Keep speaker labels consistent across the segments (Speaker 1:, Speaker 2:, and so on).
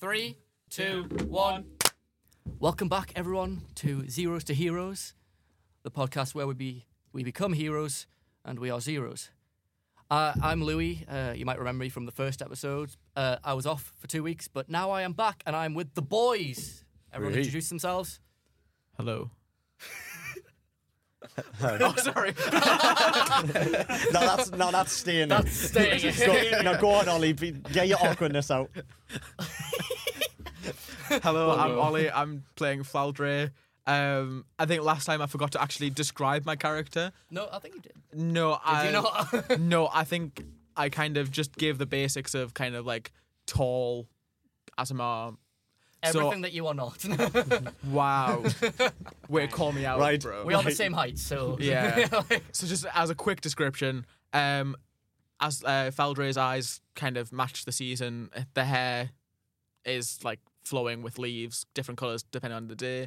Speaker 1: Three, two, one. Welcome back, everyone, to Zeros to Heroes, the podcast where we be we become heroes and we are zeros. Uh, I'm Louis. Uh, you might remember me from the first episode. Uh, I was off for two weeks, but now I am back and I'm with the boys. Everyone
Speaker 2: Hey.
Speaker 1: introduce themselves.
Speaker 3: Hello.
Speaker 1: Oh, sorry.
Speaker 2: No, that's no, that's staying. in.
Speaker 1: That's staying.
Speaker 2: Go, no, go on, Ollie. Be, get your awkwardness out.
Speaker 3: Hello, I'm Ollie. I'm playing Flaldre. Um, I think last time I forgot to actually describe my character.
Speaker 1: no, I think you did. Did
Speaker 3: No, I
Speaker 1: you not?
Speaker 3: no, I think I kind of just gave the basics of kind of like tall Asimar.
Speaker 1: Everything that you are not.
Speaker 3: Wow. Wait, call me out,
Speaker 2: Right.
Speaker 3: bro.
Speaker 1: we are the same height, so
Speaker 3: Yeah. so just as a quick description, um, as uh, Faldre's eyes kind of match the season, eh, the hair is like flowing with leaves, different colors depending on the day,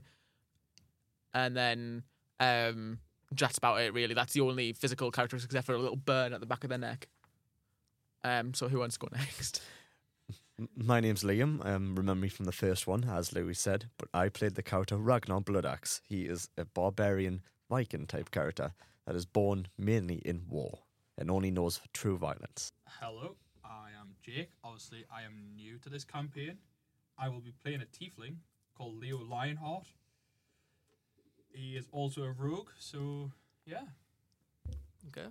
Speaker 3: and then um, that's about it really. That's the only physical characteristic except for a little burn at the back of the neck. Um, so who wants to go next?
Speaker 2: My name's Liam. Um, remember me from the first one, as Louis said. But I played the character Ragnar Bloodaxe. He is a barbarian Viking type character that is born mainly in war and only knows true violence.
Speaker 4: Hello, I am Jake. Obviously, I am new to this campaign. I will be playing a tiefling called Leo Lionheart. He is also a rogue, so yeah.
Speaker 1: Okay.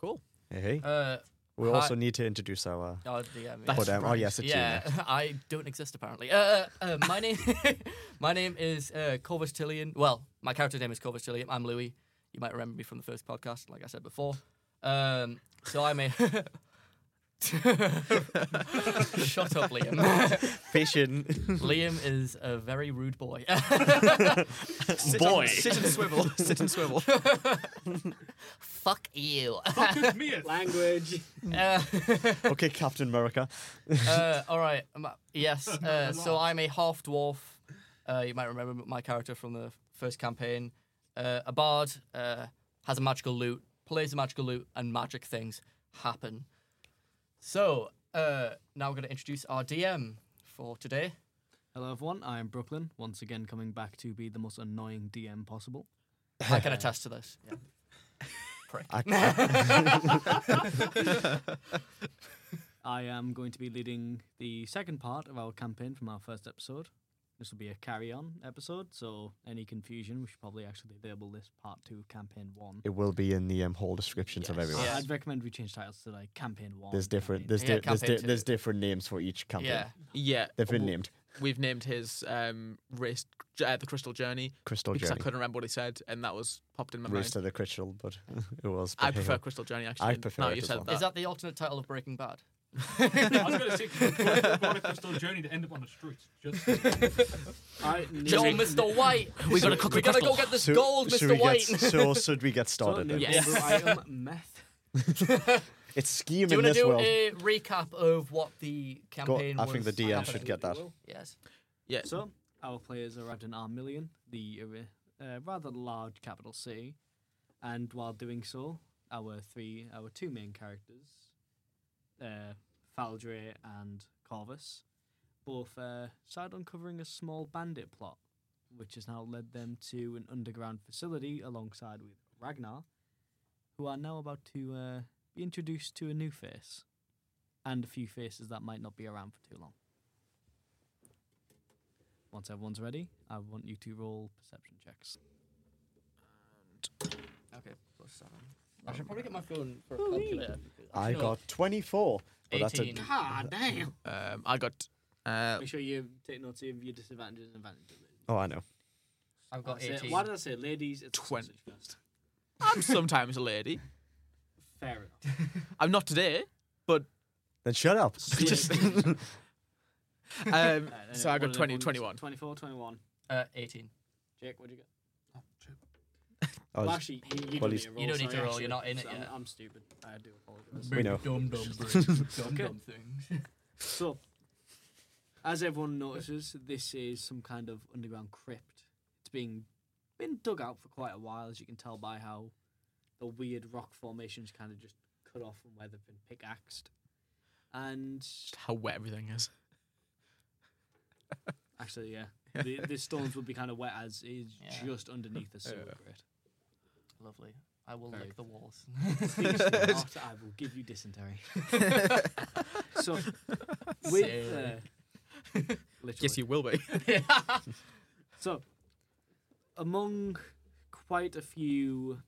Speaker 3: Cool.
Speaker 2: Hey, hey.
Speaker 1: Uh,
Speaker 2: we
Speaker 1: hi-
Speaker 2: also need to introduce our.
Speaker 1: oh, yeah, me.
Speaker 3: That's
Speaker 2: But, um, oh
Speaker 3: right.
Speaker 2: yes, it's
Speaker 1: yeah,
Speaker 2: you.
Speaker 1: I don't exist apparently. Uh, uh, my name, my name is uh, Corvus Tillian. Well, my character's name is Corvus Tillian. I'm Louis. You might remember me from the first podcast, like I said before. Um, so I'm a. Shut up, Liam.
Speaker 2: Fishing.
Speaker 1: Liam is a very rude boy.
Speaker 3: Sit
Speaker 2: Boy.
Speaker 3: on- sit and swivel. sit and swivel.
Speaker 1: Fuck you.
Speaker 4: Fuck me.
Speaker 5: Language.
Speaker 1: Uh,
Speaker 2: okay, Captain America.
Speaker 1: uh, all right. um, yes. Uh, so I'm a half dwarf. Uh, you might remember my character from the first campaign. Uh, a bard uh, has a magical loot, plays a magical loot, and magic things happen. So uh, now we're going to introduce our DM for today.
Speaker 5: Hello, everyone. I am Brooklyn, once again coming back to be the most annoying DM possible.
Speaker 1: I can attest to this. Yeah.
Speaker 2: I, I,
Speaker 5: I am going to be leading the second part of our campaign from our first episode. This will be a carry on episode, so any confusion, we should probably actually label this part two campaign one.
Speaker 2: it will be in the um, whole descriptions of
Speaker 5: Yes.
Speaker 2: everyone.
Speaker 1: Yeah.
Speaker 5: I'd recommend we change titles to like campaign one.
Speaker 2: There's different.
Speaker 5: campaign
Speaker 2: There's,
Speaker 1: Yeah,
Speaker 2: di- there's,
Speaker 1: campaign
Speaker 2: di-
Speaker 1: two.
Speaker 2: there's different names for each campaign.
Speaker 1: Yeah.
Speaker 3: Yeah.
Speaker 2: They've been
Speaker 3: w-
Speaker 2: named
Speaker 3: We've named his um, race, uh, the Crystal Journey.
Speaker 2: Crystal
Speaker 3: because
Speaker 2: Journey.
Speaker 3: I couldn't remember what he said, and that was popped in my
Speaker 2: Rooster
Speaker 3: mind.
Speaker 2: the Crystal, but it was.
Speaker 3: I
Speaker 2: but hey
Speaker 3: prefer
Speaker 2: ho.
Speaker 3: Crystal Journey actually.
Speaker 2: I prefer
Speaker 3: now
Speaker 2: it
Speaker 3: you
Speaker 2: as
Speaker 3: said
Speaker 2: well.
Speaker 3: that.
Speaker 1: Is that the alternate title of Breaking Bad?
Speaker 4: I was going to say, go go on a crystal journey to end up on the streets. Just
Speaker 5: I need-
Speaker 1: Yo, Mr. White, we gotta, we gotta go get this
Speaker 2: So-
Speaker 1: gold,
Speaker 2: should
Speaker 1: Mr.
Speaker 2: we
Speaker 1: White.
Speaker 2: Get, so should we get
Speaker 5: So,
Speaker 2: started? then?
Speaker 3: Yeah.
Speaker 5: yes. I am meth.
Speaker 1: do
Speaker 2: It's scheming
Speaker 1: you
Speaker 2: in
Speaker 1: wanna
Speaker 2: this
Speaker 1: do
Speaker 2: world.
Speaker 1: a recap of what the
Speaker 2: Go-
Speaker 1: campaign
Speaker 2: I
Speaker 1: was?
Speaker 2: think the DM should
Speaker 5: Absolutely
Speaker 2: get that.
Speaker 5: will.
Speaker 1: Yes.
Speaker 3: yeah.
Speaker 5: So, our players arrived in Armillion, the uh, uh, rather large capital city, and while doing so, our three, our two main characters, uh, Faldre and Corvus, both uh, started uncovering a small bandit plot, which has now led them to an underground facility alongside with Ragnar, who are now about to uh, be introduced to a new face, and a few faces that might not be around for too long. Once everyone's ready, I want you to roll perception checks.
Speaker 1: Okay, plus seven. I should probably get my phone for a calculator.
Speaker 2: I got 24. But that's a,
Speaker 1: 18.
Speaker 5: Ah, damn!
Speaker 3: Um, I got. Uh,
Speaker 5: Make sure you take notes of your disadvantages and advantages.
Speaker 2: oh, I know.
Speaker 1: I've got
Speaker 5: I said-
Speaker 1: 18.
Speaker 5: why did I say ladies? It's
Speaker 3: Twen-
Speaker 5: sausage first.
Speaker 3: I'm sometimes a lady.
Speaker 5: Fair enough.
Speaker 3: I'm not today.
Speaker 2: Then shut up.
Speaker 3: Just- um,
Speaker 5: Alright,
Speaker 3: so I
Speaker 5: what
Speaker 3: got
Speaker 5: did
Speaker 3: 20, 21.
Speaker 5: everyone- 24, 21.
Speaker 1: Uh, 18.
Speaker 5: Jake, what'd you get?
Speaker 2: I
Speaker 5: Well,
Speaker 2: was-
Speaker 5: actually, you,
Speaker 2: well,
Speaker 5: you don't need
Speaker 2: he's-
Speaker 5: to
Speaker 1: You
Speaker 5: roll.
Speaker 1: don't need
Speaker 5: sorry,
Speaker 1: to roll,
Speaker 5: actually.
Speaker 1: you're not in it
Speaker 5: So
Speaker 1: yet.
Speaker 5: I'm, I'm stupid. I do apologize.
Speaker 2: We know.
Speaker 1: Dumb, dumb, things. dumb,
Speaker 5: Okay.
Speaker 1: dumb things.
Speaker 5: So, as everyone notices, this is some kind of underground crypt. It's being been dug out for quite a while, as you can tell by how the weird rock formations kind of just cut off from where they've been pickaxed. And
Speaker 3: Just how wet everything is.
Speaker 5: so yeah. The, the storms would be kind of wet as is
Speaker 1: Yeah.
Speaker 5: just underneath the sewer
Speaker 3: Yeah.
Speaker 5: grate.
Speaker 1: Lovely. I will
Speaker 5: Very
Speaker 1: lick the walls.
Speaker 5: Please do not, I will give you dysentery. so, with uh,
Speaker 1: Sick.
Speaker 5: literally.
Speaker 3: Yes, you will be.
Speaker 5: So, among quite a few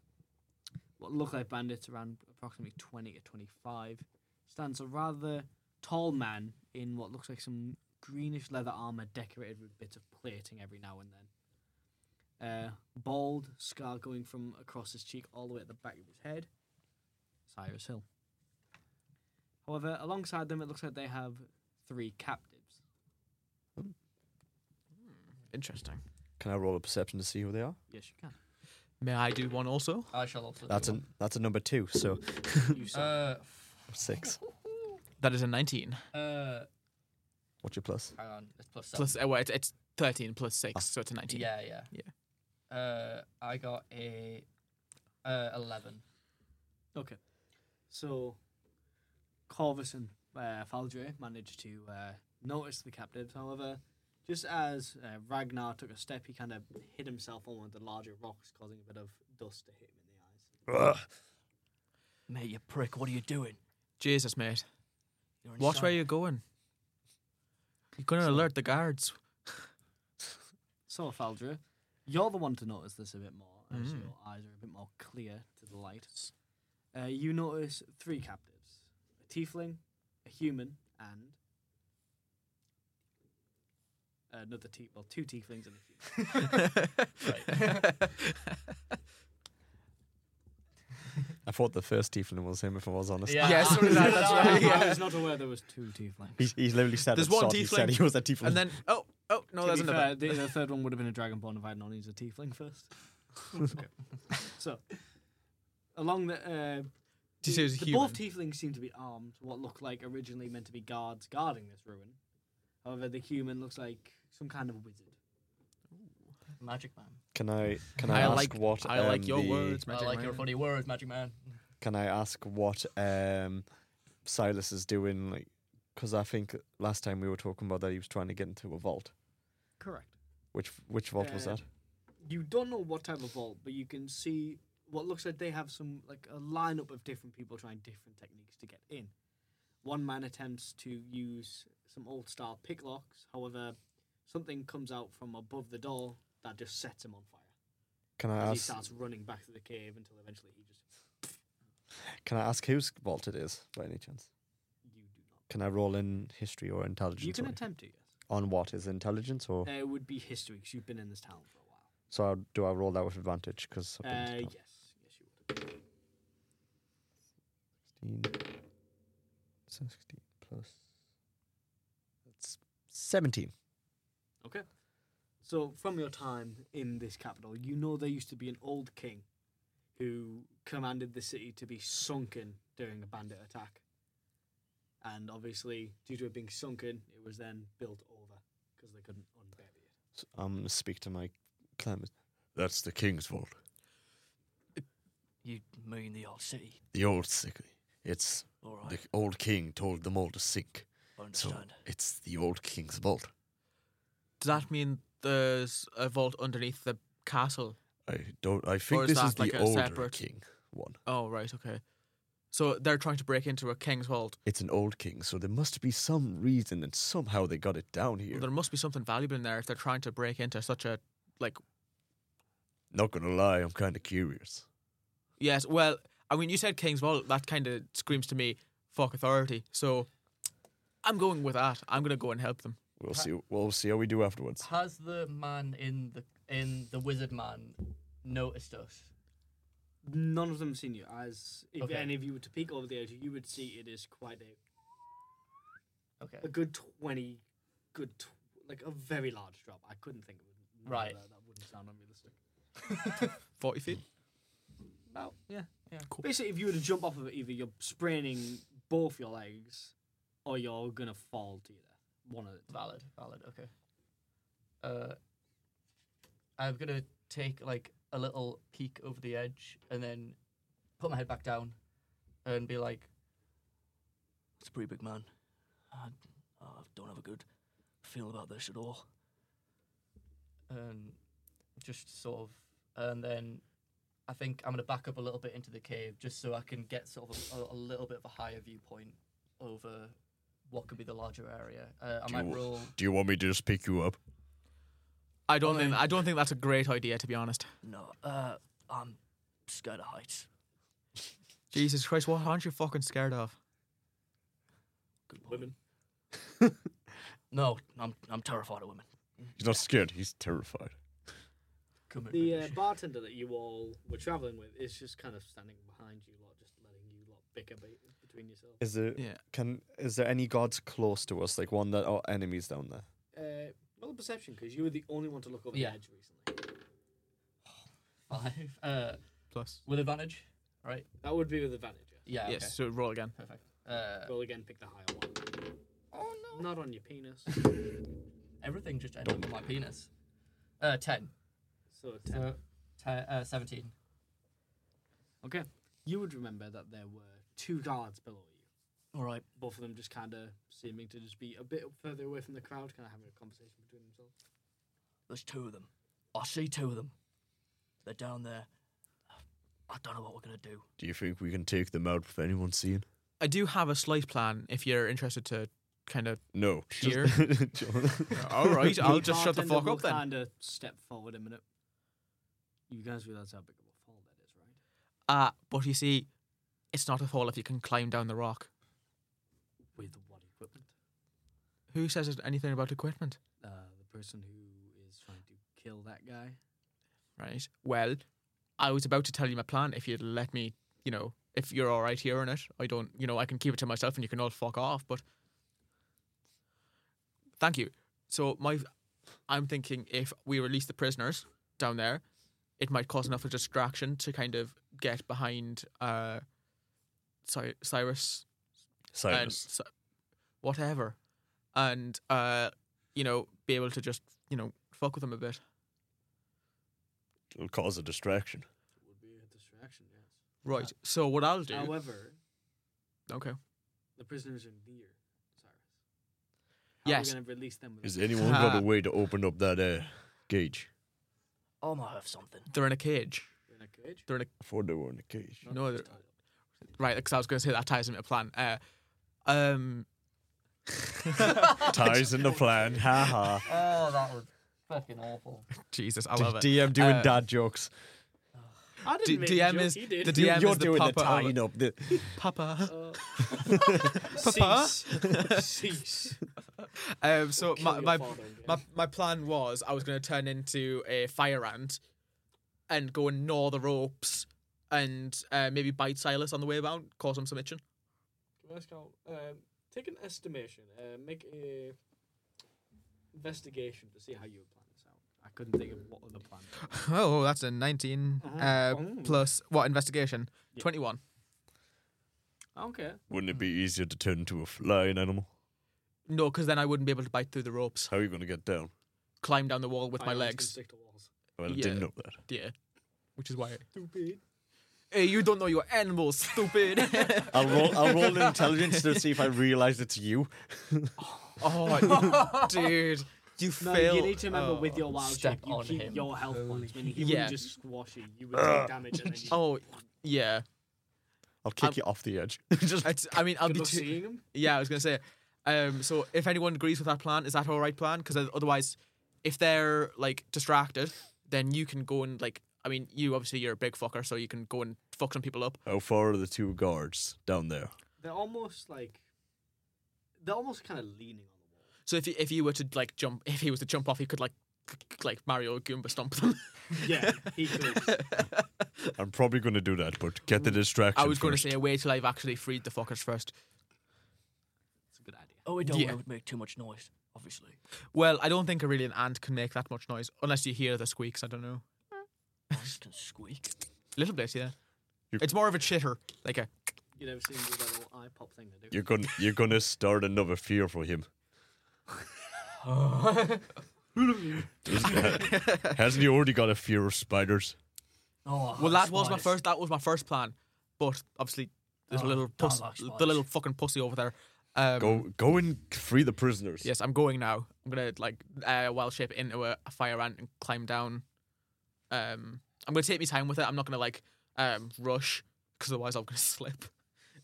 Speaker 5: what look like bandits, around approximately 20 or 25, stands a rather tall man in what looks like some greenish leather armor decorated with bits of plating every now and then. Uh, bald, scar going from across his cheek all the way at the back of his head. Cyrus Hill. However, alongside them, it looks like they have three captives.
Speaker 3: Interesting.
Speaker 2: Can I roll a perception to see who they are?
Speaker 5: Yes, you can.
Speaker 3: May I do one also?
Speaker 1: I shall also.
Speaker 2: That's
Speaker 1: do
Speaker 2: a that's a number two, so
Speaker 5: You saw.
Speaker 1: one. Uh,
Speaker 2: six.
Speaker 3: That is a 19.
Speaker 1: uh,
Speaker 2: What's your plus?
Speaker 1: hang on. It's plus seven.
Speaker 3: Plus, uh, well, it's, it's 13 plus
Speaker 2: Ah.
Speaker 3: 6, so it's a 19.
Speaker 1: Yeah, yeah, yeah. Uh, I got a uh, eleven.
Speaker 5: Okay. So, Corvus and uh, Faldre managed to uh, notice the captives. However, just as uh, Ragnar took a step, he kind of hid himself on one of the larger rocks, causing a bit of dust to hit him in the eyes.
Speaker 1: Mate, you prick! What are you doing?
Speaker 3: Jesus, mate.
Speaker 1: You're
Speaker 3: Watch
Speaker 1: inside.
Speaker 3: where you're going. You're going to alert the guards.
Speaker 5: So, Faldre, you're the one to notice this a bit more, as
Speaker 3: Mm.
Speaker 5: your eyes are a bit more clear to the light. Uh, you notice three captives a tiefling, a human, and another tea well, two tieflings and a human.
Speaker 2: I thought the first tiefling was him, if I was honest.
Speaker 1: Yeah.
Speaker 3: Yes,
Speaker 1: I-
Speaker 3: that's right,
Speaker 5: I
Speaker 3: yeah.
Speaker 5: was not aware there was two tieflings.
Speaker 2: He's, he's literally said
Speaker 3: There's
Speaker 2: at
Speaker 3: one
Speaker 2: start, He said
Speaker 3: tiefling,
Speaker 2: he was a tiefling.
Speaker 3: and then, oh, oh, no,
Speaker 5: To
Speaker 3: there's
Speaker 5: be
Speaker 3: another.
Speaker 5: fair, the, the third one would have been a dragonborn if I had known he was a tiefling first. so, along the, uh,
Speaker 3: Did you say it was a
Speaker 5: the
Speaker 3: human?
Speaker 5: both tieflings seem to be armed. What look like originally meant to be guards guarding this ruin. However, the human looks like some kind of wizard.
Speaker 1: Magic man.
Speaker 2: can I can I,
Speaker 3: I
Speaker 2: ask
Speaker 3: like-
Speaker 2: what
Speaker 3: I like
Speaker 2: um,
Speaker 3: your
Speaker 2: the-
Speaker 3: words, magic
Speaker 1: I like
Speaker 3: man.
Speaker 1: your funny words, magic man.
Speaker 2: Can I ask what um, Silas is doing? Like, because I think last time we were talking about that he was trying to get into a vault.
Speaker 5: Correct.
Speaker 2: Which which vault was
Speaker 5: Uh,
Speaker 2: that?
Speaker 5: You don't know what type of vault, but you can see what looks like they have some like a lineup of different people trying different techniques to get in. One man attempts to use some old style picklocks, however, something comes out from above the door that just sets him on fire.
Speaker 2: Can I
Speaker 5: As he
Speaker 2: ask?
Speaker 5: starts running back to the cave until eventually he just
Speaker 2: Can I ask whose vault it is by any chance?
Speaker 5: you do not.
Speaker 2: Can I roll in history or intelligence?
Speaker 5: You can
Speaker 2: or-
Speaker 5: attempt to, yes.
Speaker 2: on what is intelligence or?
Speaker 5: Uh, it would be history because you've been in this town for a while.
Speaker 2: So I, do I roll that with advantage? Because
Speaker 5: Uh, yes, yes you would.
Speaker 2: 16, 16 plus. That's 17.
Speaker 5: Okay. So, from your time in this capital, you know there used to be an old king who commanded the city to be sunken during a bandit attack. And obviously, due to it being sunken, it was then built over because they couldn't unbury it.
Speaker 2: So I'm going to speak to my climbers. That's the king's vault.
Speaker 1: You mean the old city?
Speaker 2: The old city. It's
Speaker 1: All
Speaker 2: the
Speaker 1: right,
Speaker 2: old king told them all to sink.
Speaker 1: I
Speaker 2: So
Speaker 1: understand.
Speaker 2: it's the old king's vault.
Speaker 3: Does that mean there's a vault underneath the castle?
Speaker 2: I don't. I think
Speaker 3: is
Speaker 2: this
Speaker 3: that
Speaker 2: is the
Speaker 3: like a
Speaker 2: older
Speaker 3: separate-
Speaker 2: king one.
Speaker 3: Oh, right, okay. So they're trying to break into a king's vault.
Speaker 2: It's an old king, so there must be some reason that somehow they got it down here.
Speaker 3: Well, there must be something valuable in there if they're trying to break into such a like.
Speaker 2: Not gonna lie, I'm kind of curious.
Speaker 3: Yes, well, I mean, you said king's vault. That kind of screams to me, fuck authority. So I'm going with that. I'm gonna go and help them.
Speaker 2: We'll see. We'll see how we do afterwards.
Speaker 1: Has the man in the in the wizard man noticed us?
Speaker 5: None of them have seen you. As if
Speaker 1: Okay.
Speaker 5: any of you were to peek over the edge, you would see it is quite a,
Speaker 1: Okay.
Speaker 5: a good 20, good, tw- like a very large drop. I couldn't think of it.
Speaker 1: Right.
Speaker 5: That, that wouldn't sound unrealistic.
Speaker 3: Forty feet.
Speaker 5: About yeah,
Speaker 1: yeah.
Speaker 3: Cool.
Speaker 5: Basically, if you were to jump off of it, either you're spraining both your legs, or you're gonna fall to your death. One of the
Speaker 1: Valid, valid. Okay. Uh, I'm gonna take like a little peek over the edge and then put my head back down and be like, "It's a pretty big man. I, I don't have a good feel about this at all. and just sort of, and then I think I'm gonna back up a little bit into the cave just so I can get sort of a, a little bit of a higher viewpoint over what could be the larger area. Uh, I might
Speaker 2: you-
Speaker 1: roll.
Speaker 2: Do you want me to just pick you up?
Speaker 3: I don't
Speaker 1: Well,
Speaker 3: think
Speaker 1: then-
Speaker 3: I don't think that's a great idea to be honest.
Speaker 1: No, uh, I'm scared of heights.
Speaker 3: Jesus Christ, what aren't you fucking scared of?
Speaker 1: Good point. No, I'm I'm terrified of women.
Speaker 2: He's not scared. He's terrified.
Speaker 1: Come here.
Speaker 5: The uh,
Speaker 1: British.
Speaker 5: bartender that you all were traveling with is just kind of standing behind you lot, just letting you lot bicker be- between yourselves.
Speaker 2: Is there
Speaker 3: Yeah.
Speaker 2: can is there any gods close to us, like one that are enemies down there?
Speaker 5: Uh, roll a perception because you were the only one to look over
Speaker 1: Yeah.
Speaker 5: the edge recently.
Speaker 1: Five. Uh,
Speaker 3: Plus.
Speaker 1: with advantage. Right.
Speaker 5: That would be with advantage. yeah.
Speaker 1: Yeah.
Speaker 3: Yes, so roll again.
Speaker 1: Okay. Perfect. Uh,
Speaker 5: Roll again, pick the higher one.
Speaker 1: oh no.
Speaker 5: Not on your penis.
Speaker 1: Everything just ended up with my penis. Uh, ten.
Speaker 5: So ten.
Speaker 1: So, te- uh, seventeen.
Speaker 5: Okay. You would remember that there were two guards below you.
Speaker 1: All right.
Speaker 5: Both of them just kind of seeming to just be a bit further away from the crowd, kind of having a conversation between themselves.
Speaker 1: There's two of them. I see two of them. They're down there. I don't know what we're gonna do.
Speaker 2: Do you think we can take them out with anyone seeing?
Speaker 3: I do have a slight plan if you're interested to kind of
Speaker 2: No.
Speaker 3: Cheer.
Speaker 2: Just-
Speaker 3: All right, I'll just shut the
Speaker 5: Bartender
Speaker 3: fuck
Speaker 5: will
Speaker 3: up then.
Speaker 5: Kind of step forward a minute. You guys realize how big of a fall that is, right?
Speaker 3: Uh, but you see, it's not a fall if you can climb down the rock.
Speaker 5: With what equipment?
Speaker 3: Who says it- anything about equipment?
Speaker 5: Uh, the person who is trying to kill that guy.
Speaker 3: Right. Well, I was about to tell you my plan if you'd let me, you know, if you're all right hearing it. I don't, you know, I can keep it to myself and you can all fuck off, but thank you. So my I'm thinking if we release the prisoners down there, it might cause enough of distraction to kind of get behind uh Cy- Cyrus and
Speaker 2: Cyrus.
Speaker 3: so, whatever, and uh, you know, be able to just you know fuck with them a bit.
Speaker 2: It'll cause a distraction.
Speaker 5: It would be a distraction, yes.
Speaker 3: Right. So what I'll do?
Speaker 5: However,
Speaker 3: okay.
Speaker 5: the prisoners are near Cyrus.
Speaker 3: Yes.
Speaker 5: We're going to release them. With
Speaker 2: Is
Speaker 5: a-
Speaker 2: anyone got a way to open up that uh, gauge?
Speaker 1: I might have something.
Speaker 3: They're in a cage.
Speaker 5: We're in a cage?
Speaker 2: I thought they were in a cage.
Speaker 5: Not
Speaker 3: No,
Speaker 5: just
Speaker 3: they're-
Speaker 5: tied up.
Speaker 3: Right. Because I was going to say that ties into a plan. Uh, um.
Speaker 2: Ties in the plan. Ha ha.
Speaker 1: Oh, that was fucking awful.
Speaker 3: Jesus, I love it.
Speaker 2: DM doing
Speaker 3: Uh,
Speaker 2: dad jokes.
Speaker 5: I
Speaker 3: D-
Speaker 5: didn't make
Speaker 3: DM
Speaker 5: a joke,
Speaker 3: is-
Speaker 5: he did.
Speaker 3: the DM
Speaker 2: You're
Speaker 3: is the
Speaker 2: doing the
Speaker 3: papa of
Speaker 2: tying
Speaker 3: it.
Speaker 2: up. The,
Speaker 3: Papa.
Speaker 5: Uh,
Speaker 3: Papa?
Speaker 5: Cease. Cease.
Speaker 3: Um. So
Speaker 5: Kill
Speaker 3: my
Speaker 5: your
Speaker 3: my,
Speaker 5: father again.
Speaker 3: my my plan was I was going to turn into a fire ant, and go and gnaw the ropes. And uh, maybe bite Silas on the way down, cause him some itching.
Speaker 5: Can I ask how, um, take an estimation. Uh, make a investigation to see how you would plan this out. I couldn't think of what other plan.
Speaker 3: Oh, that's a 19 uh,
Speaker 5: Oh.
Speaker 3: plus what investigation?
Speaker 5: Yeah.
Speaker 3: 21.
Speaker 5: Okay.
Speaker 2: wouldn't it be easier to turn into a flying animal?
Speaker 3: No, because then I wouldn't be able to bite through the ropes,
Speaker 2: How are you going to get down?
Speaker 3: climb down the wall with
Speaker 5: I
Speaker 3: my
Speaker 5: always can
Speaker 3: legs.
Speaker 5: Stick to walls.
Speaker 2: Well, I
Speaker 3: Yeah.
Speaker 2: didn't know that.
Speaker 3: Yeah, which is why.
Speaker 5: Stupid.
Speaker 3: Hey, you don't know your animals, stupid.
Speaker 2: I'll roll. I'll roll intelligence to see if I realize it's you.
Speaker 3: oh, dude, you
Speaker 5: No,
Speaker 3: fail.
Speaker 5: you need to remember
Speaker 3: oh.
Speaker 5: with your wild shape,
Speaker 1: Step
Speaker 5: you
Speaker 1: on
Speaker 5: keep
Speaker 1: him.
Speaker 5: your health points. When he
Speaker 3: Yeah.
Speaker 5: would just squash you, you would take damage and then you
Speaker 3: Oh, yeah.
Speaker 2: I'll kick
Speaker 3: Um,
Speaker 2: you off the edge. Just
Speaker 3: It's, I mean, I'll
Speaker 5: Good
Speaker 3: be
Speaker 5: luck
Speaker 3: too.
Speaker 5: seeing him.
Speaker 3: Yeah, I was gonna say. Um, so if anyone agrees with that plan, is that all right plan? Because otherwise, if they're like distracted, then you can go and like. I mean, you obviously you're a big fucker, so you can go and fuck some people up.
Speaker 2: how far are the two guards down there?
Speaker 5: They're almost like they're almost kind of leaning on the wall.
Speaker 3: So if you, if you were to like jump, if he was to jump off, he could like c- c- like Mario Goomba stomp them.
Speaker 5: Yeah, he could.
Speaker 2: I'm probably going to do that, but get the distraction.
Speaker 3: I was going to
Speaker 2: first.
Speaker 3: say wait till I've actually freed the fuckers first.
Speaker 5: It's a good idea.
Speaker 1: Oh, we don't
Speaker 3: Yeah.
Speaker 1: want to make too much noise, obviously.
Speaker 3: Well, I don't think a really an ant can make that much noise unless you hear the squeaks. I don't know,
Speaker 1: I just can squeak.
Speaker 3: a little bit, yeah.
Speaker 2: You-
Speaker 3: It's more of a chitter, like a
Speaker 5: You never seen the little eye pop thing they do.
Speaker 2: You're going. You're going to start another fear for him. Doesn't- Hasn't he already got a fear of spiders?
Speaker 1: Oh,
Speaker 3: well. That was my
Speaker 1: spiders.
Speaker 3: first. That was my first plan, but obviously there's a
Speaker 1: Oh,
Speaker 3: little
Speaker 1: damn
Speaker 3: puss,
Speaker 1: those
Speaker 3: the
Speaker 1: spiders.
Speaker 3: little fucking pussy over there. Um,
Speaker 2: Go, go and free the prisoners.
Speaker 3: Yes, I'm going now. I'm gonna like uh, well shape into a, a fire ant and climb down. Um, I'm gonna take my time with it. I'm not gonna like um rush because otherwise I'm gonna slip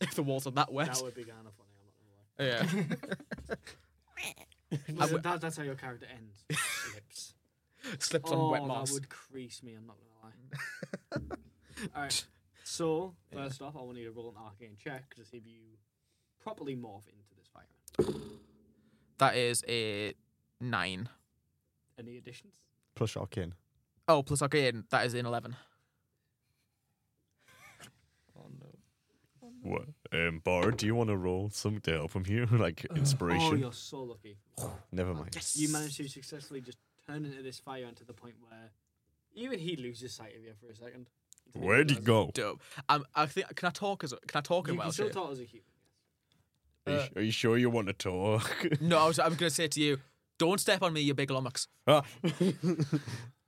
Speaker 3: if the walls are that wet.
Speaker 5: That would be kind of funny. I'm not gonna lie.
Speaker 3: yeah.
Speaker 5: Listen, that, that's how your character ends. Slips.
Speaker 3: Slipped
Speaker 5: oh,
Speaker 3: on wet
Speaker 5: that
Speaker 3: moss.
Speaker 5: would crease me. I'm not gonna lie. All right. So first off, I will need to roll an arcane check to see if you properly morph into this fire. ant.
Speaker 3: That is a nine.
Speaker 5: Any additions?
Speaker 2: Plus Arcane.
Speaker 3: Oh, plus arcane. That is an eleven.
Speaker 2: What? Um, Bard, do you want to roll some to help him here? like
Speaker 3: Uh,
Speaker 5: Oh,
Speaker 2: inspiration?
Speaker 5: you're so lucky.
Speaker 2: Never mind.
Speaker 5: You managed to successfully just turn into this fire ant to the point where even he loses sight of you for a second. Until he
Speaker 2: Where'd you
Speaker 5: realizes-
Speaker 2: go?
Speaker 3: Dope. Um, I think can I talk as can I talk
Speaker 5: You
Speaker 3: in
Speaker 5: can
Speaker 3: Welsh?
Speaker 5: still
Speaker 3: here?
Speaker 5: talk as a human.
Speaker 2: Are you, are you sure you want to talk?
Speaker 3: No, I was, I was gonna say to you, don't step on me, you big lummox.
Speaker 2: Ah.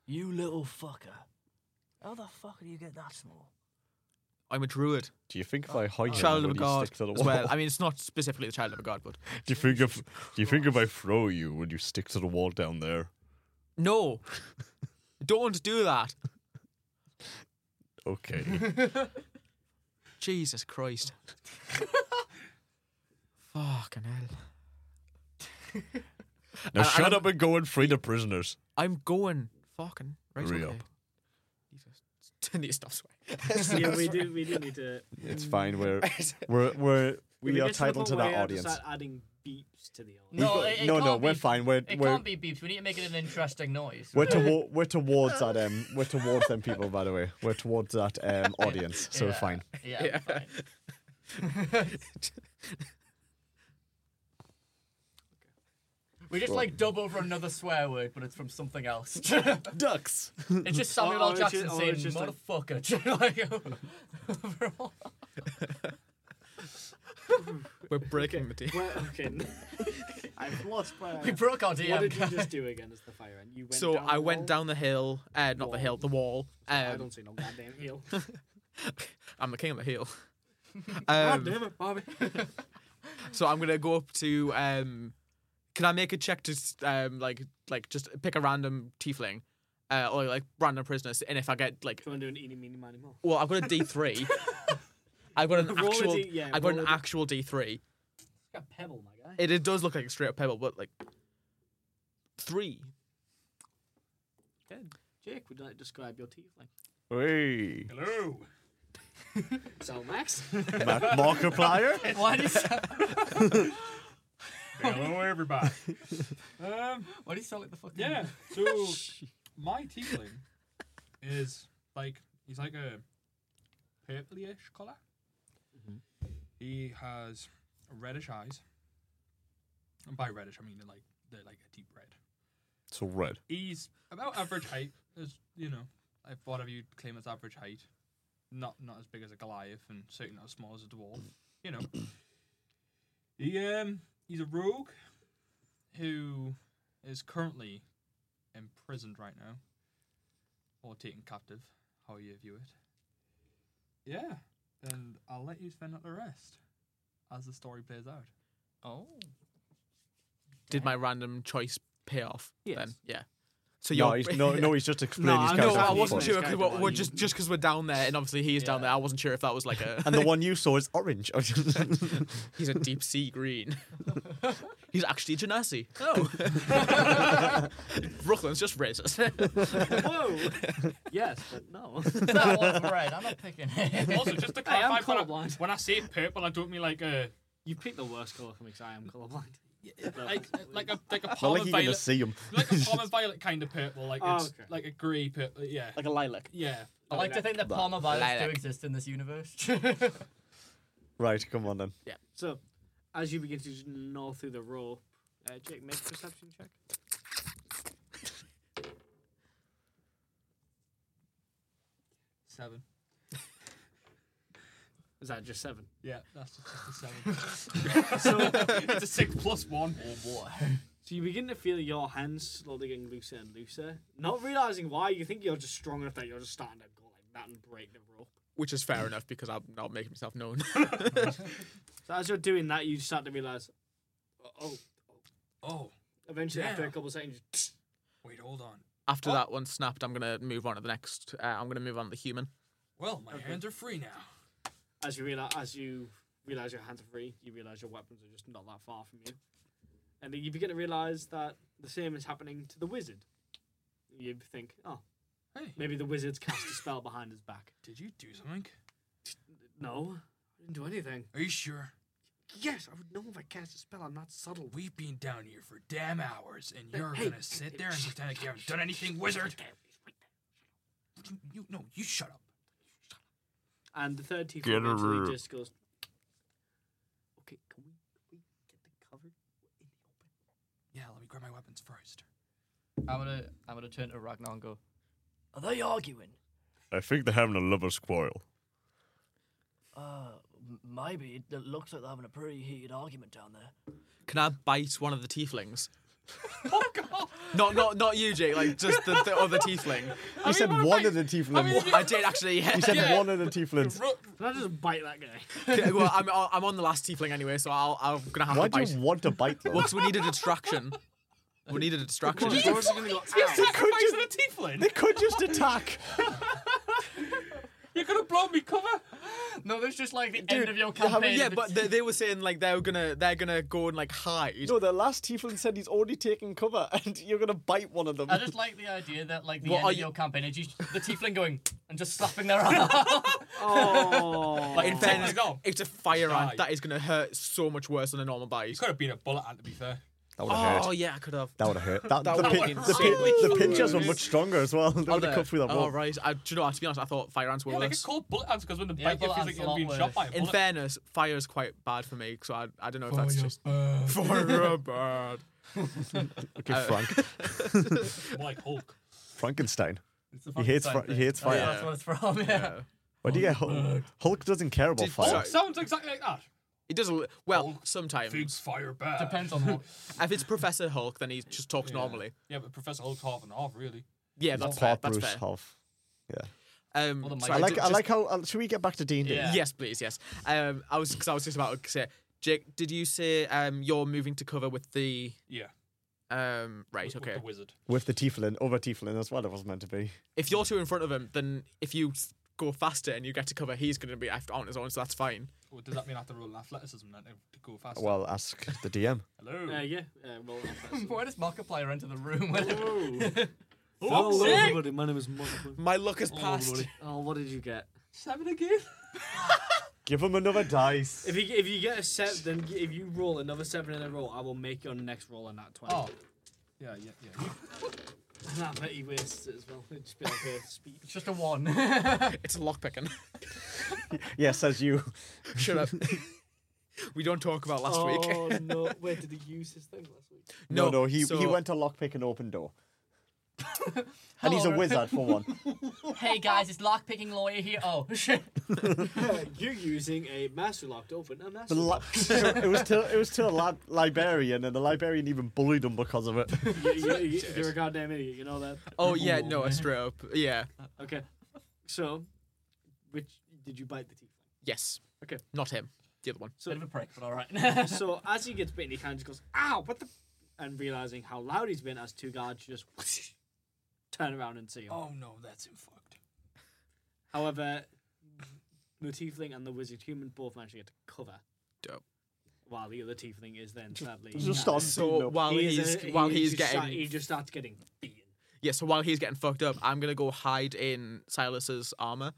Speaker 6: You little fucker. How the fuck do you get that small?
Speaker 3: I'm a druid,
Speaker 2: do you think if I hide
Speaker 3: child
Speaker 2: him, would he
Speaker 3: of a god
Speaker 2: stick to the
Speaker 3: as
Speaker 2: wall?
Speaker 3: well. I mean, it's not specifically the child of a god, but
Speaker 2: do you think if do you think if I throw you, would you stick to the wall down there?
Speaker 3: no, don't do that.
Speaker 2: Okay.
Speaker 3: Jesus Christ. Fucking hell.
Speaker 2: now
Speaker 3: I-
Speaker 2: shut
Speaker 3: I'm-
Speaker 2: up and go and free the prisoners.
Speaker 3: I'm going fucking right
Speaker 2: Hurry
Speaker 3: okay.
Speaker 2: up.
Speaker 3: Jesus. Need to stop swearing.
Speaker 5: Yes. yeah, we do. We do need to.
Speaker 2: It's fine. We're we're we're
Speaker 5: If
Speaker 2: we
Speaker 5: it
Speaker 2: are
Speaker 5: gets the
Speaker 2: titled
Speaker 5: point
Speaker 2: to
Speaker 5: where
Speaker 2: that
Speaker 5: I have to
Speaker 2: audience.
Speaker 5: Start adding beeps to the audience.
Speaker 2: We've
Speaker 1: No,
Speaker 2: got-
Speaker 1: it- it
Speaker 2: no, no,
Speaker 1: can't
Speaker 2: we're
Speaker 1: be-
Speaker 2: fine. We're
Speaker 1: It
Speaker 2: we're
Speaker 1: can't be beeps. We need to make it an interesting noise.
Speaker 2: We're, to- we're towards that. Um, we're towards them people, by the way. We're towards that um, audience, so we're
Speaker 1: Yeah.
Speaker 2: fine.
Speaker 1: Yeah. fine. We just like dub over another swear word, but it's from something else. it's
Speaker 2: Ducks.
Speaker 1: just Samuel
Speaker 5: Or- or
Speaker 1: L.
Speaker 5: it's just-
Speaker 1: Jackson
Speaker 5: or
Speaker 1: saying
Speaker 5: it's just like-
Speaker 1: "motherfucker." like, overall.
Speaker 3: We're breaking the deal.
Speaker 5: Well, okay. I've lost my.
Speaker 1: we broke our DM.
Speaker 5: What did you just do again as the fire end? You went
Speaker 3: So
Speaker 5: down
Speaker 3: I
Speaker 5: the
Speaker 3: went
Speaker 5: wall?
Speaker 3: down the hill, uh, not the
Speaker 5: Wall.
Speaker 3: hill, the wall.
Speaker 5: I
Speaker 3: Um,
Speaker 5: don't see no goddamn heel.
Speaker 3: I'm the king of the hill.
Speaker 5: God
Speaker 3: Um,
Speaker 5: damn it, Bobby.
Speaker 3: so I'm gonna go up to. Um, can I make a check to um, like like just pick a random tiefling, uh, or like random prisoners? And if I get like
Speaker 5: Do you want to do an eeny, meeny, miny, more?
Speaker 3: Well, I've got a D three. I've got an
Speaker 5: Roll a
Speaker 3: actual.
Speaker 5: D- yeah,
Speaker 3: I've got
Speaker 5: roll
Speaker 3: an
Speaker 5: a D.
Speaker 3: actual D three.
Speaker 5: It's got pebble, my guy.
Speaker 3: It, it does look like a straight up pebble, but like three.
Speaker 5: Okay. Jake, would you like to describe your teeth like?
Speaker 2: Hey.
Speaker 4: Hello.
Speaker 5: So, Max?
Speaker 2: Ma- Markiplier.
Speaker 1: Why did you,
Speaker 4: Hello, everybody. um,
Speaker 1: why do you sound like the fucking
Speaker 4: yeah. So my tiefling is like he's like a purplish color. He has reddish eyes, and by reddish I mean they're like they're like a deep red.
Speaker 2: So red.
Speaker 4: He's about average height, as you know, if whatever you claim as average height. Not not as big as a Goliath, and certainly not as small as a dwarf. You know, he um he's a rogue who is currently imprisoned right now, or taken captive, how you view it. Yeah, and I'll let you spend out the rest as the story plays out.
Speaker 1: Oh.
Speaker 3: Did my random choice pay off? Then
Speaker 5: Yes.
Speaker 3: yeah. So
Speaker 2: No,
Speaker 3: you're.
Speaker 2: he's, no, no, he's just explaining his
Speaker 5: I
Speaker 3: No,
Speaker 2: character.
Speaker 5: know,
Speaker 3: I
Speaker 2: from
Speaker 3: wasn't
Speaker 2: first.
Speaker 3: sure because we're,
Speaker 5: Guy
Speaker 3: we're
Speaker 5: behind
Speaker 3: just just because we're down there, and obviously he is down
Speaker 1: Yeah.
Speaker 3: there. I wasn't sure if that was like a
Speaker 2: And the one you saw is orange.
Speaker 3: he's a deep sea green. he's actually Genasi. Oh, Brooklyn's just racist.
Speaker 5: Whoa! yes, but no.
Speaker 1: That was red. I'm not picking it.
Speaker 4: Also, just to
Speaker 5: I am
Speaker 4: clarify, when I-
Speaker 5: colourblind.
Speaker 4: when I say purple, I don't mean like a
Speaker 5: You picked the worst colour for me because I am colourblind.
Speaker 4: like like a like a
Speaker 2: Not
Speaker 4: palm
Speaker 2: like
Speaker 4: of
Speaker 2: you're gonna
Speaker 4: violet,
Speaker 2: see him.
Speaker 4: like a palm of violet kind of purple, like
Speaker 5: Oh,
Speaker 4: it's
Speaker 5: okay.
Speaker 4: like a grey purple. Yeah,
Speaker 5: Like a lilac.
Speaker 4: yeah.
Speaker 1: I like to think that Palmer violets do
Speaker 3: Lilac.
Speaker 1: exist in this universe.
Speaker 2: Right, come on then.
Speaker 5: So, as you begin to just gnaw through the rope, uh, Jake, make a perception check.
Speaker 4: Seven.
Speaker 5: Is that just seven?
Speaker 4: Yeah, that's just, just a seven.
Speaker 5: so,
Speaker 4: it's a six plus one. Oh boy.
Speaker 5: So you begin to feel your hands slowly getting looser and looser, not realizing why. You think you're just strong enough that you're just starting to go like that and break the rope.
Speaker 3: Which is fair enough because I'm not making myself known.
Speaker 5: So as you're doing that, you start to realize, Oh,
Speaker 4: Oh,
Speaker 5: eventually after a
Speaker 4: Damn.
Speaker 5: couple of seconds,
Speaker 4: wait, hold on.
Speaker 3: After that one snapped, I'm gonna move on to the next. Uh, I'm gonna move on to the human.
Speaker 4: Well, my
Speaker 5: Okay.
Speaker 4: hands are free now.
Speaker 5: as you realize, as you realize your hands are free, you realize your weapons are just not that far from you, and then you begin to realize that the same is happening to the wizard. You think, oh,
Speaker 4: Hey,
Speaker 5: maybe the wizard's cast a spell behind his back.
Speaker 4: did you do something?
Speaker 5: No, I didn't do anything.
Speaker 4: Are you sure?
Speaker 5: Yes, I would know if I cast a spell. I'm not subtle.
Speaker 4: We've been down here for damn hours, and you're
Speaker 5: hey.
Speaker 4: gonna sit there and pretend like you haven't done anything, wizard. You, you no, you shut up.
Speaker 5: And the third tiefling
Speaker 2: Get a
Speaker 5: eventually
Speaker 2: room.
Speaker 5: just goes,
Speaker 6: Okay, can we, can we get the cover in the open?
Speaker 4: Yeah, let me grab my weapons first.
Speaker 1: I'm gonna I'm gonna turn to Ragnar and go.
Speaker 6: Are they arguing?
Speaker 2: I think they're having a lover's quarrel.
Speaker 6: Uh, m- maybe. It, it looks like they're having a pretty heated argument down there.
Speaker 3: Can I bite one of the tieflings?
Speaker 5: Oh,
Speaker 3: Not not not you, Jake. Like just the, the other tiefling.
Speaker 2: You said one of the tieflings.
Speaker 3: I did actually. Yeah.
Speaker 2: you said one of the tieflings.
Speaker 5: "Can I just bite that guy?"
Speaker 3: well, I'm I'm on the last tiefling anyway, so I'll I'm gonna have
Speaker 2: Why
Speaker 3: to bite.
Speaker 2: do you want to bite them?
Speaker 3: Well, 'cause we need a distraction. We need a distraction.
Speaker 5: Well, I was gonna go, "Ow."
Speaker 2: could just,
Speaker 4: tiefling.
Speaker 2: they could just attack.
Speaker 4: You're gonna blow me cover.
Speaker 1: No, there's just like the
Speaker 2: Dude,
Speaker 1: end of your
Speaker 2: you haven't-
Speaker 1: campaign.
Speaker 3: yeah, but they, they were saying like they were gonna they're gonna go and like hide.
Speaker 2: No, the last tiefling said he's already taken cover, and you're gonna bite one of them.
Speaker 1: I just like the idea that like the
Speaker 3: What
Speaker 1: end
Speaker 3: are
Speaker 1: of
Speaker 3: you-
Speaker 1: your campaign, it's just the tiefling going and just slapping their arm.
Speaker 5: Oh,
Speaker 3: But in fairness,
Speaker 4: my God.
Speaker 3: it's a fire
Speaker 4: Die.
Speaker 3: ant that is gonna hurt so much worse than a normal bite.
Speaker 4: He's gotta beat a bullet ant to be fair.
Speaker 2: That would have
Speaker 3: Oh
Speaker 2: hurt.
Speaker 3: yeah, I could have.
Speaker 2: That would have hurt. That,
Speaker 3: That
Speaker 2: the,
Speaker 3: would've
Speaker 2: pin,
Speaker 3: been
Speaker 2: the, pin,
Speaker 3: so
Speaker 2: the pinchers were
Speaker 3: much
Speaker 2: much stronger as well. They would have
Speaker 1: they?
Speaker 2: cut through that
Speaker 3: Oh
Speaker 2: wall.
Speaker 3: right, I, do you know? what, To be honest, I thought fire ants were
Speaker 4: Yeah, they
Speaker 3: worse.
Speaker 4: get called bullet ants because when they
Speaker 1: Yeah,
Speaker 4: bite you,
Speaker 1: bullet
Speaker 4: it feels
Speaker 1: ants
Speaker 4: like
Speaker 1: a lot
Speaker 4: you're being shot
Speaker 1: worse.
Speaker 4: by a
Speaker 3: In
Speaker 4: bullet.
Speaker 3: fairness, fire is quite bad for me, so I, I don't know if that's just
Speaker 4: Fire
Speaker 3: fire bad.
Speaker 2: Okay, Frank.
Speaker 4: like Hulk.
Speaker 2: Frankenstein.
Speaker 4: It's the
Speaker 2: He hates,
Speaker 4: Frankenstein
Speaker 2: fr- he
Speaker 4: thing.
Speaker 2: hates
Speaker 3: Oh,
Speaker 2: fire.
Speaker 1: Oh, That's what it's from. Yeah.
Speaker 2: Why do you get Hulk? Hulk doesn't care about
Speaker 3: Did-
Speaker 2: fire.
Speaker 3: sorry.
Speaker 4: Sounds exactly like that.
Speaker 3: It does a li- well
Speaker 4: Hulk Thinks
Speaker 3: sometimes.
Speaker 4: fire bad.
Speaker 1: Depends on what.
Speaker 3: If it's Professor Hulk, then he just talks normally.
Speaker 4: Yeah, but Professor Hulk's half and half, really.
Speaker 3: Yeah, that's fair.
Speaker 2: Half
Speaker 3: That's
Speaker 2: Bruce,
Speaker 3: fair.
Speaker 2: half.
Speaker 3: Um,
Speaker 1: Well, the
Speaker 3: sorry,
Speaker 2: I
Speaker 1: I
Speaker 2: like.
Speaker 3: ju-
Speaker 2: I
Speaker 3: just-
Speaker 2: like how. Uh, should we get back to D and D?
Speaker 1: Yeah.
Speaker 3: Yes, please. Yes. Um, I was because I was just about to say, Jake, did you say um you're moving to cover with the
Speaker 4: Yeah.
Speaker 3: um right?
Speaker 4: with- with
Speaker 3: Okay.
Speaker 4: The wizard.
Speaker 2: With the tiefling, over tiefling. That's what it was meant to be.
Speaker 3: If you're two in front of him, then if you s- go faster and you get to cover, he's going to be after on his own, so that's fine.
Speaker 4: Well, does that mean I have to roll an athleticism then to go faster?
Speaker 2: Well, ask the DM.
Speaker 4: Hello.
Speaker 5: Uh, yeah, uh, roll an athleticism.
Speaker 1: Why does Markiplier enter the room?
Speaker 5: Hello,
Speaker 4: sick.
Speaker 5: everybody. My name is Michael.
Speaker 3: My luck is past.
Speaker 5: Oh, what did you get?
Speaker 4: Seven again.
Speaker 2: Give him another dice.
Speaker 5: If you if you get a set, then if you roll another seven in a row, I will make your next roll on that twenty.
Speaker 4: Oh. Yeah, yeah, yeah.
Speaker 5: And I bet he wastes it as well. It'd just be like a speech.
Speaker 1: It's just a one.
Speaker 3: It's lock picking.
Speaker 2: yes, as you.
Speaker 3: Shut up. we don't talk about last week.
Speaker 5: Oh no! Where did he use his thing last week?
Speaker 2: No, no, he
Speaker 3: so-
Speaker 2: he went to lockpick an open door. and
Speaker 3: Oh,
Speaker 2: he's a wizard for one.
Speaker 1: hey guys, it's lockpicking lawyer here. Oh shit.
Speaker 5: Uh, You're using a master lock to open a master.
Speaker 2: The li-
Speaker 5: lock.
Speaker 2: it was to it was to a li- librarian, and the librarian even bullied him because of it.
Speaker 5: you, you, you, you're a goddamn idiot. You know that.
Speaker 3: Oh yeah, no, straight up. Yeah.
Speaker 5: Okay. So, which did you bite the teeth?
Speaker 3: Yes.
Speaker 5: Okay.
Speaker 3: Not him. The other one.
Speaker 1: Bit of a prick, but all right.
Speaker 5: So as he gets bitten, he kind of just goes, "Ow!" What the? And realizing how loud he's been, as two guards just whoosh, turn around and see him.
Speaker 4: Oh no, that's him fucked.
Speaker 5: However, the tiefling and the wizard human both manage to get to cover.
Speaker 3: Dope.
Speaker 5: While the other tiefling is then sadly.
Speaker 2: Just starts
Speaker 3: So
Speaker 2: so,
Speaker 3: while
Speaker 5: He is
Speaker 3: he's
Speaker 5: a-
Speaker 3: while
Speaker 5: he
Speaker 3: he's
Speaker 5: just start-
Speaker 3: getting
Speaker 5: he just starts getting beaten.
Speaker 3: yeah, so while he's getting fucked up, I'm gonna go hide in Silas's armor.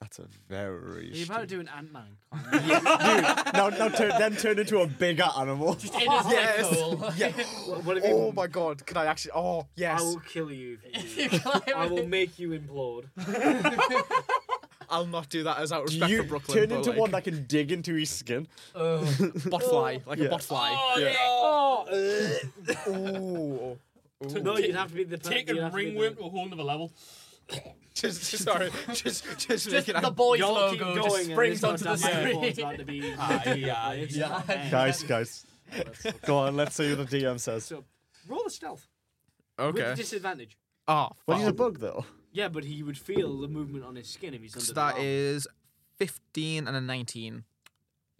Speaker 2: That's a very.
Speaker 5: You're
Speaker 2: stupid-
Speaker 5: about to do an Ant Man.
Speaker 2: now now turn, then turn into a bigger animal.
Speaker 3: Yes.
Speaker 1: Cool.
Speaker 5: what, what if you?
Speaker 3: Oh my god, could I actually? Oh
Speaker 5: I
Speaker 3: yes,
Speaker 5: will kill you if you
Speaker 1: You
Speaker 5: do.
Speaker 1: climb
Speaker 5: I
Speaker 1: in.
Speaker 5: will make you implode.
Speaker 3: I'll not do that as out of respect
Speaker 2: You
Speaker 3: for Brooklyn.
Speaker 2: turn
Speaker 3: but,
Speaker 2: into
Speaker 3: like,
Speaker 2: one that can dig into his skin.
Speaker 1: Oh.
Speaker 3: botfly, like
Speaker 2: Yeah.
Speaker 3: a botfly.
Speaker 4: Oh.
Speaker 3: yeah. Oh. Ooh.
Speaker 5: No, you'd have to be the per-
Speaker 4: Take
Speaker 5: you'd
Speaker 4: a
Speaker 5: have to be
Speaker 4: ringworm
Speaker 5: the-
Speaker 4: to a whole nother level.
Speaker 3: Just, just- sorry, just, just,
Speaker 1: Just
Speaker 3: making
Speaker 1: the boys
Speaker 5: Y'all keep
Speaker 1: logo
Speaker 5: going
Speaker 1: just
Speaker 5: and
Speaker 1: springs
Speaker 5: this
Speaker 1: onto the
Speaker 5: goddamn
Speaker 1: screen.
Speaker 5: microphone's about to be-
Speaker 4: yeah,
Speaker 5: it's
Speaker 1: yeah.
Speaker 5: not bad.
Speaker 2: Guys, guys, go on. Let's see what the DM says.
Speaker 5: So roll a stealth with
Speaker 3: Okay.
Speaker 5: a disadvantage.
Speaker 3: Oh,
Speaker 2: Well, he's a
Speaker 3: fuck.
Speaker 2: bug though.
Speaker 5: Yeah, but he would feel the movement on his skin if he's under
Speaker 3: So
Speaker 5: the
Speaker 3: that
Speaker 5: arm.
Speaker 3: is 15 and a 19.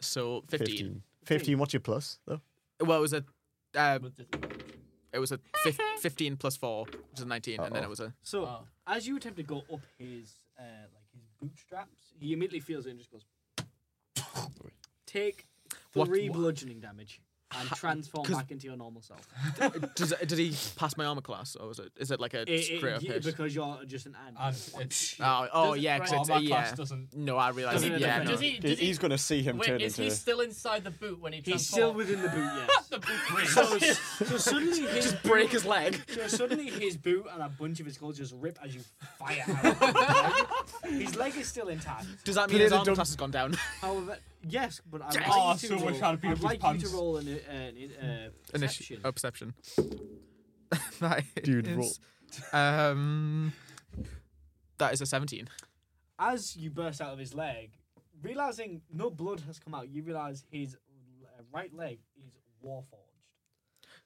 Speaker 3: So 15.
Speaker 2: 15. 15, what's your plus, though?
Speaker 3: Well, it was a uh,
Speaker 1: With the,
Speaker 3: it was a fif- fifteen plus four, which is a 19 and then
Speaker 2: Uh-oh.
Speaker 3: it was a
Speaker 5: So
Speaker 1: Oh.
Speaker 5: as you attempt to go up his uh, like his bootstraps, he immediately feels it and just goes. Take
Speaker 3: What-
Speaker 5: three
Speaker 3: what-
Speaker 5: bludgeoning damage and transform
Speaker 3: 'cause-
Speaker 5: back into your normal self.
Speaker 3: Does, did he pass my armor class, or was it? Is it like a
Speaker 5: It- it-
Speaker 3: straight up
Speaker 5: you-
Speaker 3: hit?
Speaker 5: because you're just an ant.
Speaker 4: And it's,
Speaker 3: Oh, oh
Speaker 1: Does it-
Speaker 3: yeah, because
Speaker 1: right.
Speaker 4: oh,
Speaker 3: it's
Speaker 4: my
Speaker 3: yeah.
Speaker 4: class doesn't.
Speaker 3: No, I realized.
Speaker 5: Doesn't it
Speaker 3: Yeah,
Speaker 5: affect
Speaker 3: no.
Speaker 1: does
Speaker 5: Does
Speaker 1: he?
Speaker 2: He- he's going to see him turn
Speaker 1: Wait, is
Speaker 2: into.
Speaker 1: he still inside the boot when he
Speaker 5: He's still within the boot, yes.
Speaker 1: the boot.
Speaker 5: so, so suddenly his just
Speaker 3: break his leg.
Speaker 5: So suddenly his boot and a bunch of his clothes just rip as you fire out. his leg is still intact.
Speaker 3: Does that mean
Speaker 2: Play
Speaker 3: his
Speaker 2: the
Speaker 3: armor
Speaker 2: dumb-
Speaker 3: class has gone down?
Speaker 5: However, yes, but I would
Speaker 3: Yes.
Speaker 5: like
Speaker 4: Oh,
Speaker 5: you
Speaker 4: so
Speaker 5: to
Speaker 4: we're
Speaker 5: roll,
Speaker 4: trying to beat
Speaker 5: I'd
Speaker 4: up his
Speaker 5: like you
Speaker 4: pants.
Speaker 5: to roll an, uh, an uh,
Speaker 3: Initi-
Speaker 5: perception.
Speaker 3: oh, perception. That
Speaker 2: Dude, roll.
Speaker 3: is- Um, that is a seventeen.
Speaker 5: As you burst out of his leg, realizing no blood has come out, you realize his uh, right leg is warforged.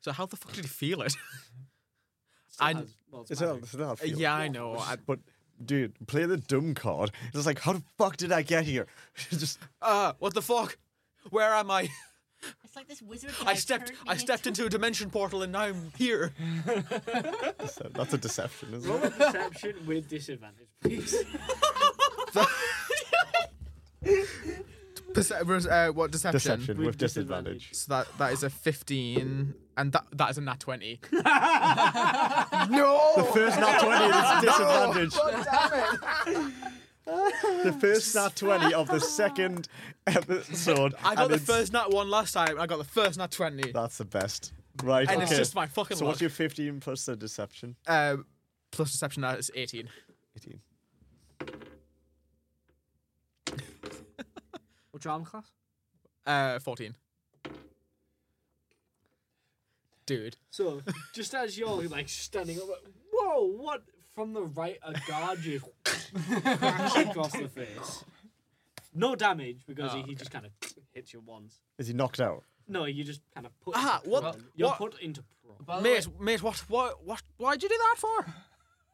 Speaker 3: So how the fuck did he feel it?
Speaker 5: Still
Speaker 3: I-
Speaker 5: has- well, it's
Speaker 2: It's
Speaker 5: magic.
Speaker 2: not, it's not feel.
Speaker 3: yeah, I know. I,
Speaker 2: But, dude, play the dumb card. It's just like, how the fuck did I get here? Just
Speaker 3: uh, what the fuck? Where am I?
Speaker 1: It's like this wizard.
Speaker 3: I stepped. I stepped into a dimension portal, and now I'm here.
Speaker 2: That's a deception, isn't
Speaker 5: Roll a
Speaker 2: it?
Speaker 5: perception with disadvantage, please.
Speaker 3: Perce- uh, what deception?
Speaker 2: Deception with,
Speaker 5: With
Speaker 2: disadvantage.
Speaker 3: So that that is a fifteen, and that that is a nat twenty.
Speaker 2: The first not 20 is disadvantage. the first not 20 of the second episode.
Speaker 3: I got
Speaker 2: and
Speaker 3: the
Speaker 2: it's-
Speaker 3: first nat one last time. I got the first nat twenty,
Speaker 2: That's the best. Right.
Speaker 3: and it's
Speaker 2: okay.
Speaker 3: just my fucking
Speaker 2: So
Speaker 3: luck.
Speaker 2: what's your 15 plus the deception?
Speaker 3: uh, plus deception that is eighteen.
Speaker 2: 18.
Speaker 5: What's your arm class?
Speaker 3: Uh, fourteen. Dude,
Speaker 5: So just as you're like standing up, like, whoa, what? From the right, a guard just crashed across the face. No damage because
Speaker 3: Oh,
Speaker 5: he, he just kind of hits you once.
Speaker 2: Is he knocked out?
Speaker 5: No, you just kind of put.
Speaker 3: Ah,
Speaker 5: into
Speaker 3: what-
Speaker 5: prone. You're
Speaker 3: what-
Speaker 5: put into prone.
Speaker 3: mate, mate, what, what, what? Why'd you do that for?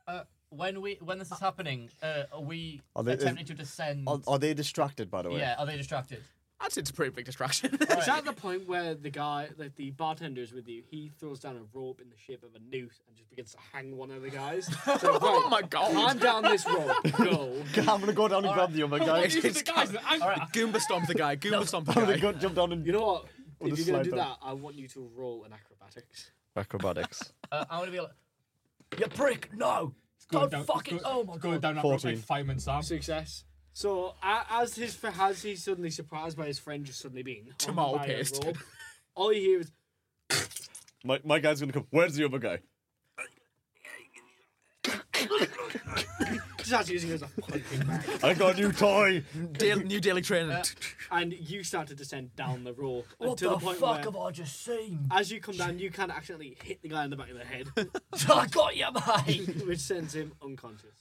Speaker 1: Uh, when we when this is happening, uh, are we
Speaker 2: Are they-
Speaker 1: attempting to descend?
Speaker 2: Are, are they distracted, by the way?
Speaker 1: yeah, are they distracted?
Speaker 3: I'd say it's a pretty big distraction.
Speaker 5: It's at the point where the guy, like the bartender, is with you. He throws down a rope in the shape of a noose and just begins to hang one of the guys. So,
Speaker 3: oh
Speaker 5: right,
Speaker 3: my god!
Speaker 5: I'm down this rope. Go.
Speaker 2: I'm gonna go down and grab the other guy.
Speaker 3: It's-
Speaker 4: The guys, that I'm,
Speaker 3: Goomba stomp the guy. Goomba stomp the
Speaker 2: I'm gonna
Speaker 3: guy.
Speaker 2: go jump down and
Speaker 5: You know what?
Speaker 2: We'll
Speaker 5: if
Speaker 2: just
Speaker 5: you're gonna
Speaker 2: slide
Speaker 5: do
Speaker 2: down.
Speaker 5: that, I want you to roll an acrobatics.
Speaker 2: acrobatics.
Speaker 1: Uh, I want to be like,
Speaker 6: You prick! No!
Speaker 4: going
Speaker 6: Don't
Speaker 4: down,
Speaker 6: fucking.
Speaker 4: go-
Speaker 6: Oh my
Speaker 4: going
Speaker 6: god.
Speaker 4: down that road like
Speaker 2: 14.
Speaker 4: five minutes Sam.
Speaker 5: Success. So a as his fr- as he's suddenly surprised by his friend just suddenly being hung
Speaker 3: Tomato
Speaker 5: by a
Speaker 3: paste.
Speaker 5: rope, All you hear is
Speaker 2: my, my guy's gonna come. Where's the other guy?
Speaker 5: just as using it as a punching bag,
Speaker 2: I got a new toy.
Speaker 3: Daily, new daily training.
Speaker 1: Uh,
Speaker 5: and you start to descend down the rope
Speaker 6: What
Speaker 5: to the,
Speaker 6: the,
Speaker 5: point
Speaker 6: fuck
Speaker 5: where,
Speaker 6: have I just seen?
Speaker 5: as you come down, you kind of accidentally hit the guy in the back of the head,
Speaker 6: I got you, mate!
Speaker 5: which sends him unconscious.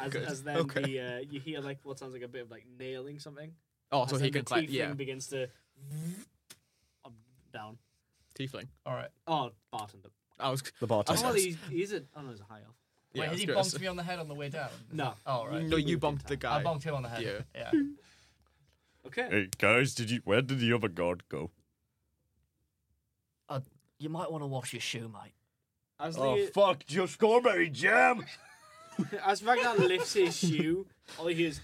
Speaker 5: As,
Speaker 3: Good.
Speaker 5: as then
Speaker 3: Okay.
Speaker 5: the, uh, you hear like what sounds like a bit of like nailing something.
Speaker 3: oh, so
Speaker 5: as
Speaker 3: he
Speaker 5: then
Speaker 3: can
Speaker 5: the
Speaker 3: climb.
Speaker 5: tiefling
Speaker 3: Yeah,
Speaker 5: begins to up, down.
Speaker 3: tiefling.
Speaker 1: all right.
Speaker 5: Oh, bartender.
Speaker 3: I was.
Speaker 2: The
Speaker 3: Yes,
Speaker 5: Oh,
Speaker 2: bartender.
Speaker 3: yes.
Speaker 5: he's, he's a oh no, he's a high elf.
Speaker 3: Yeah,
Speaker 1: Wait,
Speaker 3: I
Speaker 1: has
Speaker 3: was
Speaker 1: he
Speaker 3: gonna
Speaker 1: bonked
Speaker 3: say-
Speaker 1: me on the head on the way down?
Speaker 5: No.
Speaker 1: All right.
Speaker 3: No, Oh. you bonked the
Speaker 1: I
Speaker 3: guy.
Speaker 1: bonked him on the head.
Speaker 3: Yeah.
Speaker 1: Yeah.
Speaker 5: Okay.
Speaker 2: Hey guys, did you? Where did the other guard go?
Speaker 1: Uh,
Speaker 6: You might want to wash your shoe, mate.
Speaker 5: As the,
Speaker 2: Oh fuck! Your strawberry jam.
Speaker 5: As Ragnar lifts his shoe, all he hears,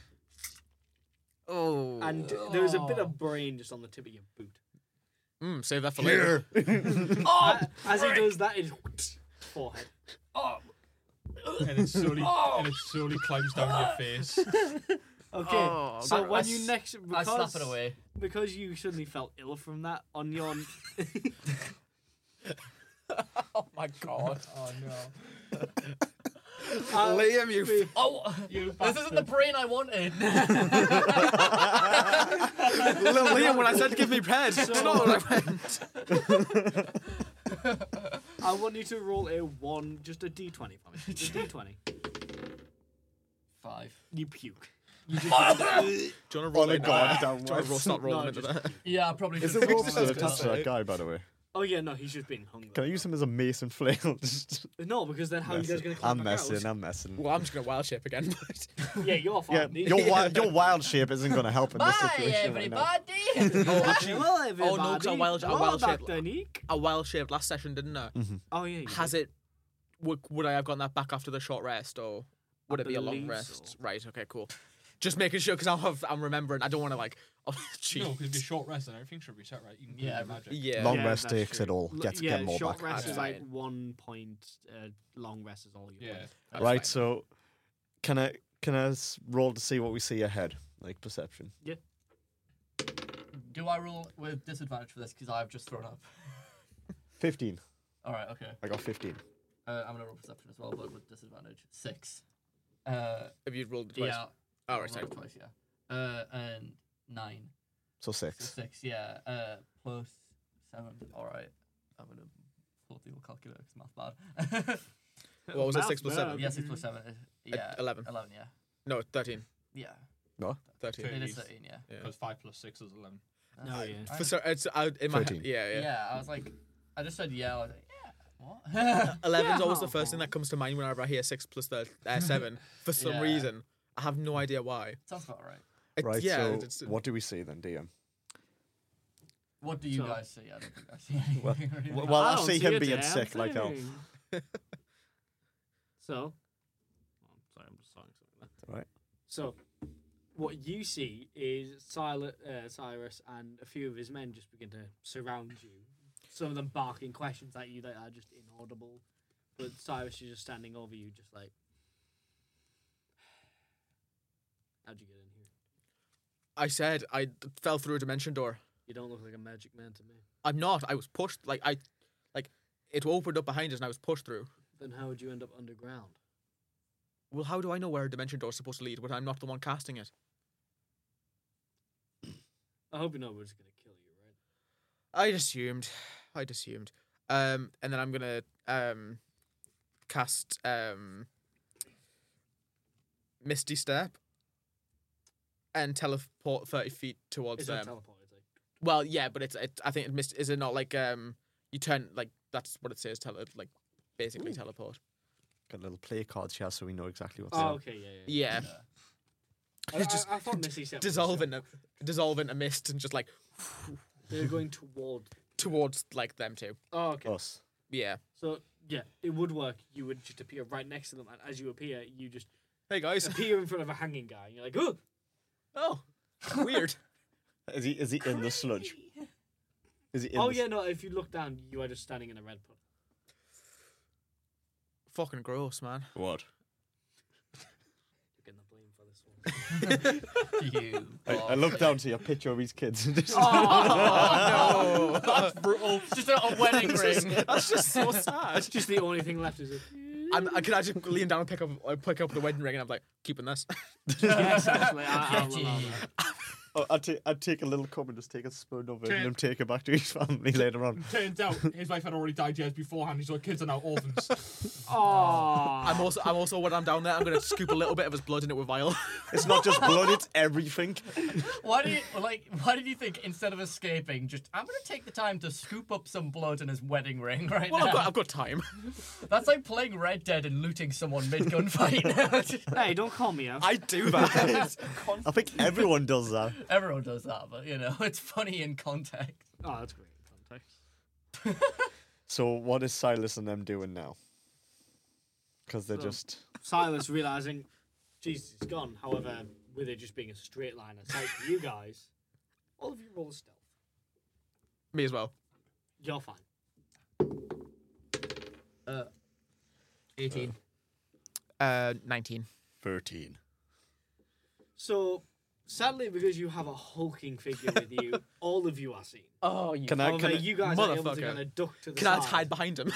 Speaker 3: Oh.
Speaker 5: and there was a bit of brain just on the tip of your boot.
Speaker 3: Mm, save that for later.
Speaker 5: Oh, as he does that, his forehead.
Speaker 4: and it slowly
Speaker 1: Oh!
Speaker 4: and it slowly climbs down your face.
Speaker 5: Okay,
Speaker 3: Oh,
Speaker 5: so
Speaker 3: God.
Speaker 5: when
Speaker 1: I
Speaker 5: you
Speaker 1: s-
Speaker 5: next
Speaker 1: I
Speaker 5: because,
Speaker 1: slap it away.
Speaker 5: because you suddenly felt ill from that on your
Speaker 1: Oh my god. oh no.
Speaker 5: uh,
Speaker 3: Liam, you. F-
Speaker 1: Oh, this isn't the brain I wanted.
Speaker 3: Little Liam, when I said give me bread, it's not what I meant.
Speaker 5: I want you to roll a one, just a d twenty for me. Just a d twenty.
Speaker 1: Five.
Speaker 5: You puke.
Speaker 3: Do you want to
Speaker 2: Oh
Speaker 3: roll
Speaker 2: my
Speaker 3: it?
Speaker 2: god!
Speaker 3: Do you want to roll,
Speaker 2: Downwards.
Speaker 3: start rolling
Speaker 5: No,
Speaker 3: into
Speaker 5: just-
Speaker 3: that?
Speaker 1: Yeah, I probably.
Speaker 2: Is
Speaker 1: should
Speaker 2: the
Speaker 1: fix
Speaker 2: rope
Speaker 1: this.
Speaker 2: still attached to that guy, by the way?
Speaker 5: Oh yeah, no, he's just being hung.
Speaker 2: Can I use him as a mason flail? Just
Speaker 5: No, because then how are you guys
Speaker 2: messing.
Speaker 5: gonna
Speaker 2: I'm
Speaker 5: climb back
Speaker 2: messing.
Speaker 5: out?
Speaker 2: I'm messing.
Speaker 3: Well, I'm just gonna wild shape again. But
Speaker 5: Yeah, you're fine.
Speaker 2: Yeah,
Speaker 5: dude.
Speaker 2: your wild, your wild shape isn't going to help in this
Speaker 1: Bye,
Speaker 2: situation right now.
Speaker 1: everybody.
Speaker 3: oh, actually,
Speaker 5: Hello, everybody.
Speaker 3: no, 'cause I wild- I
Speaker 5: Welcome
Speaker 3: wild
Speaker 5: back
Speaker 3: shape-
Speaker 5: then, Eek.
Speaker 3: I wild shaped last session, didn't I?
Speaker 5: Oh yeah. you
Speaker 3: Has
Speaker 5: did.
Speaker 3: it? Would, would I have gotten that back after the short rest, or would
Speaker 5: I
Speaker 3: it be a long
Speaker 5: believe
Speaker 3: rest?
Speaker 5: so.
Speaker 3: Right. Okay. Cool. Just making sure because I'm I'm remembering. I don't want to like. Oh,
Speaker 4: No, because
Speaker 3: cheat.
Speaker 4: it'd be short rest and everything should be set right. Even
Speaker 1: Yeah,
Speaker 4: yeah,
Speaker 1: but-
Speaker 4: magic.
Speaker 3: yeah.
Speaker 2: Long
Speaker 5: Yeah,
Speaker 2: rest
Speaker 5: that's
Speaker 2: takes
Speaker 5: true.
Speaker 2: it all.
Speaker 5: L-
Speaker 2: Gets
Speaker 5: yeah,
Speaker 2: get more
Speaker 5: short
Speaker 2: back.
Speaker 5: rest is like
Speaker 3: Alright.
Speaker 5: one point. Uh, long rest is all you.
Speaker 4: Yeah.
Speaker 3: That's
Speaker 2: right.
Speaker 3: fine.
Speaker 2: So, can I can I s- roll to see what we see ahead, like perception?
Speaker 1: Do I roll with disadvantage for this because I've just thrown up?
Speaker 2: Fifteen.
Speaker 1: All right, okay.
Speaker 2: I got fifteen.
Speaker 1: Uh, I'm gonna roll perception as well, but with disadvantage. Six. Uh,
Speaker 3: Have you rolled it twice?
Speaker 1: Yeah.
Speaker 3: Oh,
Speaker 1: I'll
Speaker 3: right.
Speaker 1: roll
Speaker 3: Sorry.
Speaker 1: twice, yeah. Uh, and nine.
Speaker 2: So
Speaker 1: So
Speaker 2: six.
Speaker 1: six, yeah. Uh, plus seven. All right. I'm gonna pull the old calculator 'cause math bad.
Speaker 3: What was it?
Speaker 5: Math,
Speaker 3: Six plus seven.
Speaker 5: math.
Speaker 1: yeah, six plus seven. Is, yeah.
Speaker 3: 11.
Speaker 1: Eleven, yeah.
Speaker 3: No, thirteen.
Speaker 1: Yeah.
Speaker 3: Thirteen.
Speaker 1: It is
Speaker 4: Thirties.
Speaker 1: thirteen, yeah.
Speaker 3: Yeah.
Speaker 4: Because five plus six is eleven.
Speaker 1: That's-
Speaker 5: No, yeah.
Speaker 1: I-
Speaker 3: For, so, it's I, in my head.
Speaker 2: Thirteen.
Speaker 3: Yeah.
Speaker 1: yeah.
Speaker 3: Yeah.
Speaker 1: I was like, I just said yeah. I was like, yeah. What?
Speaker 3: Eleven's
Speaker 5: Yeah.
Speaker 3: always the first thing that comes to mind whenever I hear six plus thir- uh, seven. For some
Speaker 1: Yeah.
Speaker 3: reason, I have no idea why.
Speaker 1: Sounds about right.
Speaker 3: It-
Speaker 2: Right.
Speaker 3: yeah,
Speaker 2: so,
Speaker 3: it's-
Speaker 2: what do we see then, DM?
Speaker 1: What do you
Speaker 5: So-
Speaker 1: guys see? I don't think I see anything.
Speaker 2: Well-
Speaker 1: really.
Speaker 2: well- well- I
Speaker 5: don't
Speaker 2: see him
Speaker 5: a
Speaker 2: being
Speaker 5: Oh, damn
Speaker 2: sick, like hell.
Speaker 5: thing. so, I'm
Speaker 3: Oh,
Speaker 5: sorry, I'm just saying something there.
Speaker 2: Right.
Speaker 5: So, what you see is Sil- uh, Cyrus and a few of his men just begin to surround you. Some of them barking questions at you that are just inaudible, but Cyrus is just standing over you, just like, "How'd you get in here?
Speaker 3: I said I d- fell through a dimension door.
Speaker 5: You don't look like a magic man to me."
Speaker 3: I'm not. I was pushed. Like I, like it opened up behind us, and I was pushed through.
Speaker 5: Then how would you end up underground?
Speaker 3: Well, how do I know where a dimension door is supposed to lead when I'm not the one casting it?
Speaker 5: I hope you know we're just gonna kill you, right?
Speaker 3: I assumed. I assumed. Um, and then I'm gonna um, cast um, Misty Step and teleport thirty feet towards
Speaker 5: It's um,
Speaker 3: them.
Speaker 5: not teleport. It's like
Speaker 3: well, yeah, but it's it, I think it missed. Is it not like um, you turn like that's what it says. Tele like basically teleport.
Speaker 2: Got a little play card here, so we know exactly what's
Speaker 5: Oh,
Speaker 2: up.
Speaker 5: okay, yeah, yeah.
Speaker 3: Yeah,
Speaker 5: I,
Speaker 3: It's just
Speaker 5: I, I thought Missy said
Speaker 3: dissolve in a dissolve in a mist and just like
Speaker 5: They're going toward.
Speaker 3: towards like them too.
Speaker 5: Oh, okay.
Speaker 2: Us.
Speaker 3: Yeah.
Speaker 5: So yeah, it would work. You would just appear right next to them, and as you appear, you just
Speaker 3: Hey guys.
Speaker 5: appear in front of a hanging guy, and you're like, "Oh,
Speaker 3: Oh, weird.
Speaker 2: Is he is he in the sludge? Is he in
Speaker 5: oh
Speaker 2: the
Speaker 5: yeah." No, if you look down, you are just standing in a red puddle.
Speaker 3: Fucking gross, man.
Speaker 2: What?
Speaker 5: You're getting the blame for this one.
Speaker 1: you.
Speaker 2: I, I look down to your picture of these kids. and just-
Speaker 3: Oh no.
Speaker 1: That's brutal. Just a, a wedding ring.
Speaker 3: That's just so sad.
Speaker 5: That's just the only thing left, is it?
Speaker 3: I'm, I could actually lean down and pick up, I pick up the wedding ring, and I'm like, keeping this.
Speaker 5: yes, actually, I, I'll allow
Speaker 1: Gee.
Speaker 5: that.
Speaker 2: Oh, I'd, ta- I'd take a little cup and just take a spoon of it and then take it back to his family later on.
Speaker 4: Turns out his wife had already died years beforehand. His kids are now orphans.
Speaker 5: Aw.
Speaker 3: I'm also, I'm also when I'm down there, I'm gonna scoop a little bit of his blood in it with vial.
Speaker 2: It's not just blood, it's everything.
Speaker 1: Why do you like? Why did you think instead of escaping, just I'm gonna take the time to scoop up some blood in his wedding ring right
Speaker 3: Well,
Speaker 1: now?
Speaker 3: I've got, I've got time.
Speaker 1: That's like playing Red Dead and looting someone mid gunfight.
Speaker 5: Hey, don't call me out.
Speaker 3: I do that.
Speaker 2: I think everyone does that.
Speaker 1: Everyone does that, but you know it's funny in context.
Speaker 5: Oh, that's great context.
Speaker 2: So, what is Silas and them doing now? Because they're
Speaker 5: So-
Speaker 2: just.
Speaker 5: Silas realizing, Jesus, it's gone. However, with it just being a straight line of sight for you guys, all of you roll stealth.
Speaker 3: Me as well.
Speaker 5: You're fine.
Speaker 1: Uh, Eighteen.
Speaker 3: Uh, 19.
Speaker 2: 13.
Speaker 5: So, sadly, because you have a hulking figure with you, all of you are seen.
Speaker 3: Oh, you
Speaker 2: Can I,
Speaker 5: However,
Speaker 2: can, I,
Speaker 5: you guys are able to
Speaker 3: motherfucker.
Speaker 5: kind of duck to the
Speaker 3: Can I
Speaker 5: side.
Speaker 3: just hide behind him?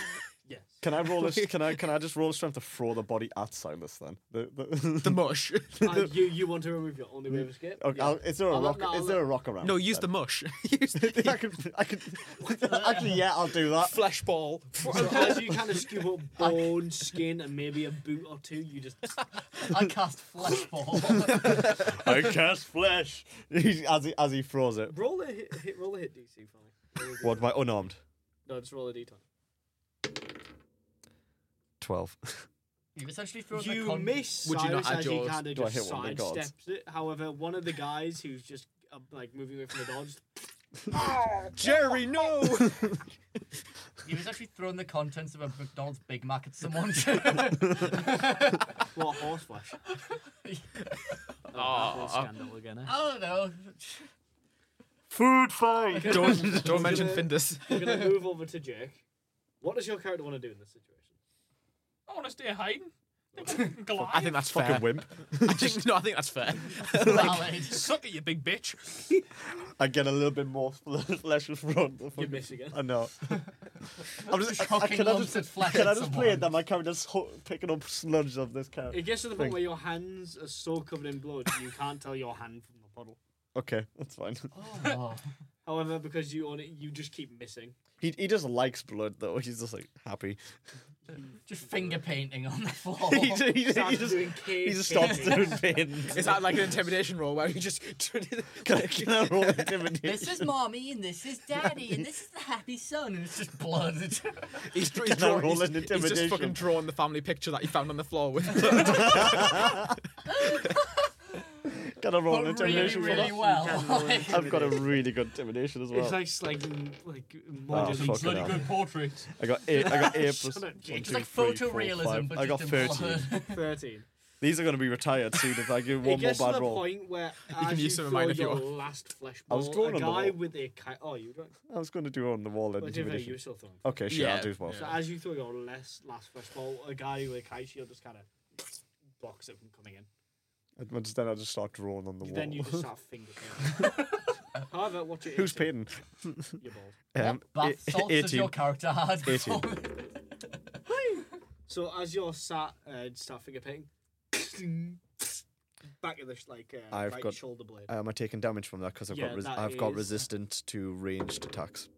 Speaker 5: Yes.
Speaker 2: can I roll a, can I can I just roll a strength to throw the body at Silas then? The, the,
Speaker 3: the mush.
Speaker 5: Uh, you you want to remove your only way of escape?
Speaker 2: Okay,
Speaker 5: Yeah.
Speaker 2: I'll- is there a
Speaker 5: I'll let-
Speaker 2: rock?
Speaker 5: no, I'll
Speaker 2: is there a rock around?
Speaker 3: No, use the
Speaker 2: then?
Speaker 3: mush. use
Speaker 2: I
Speaker 3: the
Speaker 2: could, I could, actually, yeah, I'll do that.
Speaker 3: flesh ball.
Speaker 5: So as you kind of scoop up bone, skin, and maybe a boot or two, you just
Speaker 1: I cast flashball.
Speaker 2: I cast flesh. as he as he throws it.
Speaker 5: roll a hit, hit roll a hit DC for me.
Speaker 2: What? My unarmed.
Speaker 5: No, just roll a d20.
Speaker 2: 12.
Speaker 1: You've essentially thrown the
Speaker 5: you
Speaker 1: con-
Speaker 5: miss
Speaker 3: Would you not
Speaker 5: Cyrus
Speaker 3: add
Speaker 5: as he
Speaker 3: yours?
Speaker 5: kind of
Speaker 2: Do I
Speaker 5: just
Speaker 2: hit one of the gods?
Speaker 5: sidesteps it. However, one of the guys who's just uh, like moving away from the dodge,
Speaker 3: Jerry, no!
Speaker 1: You've essentially thrown the contents of a McDonald's Big Mac at someone.
Speaker 5: what horse flesh? oh, that whole scandal again. Eh?
Speaker 1: I don't know.
Speaker 2: Food fight!
Speaker 3: don't don't mention
Speaker 5: gonna-
Speaker 3: Findus.
Speaker 5: We're gonna move over to Jake. What does your character want to do in this situation?
Speaker 4: I want to stay hiding. They're fucking Goliath.
Speaker 3: I think that's fair.
Speaker 2: Fucking wimp.
Speaker 3: I think, no, I think that's fair.
Speaker 1: Valid.
Speaker 4: Suck it, you big bitch.
Speaker 2: I get a little bit more flesh from the
Speaker 5: You
Speaker 2: fucking-
Speaker 5: miss again.
Speaker 2: I know. I'm just, I, I,
Speaker 1: Shocking
Speaker 2: can I
Speaker 1: lumps
Speaker 2: just,
Speaker 1: of flesh
Speaker 2: can
Speaker 1: at
Speaker 2: I just
Speaker 1: someone.
Speaker 2: play it that my character's ho- picking up sludge of this character?
Speaker 5: It gets to the point
Speaker 2: Thank-
Speaker 5: where your hands are so covered in blood you can't tell your hand from the puddle.
Speaker 2: Okay, that's fine.
Speaker 1: Oh.
Speaker 5: However, because you own it, you just keep missing.
Speaker 2: He, he just likes blood though. He's just like happy.
Speaker 1: Just finger painting on the floor.
Speaker 2: he, just, he, just,
Speaker 5: Starts
Speaker 2: he just
Speaker 5: doing cave
Speaker 2: he just stops
Speaker 5: painting.
Speaker 2: doing pains.
Speaker 3: Is that like an intimidation roll where you just
Speaker 2: Can I, can I roll intimidation?
Speaker 1: This is mommy, and this is daddy, and this is the happy son, and it's just blood.
Speaker 3: he's, he's,
Speaker 2: I
Speaker 3: drawn-
Speaker 2: roll
Speaker 3: he's,
Speaker 2: an
Speaker 3: he's just fucking
Speaker 2: intimidation?
Speaker 3: drawn the family picture that he found on the floor with.
Speaker 2: Can I roll
Speaker 1: but
Speaker 2: an
Speaker 1: really,
Speaker 2: intimidation? for
Speaker 1: really
Speaker 2: that?
Speaker 1: well. Like,
Speaker 2: Oh, I've got a really good intimidation as well.
Speaker 5: It's like s- like m- like
Speaker 2: Oh,
Speaker 5: more just
Speaker 4: Some
Speaker 2: fuck. fucking
Speaker 4: bloody
Speaker 2: hell.
Speaker 4: good portraits.
Speaker 2: I got eight. I got eight
Speaker 5: Shut
Speaker 2: plus.
Speaker 5: up,
Speaker 2: one,
Speaker 5: Jake.
Speaker 1: it's
Speaker 2: two,
Speaker 1: like
Speaker 2: three, four,
Speaker 1: photorealism,
Speaker 2: five.
Speaker 1: but
Speaker 2: I got
Speaker 1: just in
Speaker 2: thirteen.
Speaker 1: blood.
Speaker 5: thirteen.
Speaker 2: These are going to be retired soon if I give one
Speaker 5: It
Speaker 2: more
Speaker 5: gets to the
Speaker 2: bad roll.
Speaker 5: point where
Speaker 3: can
Speaker 5: as you
Speaker 3: use some of mine
Speaker 5: throw
Speaker 3: if you
Speaker 5: your
Speaker 3: want.
Speaker 5: last flesh
Speaker 2: I
Speaker 5: ball,
Speaker 2: was throwing on
Speaker 5: a
Speaker 2: the
Speaker 5: guy
Speaker 2: wall.
Speaker 5: with a ki- oh you don't.
Speaker 2: I was going to do on the wall
Speaker 5: Well, to be fair, you
Speaker 2: intimidation.
Speaker 5: were still throwing.
Speaker 2: Okay, sure.
Speaker 3: Yeah.
Speaker 2: I'll do as well.
Speaker 5: So as you throw your last last flesh ball, a guy with a kite shield just kind of blocks it from coming in.
Speaker 2: And once then I just start drawing on the wall.
Speaker 5: Then you just start finger painting. However, what's your
Speaker 2: Who's
Speaker 5: AC?
Speaker 2: painting?
Speaker 5: Your balls.
Speaker 2: Um,
Speaker 1: Bath
Speaker 2: eight-
Speaker 1: salts of your character had.
Speaker 2: 18.
Speaker 5: So as you're sat uh, start finger painting, back of the sh- like uh,
Speaker 2: I've
Speaker 5: right
Speaker 2: got-
Speaker 5: shoulder blade.
Speaker 2: Am I Um, taking damage from that? Because I've
Speaker 5: Yeah,
Speaker 2: got res-
Speaker 5: that
Speaker 2: I've got
Speaker 5: is-
Speaker 2: resistance to ranged attacks.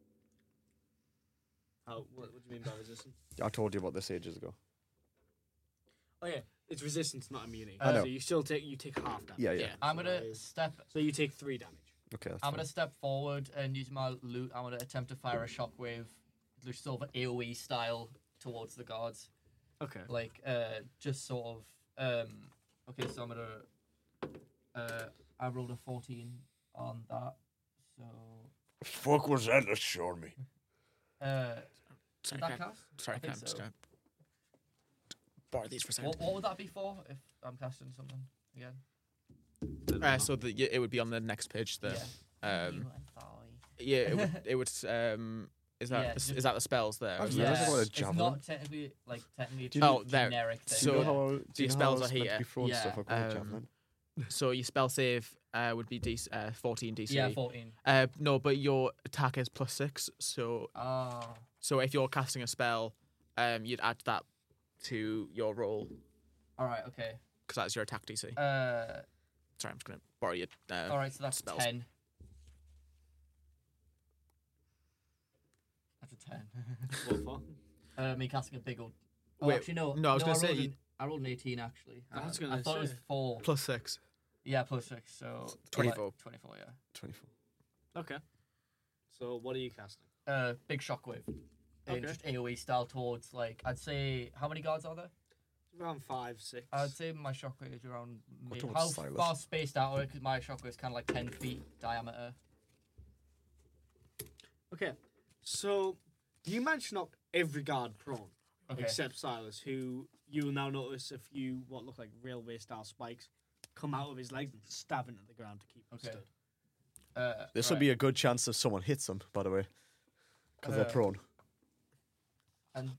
Speaker 5: How, what, what do you mean by resistance?
Speaker 2: I told you about this ages ago.
Speaker 5: Oh yeah, it's resistance, not immunity.
Speaker 2: I know.
Speaker 5: So you still take you take half damage.
Speaker 2: Yeah, yeah.
Speaker 3: Yeah.
Speaker 1: I'm gonna step.
Speaker 5: So you take three damage.
Speaker 2: Okay. That's
Speaker 1: I'm
Speaker 2: fine.
Speaker 1: gonna step forward and use my loot. I'm gonna attempt to fire a shockwave, just sort of AOE style towards the guards.
Speaker 5: Okay.
Speaker 1: like uh just sort of um okay so i'm gonna uh i rolled a 14 on that so
Speaker 2: Fuck was that? Let's show me.
Speaker 1: uh
Speaker 3: sorry,
Speaker 1: did
Speaker 3: can
Speaker 1: that
Speaker 3: I,
Speaker 1: cast
Speaker 3: sorry,
Speaker 1: I
Speaker 3: can I
Speaker 1: think
Speaker 3: just
Speaker 1: so.
Speaker 3: uh, borrow these for a second?
Speaker 1: what, what would that be for if i'm casting something again
Speaker 3: Uh, so the, yeah, it would be on the next page. The um,
Speaker 1: You and I.
Speaker 3: yeah, it would. It would um, is that
Speaker 1: Yeah,
Speaker 3: is
Speaker 1: just-
Speaker 3: that the spells there?
Speaker 2: I was
Speaker 3: Yeah.
Speaker 2: gonna say- Oh, what a
Speaker 1: it's
Speaker 2: javelin.
Speaker 1: not technically like technically it's
Speaker 2: Do
Speaker 1: just
Speaker 2: you
Speaker 3: know-
Speaker 1: a
Speaker 3: Oh, there.
Speaker 1: generic thing
Speaker 2: do
Speaker 3: So-
Speaker 2: you
Speaker 1: yeah.
Speaker 2: know how, do
Speaker 3: so
Speaker 2: you
Speaker 3: your
Speaker 2: know
Speaker 3: spells
Speaker 2: how I was
Speaker 3: are
Speaker 2: meant to
Speaker 3: here.
Speaker 2: be throwing
Speaker 1: Yeah,
Speaker 2: stuff? I call it
Speaker 3: um,
Speaker 2: javelin.
Speaker 3: So your spell save uh, would be D uh, fourteen DC.
Speaker 1: yeah 14
Speaker 3: Uh, no, but your attack is plus six. So
Speaker 1: ah
Speaker 3: so if you're casting a spell, um, you'd add that to your roll
Speaker 1: all right okay
Speaker 3: because that's your attack DC.
Speaker 1: uh
Speaker 3: Sorry, I'm just gonna borrow your. Uh,
Speaker 1: all right so that's
Speaker 3: spells.
Speaker 1: 10 that's a 10
Speaker 5: What for?
Speaker 1: Uh, me casting a big old. Oh,
Speaker 3: Wait,
Speaker 1: actually, no.
Speaker 3: no, I was gonna say
Speaker 1: rolled
Speaker 3: you-
Speaker 1: an- I rolled an 18, actually.
Speaker 5: I was
Speaker 1: Um,
Speaker 5: gonna
Speaker 1: I thought it was
Speaker 5: say.
Speaker 1: 4.
Speaker 3: Plus six.
Speaker 1: Yeah, plus 6, so. like
Speaker 3: 24.
Speaker 1: 24, yeah.
Speaker 2: Twenty-four.
Speaker 5: Okay. So what are you casting?
Speaker 1: Uh, big shockwave.
Speaker 5: Okay.
Speaker 1: And just AoE style towards, like, I'd say. How many guards are there?
Speaker 5: Around five, six.
Speaker 1: I'd say my shockwave is around. Me-
Speaker 2: towards
Speaker 1: how
Speaker 2: Silas.
Speaker 1: far spaced out are Because my shockwave's kind of like 10 feet diameter.
Speaker 5: Okay. So you managed to knock every guard prone
Speaker 1: Okay.
Speaker 5: except Silas, who you will now notice a few what look like railway style spikes come out of his legs and stab into the ground to keep him
Speaker 1: Okay.
Speaker 5: stood.
Speaker 1: uh,
Speaker 2: This
Speaker 1: right.
Speaker 2: would be a good chance if someone hits them, by the way, because they're
Speaker 1: Uh,
Speaker 2: prone.
Speaker 1: And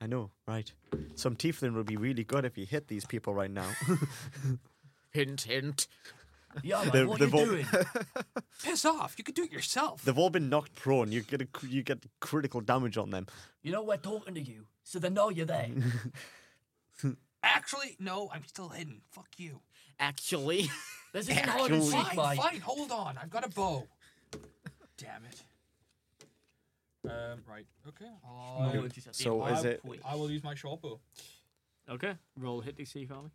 Speaker 2: I know, right? Some tiefling would be really good if you hit these people right now.
Speaker 3: Hint, hint.
Speaker 1: yeah, man,
Speaker 2: They've-
Speaker 1: what are you
Speaker 2: they've all-
Speaker 1: doing?
Speaker 4: Piss off. You could do it yourself.
Speaker 2: They've all been knocked prone. You get a, cr- you get critical damage on them.
Speaker 1: you know we're talking to you, so they know you're there.
Speaker 4: Actually, no, I'm still hidden. Fuck you.
Speaker 3: Actually,
Speaker 1: This isn't hard and
Speaker 2: Actually-
Speaker 1: seek,
Speaker 4: Fine,
Speaker 1: mate.
Speaker 4: fine. Hold on. I've got a bow. Damn it. Um, right. Okay.
Speaker 1: Oh,
Speaker 4: I'll-
Speaker 1: it's just a
Speaker 2: So
Speaker 1: bit
Speaker 2: is
Speaker 1: wild
Speaker 2: it-
Speaker 1: point.
Speaker 4: I will use my short bow.
Speaker 5: Okay. Roll hit DC for me.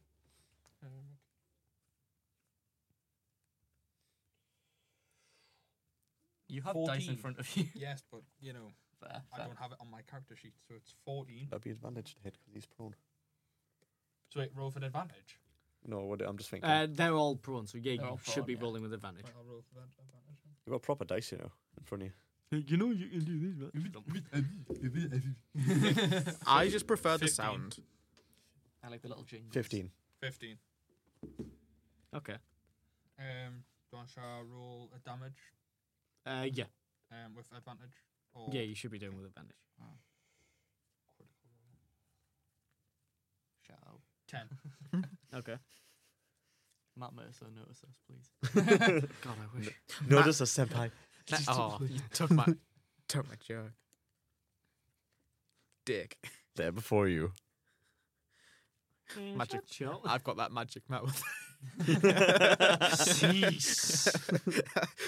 Speaker 1: You have dice in
Speaker 4: 14.
Speaker 1: front of you.
Speaker 4: Yes, but you know,
Speaker 1: Fair,
Speaker 4: I
Speaker 1: fair.
Speaker 4: don't have it on my character sheet, so it's 14.
Speaker 2: That'd be advantage to hit because he's prone.
Speaker 4: So wait, roll for an advantage.
Speaker 2: No, what, I'm just thinking.
Speaker 5: Uh, they're all prone, so yeah,
Speaker 1: They're
Speaker 5: you
Speaker 1: all
Speaker 5: should
Speaker 1: prone,
Speaker 5: be
Speaker 1: yeah.
Speaker 5: rolling with advantage.
Speaker 4: Right, I'll roll for that advantage.
Speaker 2: You've got proper dice, you know, in front of you.
Speaker 5: You know you can do this, man.
Speaker 3: I just prefer the
Speaker 4: 15.
Speaker 3: sound.
Speaker 1: I like the little jingles.
Speaker 2: 15.
Speaker 4: 15.
Speaker 5: Okay.
Speaker 4: Um, do I shall roll a damage
Speaker 5: Uh, yeah,
Speaker 4: um, with advantage? Or
Speaker 5: yeah, you should be doing with advantage.
Speaker 4: critical roll?
Speaker 1: Shall
Speaker 4: Ten.
Speaker 5: Okay.
Speaker 1: Matt Mercer notice us, please?
Speaker 5: God, I wish.
Speaker 2: Notice a senpai.
Speaker 3: oh, you took my took my joke. Dick.
Speaker 2: There before you.
Speaker 5: Mm,
Speaker 3: Magic.
Speaker 5: Chill.
Speaker 3: I've got that magic mouth.
Speaker 5: Jeez.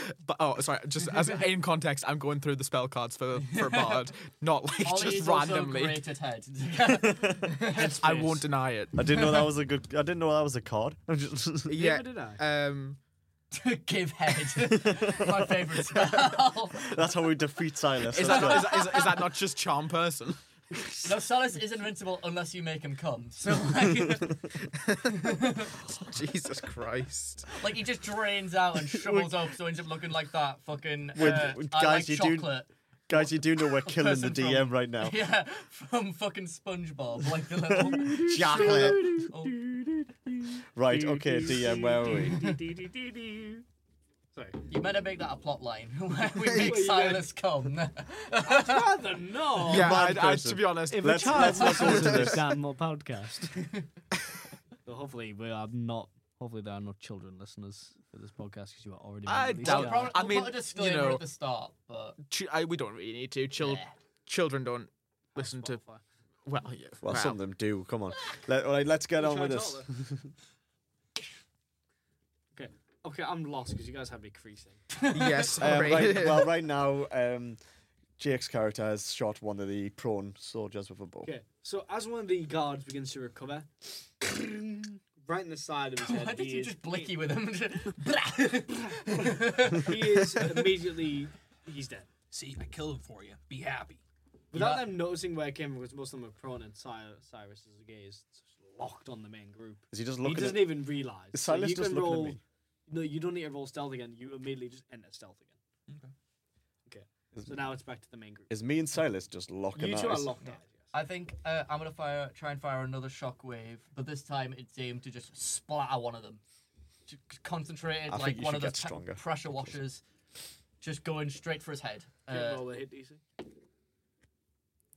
Speaker 3: but oh, sorry. Just as in context, I'm going through the spell cards for for Bard, not like
Speaker 1: Ollie
Speaker 3: just
Speaker 1: is also
Speaker 3: randomly.
Speaker 1: great at head.
Speaker 3: I won't deny it.
Speaker 2: I didn't know that was a good. I didn't know that was a card. I'm just.
Speaker 3: Yeah.
Speaker 5: Never did I.
Speaker 3: Um.
Speaker 1: Give head. My favourite spell.
Speaker 2: That's how we defeat Silas.
Speaker 3: Is that,
Speaker 2: That's
Speaker 3: not, is,
Speaker 2: good.
Speaker 3: that- is, is that not just charm person?
Speaker 1: no, Solace is invincible unless you make him come. So like,
Speaker 3: Jesus Christ.
Speaker 1: like he just drains out and shovels up, so ends up looking like that fucking
Speaker 2: With-
Speaker 1: uh,
Speaker 2: with
Speaker 1: I
Speaker 2: guys
Speaker 1: like
Speaker 2: you do-
Speaker 1: chocolate.
Speaker 2: Guys, you do know we're killing the
Speaker 1: Person from-
Speaker 2: DM right now.
Speaker 1: Yeah, from fucking SpongeBob, like the little.
Speaker 2: Chocolate.
Speaker 1: Oh,
Speaker 2: Right, okay, DM, where are we?
Speaker 5: Sorry.
Speaker 1: you better make that a plot line where we make Silas come.
Speaker 5: Rather not.
Speaker 3: Yeah,
Speaker 2: Mad
Speaker 3: I, I, to
Speaker 2: person.
Speaker 3: be honest,
Speaker 5: If
Speaker 2: Let's-
Speaker 5: a child
Speaker 2: let's not go
Speaker 5: listens to
Speaker 2: into
Speaker 5: this
Speaker 2: this.
Speaker 5: damn old podcast. but hopefully we are not. Hopefully there are no children listeners for this podcast because you are already.
Speaker 3: I
Speaker 5: mentally
Speaker 3: doubt-
Speaker 1: I'll
Speaker 5: scarred.
Speaker 1: probably,
Speaker 3: I
Speaker 1: I'll
Speaker 3: mean,
Speaker 1: put
Speaker 3: you
Speaker 1: a disclaimer
Speaker 3: know-
Speaker 1: at the start, but
Speaker 3: ch- I, we don't really need to. Chil-
Speaker 1: Yeah.
Speaker 3: Children don't listen to. Well, yeah.
Speaker 2: Well,
Speaker 3: wow.
Speaker 2: some of them do. Come on. Let, all right, let's get on with this.
Speaker 5: okay. Okay, I'm lost because you guys have me creasing.
Speaker 3: yes.
Speaker 2: Um,
Speaker 3: Sorry.
Speaker 2: right, well, right now, um, Jake's character has shot one of the prone soldiers with a bow.
Speaker 5: Okay, so as one of the guards begins to recover, right in the side of his head,
Speaker 1: why did
Speaker 5: he,
Speaker 1: you
Speaker 5: is,
Speaker 1: just blicky with him?
Speaker 5: he is immediately he's dead.
Speaker 4: See, I killed him for you. Be happy.
Speaker 5: Without
Speaker 1: Yeah.
Speaker 5: them noticing where it came from, because most of them are prone and Cyrus, Cyrus's gaze is locked on the main group.
Speaker 2: Is he just
Speaker 5: he
Speaker 2: looking
Speaker 5: doesn't
Speaker 2: at
Speaker 5: even realize.
Speaker 2: Is
Speaker 5: So
Speaker 2: Silas
Speaker 5: you
Speaker 2: just
Speaker 5: can
Speaker 2: looking at
Speaker 5: roll,
Speaker 2: me?
Speaker 5: No, you don't need to roll stealth again. You immediately just enter stealth again.
Speaker 2: Is,
Speaker 5: So now it's back to the main group.
Speaker 2: is me and Silas just locking
Speaker 5: You
Speaker 2: eyes?
Speaker 5: two are locked eyes. Yes.
Speaker 1: I think uh, I'm gonna fire, try and fire another shockwave, but this time it's aimed to just splatter one of them. Just c- Concentrated,
Speaker 2: I think
Speaker 1: like
Speaker 2: you
Speaker 1: one of
Speaker 2: should
Speaker 1: those
Speaker 2: get
Speaker 1: pe-
Speaker 2: stronger.
Speaker 1: pressure washers, just going straight for his head.
Speaker 5: Can you
Speaker 1: Uh,
Speaker 5: roll a hit DC.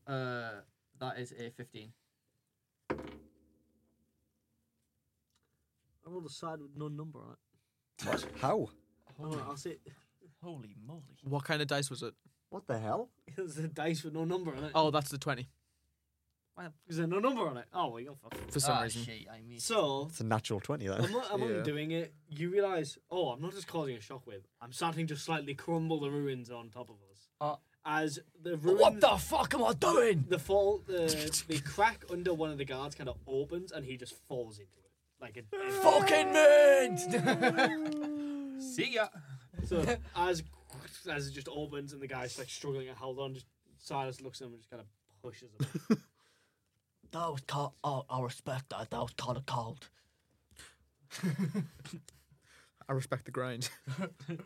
Speaker 1: uh, that is a 15.
Speaker 5: I rolled a side with no number on it. Oh,
Speaker 2: What? How?
Speaker 5: Hold on, I'll say
Speaker 1: Holy moly!
Speaker 3: what kind of dice was it?
Speaker 2: What the hell?
Speaker 5: There's a dice with no number on it.
Speaker 3: Oh, that's the twenty.
Speaker 5: Is there no number on it? Oh, well, you're fucked.
Speaker 3: For some
Speaker 1: Ah,
Speaker 3: reason.
Speaker 1: shit, I mean,
Speaker 5: So,
Speaker 2: It's a natural 20, then.
Speaker 5: among, among
Speaker 3: Yeah.
Speaker 5: doing it, you realize, oh, I'm not just causing a shockwave. I'm starting to slightly crumble the ruins on top of us.
Speaker 1: Uh,
Speaker 5: As the ruins,
Speaker 1: what the fuck am I doing?
Speaker 5: the fall, the, the crack under one of the guards kind of opens, and he just falls into it like a.
Speaker 1: Fucking mint!
Speaker 4: See ya.
Speaker 5: so as as it just opens, and the guy's like struggling to hold on. Just Silas looks at him and just kind of pushes him.
Speaker 6: That was cold. Oh, I respect that. That was kind of cold.
Speaker 3: I respect the grind.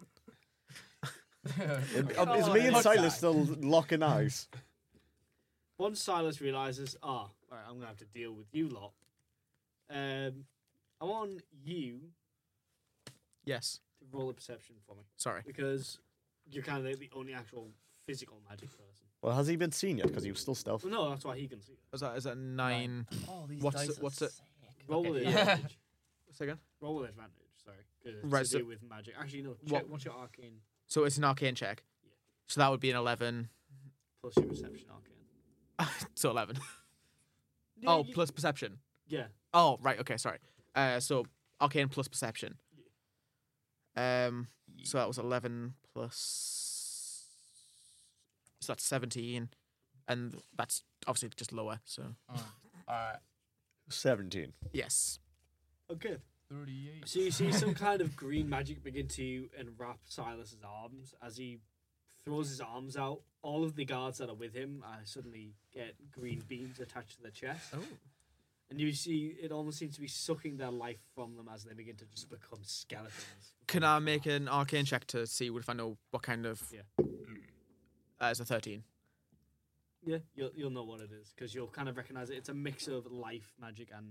Speaker 5: Oh,
Speaker 2: Um, is me and
Speaker 1: Hook
Speaker 2: Silas
Speaker 1: eye.
Speaker 2: still locking eyes?
Speaker 5: Once Silas realizes, ah, all right, I'm gonna have to deal with you lot. Um, I want you
Speaker 3: yes.
Speaker 5: to roll a perception for me
Speaker 3: Sorry.
Speaker 5: because you're kind of the only actual physical magic person.
Speaker 2: Well, has he been seen yet? Because he was still stealth.
Speaker 5: Well, no, that's why he can see it.
Speaker 3: Is that is that nine?
Speaker 1: Oh, these
Speaker 3: What's
Speaker 1: dice
Speaker 3: it-
Speaker 1: are
Speaker 3: what's it-
Speaker 1: sick.
Speaker 5: Roll
Speaker 1: Okay.
Speaker 5: with advantage.
Speaker 3: Second.
Speaker 5: roll with advantage. Sorry, 'cause it's
Speaker 3: Right,
Speaker 5: to
Speaker 3: so-
Speaker 5: do with magic. Actually, no. Check,
Speaker 3: What-
Speaker 5: What's your arcane
Speaker 3: So it's an arcane check.
Speaker 5: Yeah.
Speaker 3: So that would be an eleven.
Speaker 5: plus your perception arcane?
Speaker 3: so eleven.
Speaker 5: Yeah,
Speaker 3: oh,
Speaker 5: you-
Speaker 3: plus perception.
Speaker 5: yeah.
Speaker 3: Oh, right. Okay. Sorry. Uh, so arcane plus perception. Um. So that was eleven plus. So that's seventeen, and that's obviously just lower. So
Speaker 1: Alright,
Speaker 2: 17.
Speaker 3: yes.
Speaker 5: Okay.
Speaker 1: 38.
Speaker 5: So you see some kind of green magic begin to enwrap Silas's arms as he throws his arms out. All of the guards that are with him uh, suddenly get green beams attached to their chest.
Speaker 3: Oh.
Speaker 5: And you see, it almost seems to be sucking their life from them as they begin to just become skeletons.
Speaker 3: Can I make an arcane check to see what if I know what kind of?
Speaker 5: Yeah.
Speaker 3: Uh, it's a thirteen.
Speaker 5: Yeah, you'll, you'll know what it is because you'll kind of recognize it. It's a mix of life magic and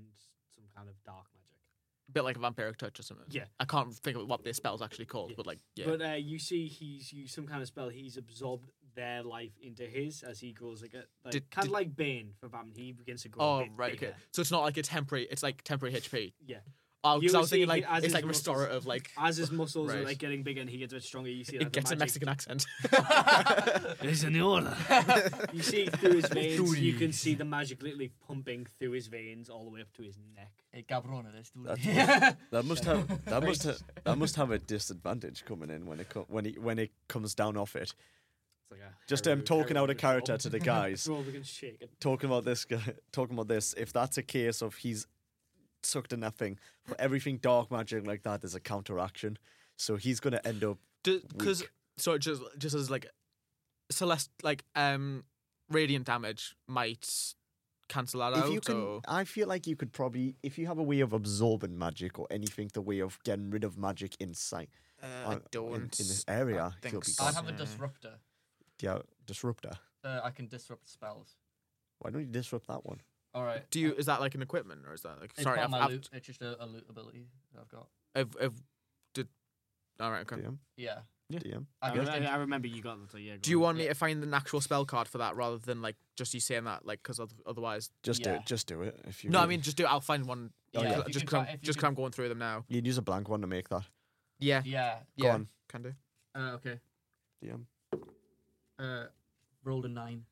Speaker 5: some kind of dark magic.
Speaker 3: A bit like a vampiric touch or something.
Speaker 5: Yeah.
Speaker 3: I can't think of what this spell's actually called,
Speaker 5: Yeah.
Speaker 3: but like, yeah.
Speaker 5: But uh, you see, he's used some kind of spell. He's absorbed their life into his as he grows like a like,
Speaker 3: Did-
Speaker 5: kind
Speaker 3: did-
Speaker 5: of like Bane from Batman. He begins to grow. a
Speaker 3: oh
Speaker 5: bit
Speaker 3: right, okay.
Speaker 5: bigger.
Speaker 3: So it's not like a temporary. It's like temporary HP.
Speaker 5: Yeah.
Speaker 3: Oh, because
Speaker 5: You
Speaker 3: I was
Speaker 5: see
Speaker 3: thinking like
Speaker 5: it as
Speaker 3: it's
Speaker 5: his
Speaker 3: like
Speaker 5: muscles-
Speaker 3: restorative, like
Speaker 5: As his muscles are
Speaker 3: Right.
Speaker 5: like getting bigger and he gets a bit stronger, you see
Speaker 3: it
Speaker 5: like, the
Speaker 3: gets a
Speaker 5: magic-
Speaker 3: Mexican accent.
Speaker 6: It's in the order.
Speaker 5: You see through his veins. you can see the magic literally pumping through his veins all the way up to his neck.
Speaker 1: Hey, cabrón, eres tú.
Speaker 2: That's That must have that must have, that must have a disadvantage coming in when it co- when it when it comes down off it.
Speaker 5: It's like a
Speaker 2: Just um,
Speaker 5: harrow-
Speaker 2: talking out a
Speaker 5: harrow control.
Speaker 2: character to the guys,
Speaker 5: They're all begin to shake. and
Speaker 2: talking about this, guy, talking about this. If that's a case of he's sucked in that thing, for everything dark magic like that, there's a counteraction. So he's gonna end up
Speaker 3: Because
Speaker 2: Weak.
Speaker 3: so just just as like celest like um radiant damage might cancel that
Speaker 2: if
Speaker 3: out.
Speaker 2: you can,
Speaker 3: or-
Speaker 2: I feel like you could probably, if you have a way of absorbing magic or anything, the way of getting rid of magic inside
Speaker 3: Uh, I
Speaker 2: in-
Speaker 3: don't
Speaker 2: in this area,
Speaker 3: think
Speaker 2: he'll be
Speaker 3: so.
Speaker 1: I have a
Speaker 3: Yeah.
Speaker 1: disruptor.
Speaker 2: yeah, disruptor.
Speaker 1: Uh, I can disrupt spells.
Speaker 2: Why don't you disrupt that one?
Speaker 1: All right.
Speaker 3: Do you? Is that like an equipment or is that like?
Speaker 1: It's
Speaker 3: sorry,
Speaker 1: part
Speaker 3: I've,
Speaker 1: of my
Speaker 3: I've,
Speaker 1: loot. It's just a, a loot ability that I've got.
Speaker 3: I've, I've did. All right. Okay.
Speaker 2: DM,
Speaker 1: Yeah.
Speaker 2: DM.
Speaker 1: I
Speaker 5: I,
Speaker 1: can
Speaker 5: re-
Speaker 1: just-
Speaker 5: I remember you got that. Yeah. go
Speaker 3: Do you
Speaker 5: on.
Speaker 3: want me to find an actual spell card for that rather than like just you saying that like because otherwise?
Speaker 2: Just do
Speaker 1: Yeah.
Speaker 2: it. Just do it. If you
Speaker 3: No, I
Speaker 2: really-
Speaker 3: mean just do. it. I'll find one.
Speaker 1: Yeah,
Speaker 3: Yeah,
Speaker 1: if you can
Speaker 3: just because
Speaker 1: fi-
Speaker 3: I'm,
Speaker 1: if you
Speaker 3: just 'cause
Speaker 1: can-
Speaker 3: I'm going through them now.
Speaker 2: you'd use a blank one to make that.
Speaker 3: Yeah,
Speaker 1: yeah.
Speaker 2: Go
Speaker 3: yeah,
Speaker 2: on,
Speaker 3: can do.
Speaker 1: Uh, okay.
Speaker 2: DM.
Speaker 1: Uh, rolled a nine.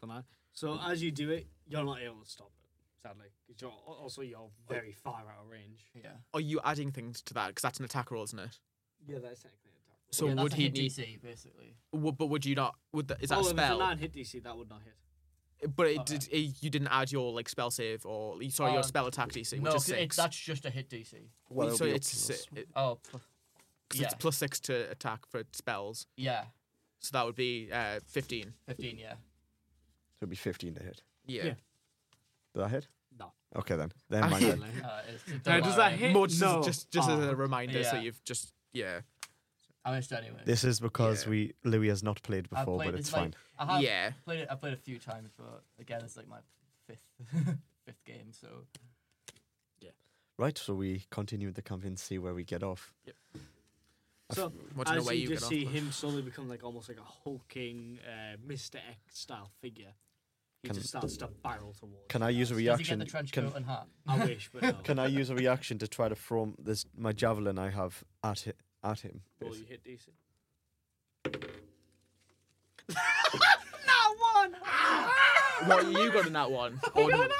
Speaker 5: Don't know. So as you do it, you're not able to stop it. Sadly, 'cause you're al- also
Speaker 3: Oh.
Speaker 5: you're very far out of range.
Speaker 1: Yeah.
Speaker 3: Are you adding things to that? Because that's an attack roll, isn't it?
Speaker 5: Yeah, that's technically a attack.
Speaker 3: So
Speaker 1: Yeah, that's
Speaker 3: would
Speaker 1: a
Speaker 3: he
Speaker 1: hit
Speaker 3: need?
Speaker 1: DC basically?
Speaker 3: Would, but would you not? Would that, is that
Speaker 5: oh,
Speaker 3: a
Speaker 5: if it's a
Speaker 3: spell?
Speaker 5: nine hit DC, that would not hit.
Speaker 3: But it
Speaker 1: Oh,
Speaker 3: did. It, you didn't add your like spell save or you- sorry your
Speaker 1: Um,
Speaker 3: spell attack DC, which
Speaker 1: no,
Speaker 3: is
Speaker 1: 'cause it-
Speaker 3: six.
Speaker 1: that's just a hit DC.
Speaker 2: Well,
Speaker 3: so
Speaker 2: it'll be up
Speaker 3: it's
Speaker 2: to us.
Speaker 3: si- it-
Speaker 1: Oh. pl-
Speaker 3: 'cause
Speaker 1: Yeah.
Speaker 3: it's plus six to attack for spells.
Speaker 1: Yeah.
Speaker 3: So that would be uh, fifteen.
Speaker 1: Fifteen. Yeah.
Speaker 2: it'll be fifteen to hit.
Speaker 3: Yeah.
Speaker 5: Yeah.
Speaker 2: Did that hit?
Speaker 5: No.
Speaker 2: Okay then. Then my turn.
Speaker 1: Uh, it's, it
Speaker 5: Now,
Speaker 1: doesn't
Speaker 5: does
Speaker 1: matter,
Speaker 5: that
Speaker 1: right?
Speaker 5: hit?
Speaker 3: More just,
Speaker 5: no.
Speaker 3: just just as
Speaker 5: Ah.
Speaker 3: a reminder, so
Speaker 1: Yeah.
Speaker 3: you've just yeah
Speaker 1: I missed anyway.
Speaker 2: This is because
Speaker 3: Yeah.
Speaker 2: we Louis has not played
Speaker 1: I've
Speaker 2: before,
Speaker 1: played
Speaker 2: but
Speaker 1: this,
Speaker 2: it's
Speaker 1: like,
Speaker 2: fine.
Speaker 1: I have
Speaker 3: yeah.
Speaker 1: played it. I played a few times, but again, it's like my fifth fifth game. So
Speaker 2: Right. So we continue the campaign, see where we get off.
Speaker 5: So
Speaker 3: What in a
Speaker 5: as
Speaker 3: way
Speaker 5: you
Speaker 3: you get
Speaker 5: just
Speaker 3: off.
Speaker 5: see
Speaker 3: with.
Speaker 5: him slowly become like almost like a hulking uh, Mr. X style figure, he
Speaker 2: Can-
Speaker 5: just starts to barrel towards.
Speaker 2: Can I use a
Speaker 1: does he get
Speaker 2: reaction?
Speaker 1: the trench
Speaker 2: can-
Speaker 1: coat and hat?
Speaker 5: I wish, but no.
Speaker 2: Can I use a reaction to try to throw this my javelin I have at hi- at him?
Speaker 5: Roll
Speaker 2: basi-
Speaker 5: you hit DC.
Speaker 3: What you got in that one? Or n-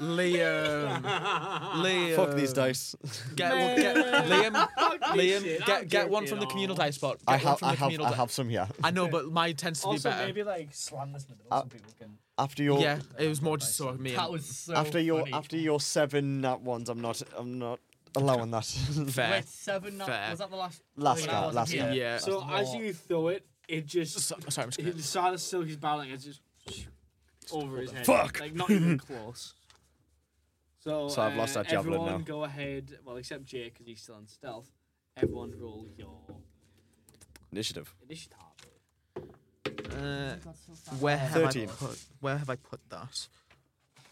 Speaker 3: Liam. Liam.
Speaker 2: Fuck these dice.
Speaker 3: Get, well, get, Liam.
Speaker 5: shit,
Speaker 3: Liam.
Speaker 5: I'll
Speaker 3: Get get
Speaker 5: take
Speaker 3: one
Speaker 5: it
Speaker 3: from the
Speaker 5: all.
Speaker 3: communal dice pot. Get
Speaker 2: I
Speaker 3: one
Speaker 2: have
Speaker 3: from
Speaker 2: I
Speaker 3: the
Speaker 2: have
Speaker 3: communal
Speaker 2: I
Speaker 3: di-
Speaker 2: have some here.
Speaker 3: I know, but mine tends to
Speaker 5: Also,
Speaker 3: be better.
Speaker 5: maybe like slam this in the middle
Speaker 2: Uh,
Speaker 5: so people can.
Speaker 2: After your
Speaker 3: yeah, it was more just so me.
Speaker 1: That was so.
Speaker 2: after your
Speaker 1: funny.
Speaker 2: after your seven nat ones, I'm not I'm not allowing that.
Speaker 3: fair.
Speaker 1: Wait, seven. Not,
Speaker 3: Fair.
Speaker 1: Was that the last?
Speaker 2: Last
Speaker 1: when I
Speaker 2: guy,
Speaker 1: wasn't
Speaker 2: last
Speaker 1: here?
Speaker 2: guy.
Speaker 3: Yeah.
Speaker 5: So as you throw it, it just
Speaker 3: So- sorry, I'm just
Speaker 5: He
Speaker 3: gonna,
Speaker 5: decided still he's battling. It's just over his head. Fuck! Like not even close. So,
Speaker 2: So I've lost
Speaker 5: uh,
Speaker 2: that javelin
Speaker 5: everyone
Speaker 2: now.
Speaker 5: go ahead. Well, except Jake because he's still in stealth. Everyone roll your
Speaker 2: Initiative.
Speaker 5: initiative.
Speaker 3: uh, where have
Speaker 2: Thirteen.
Speaker 3: I put? Where have I put that?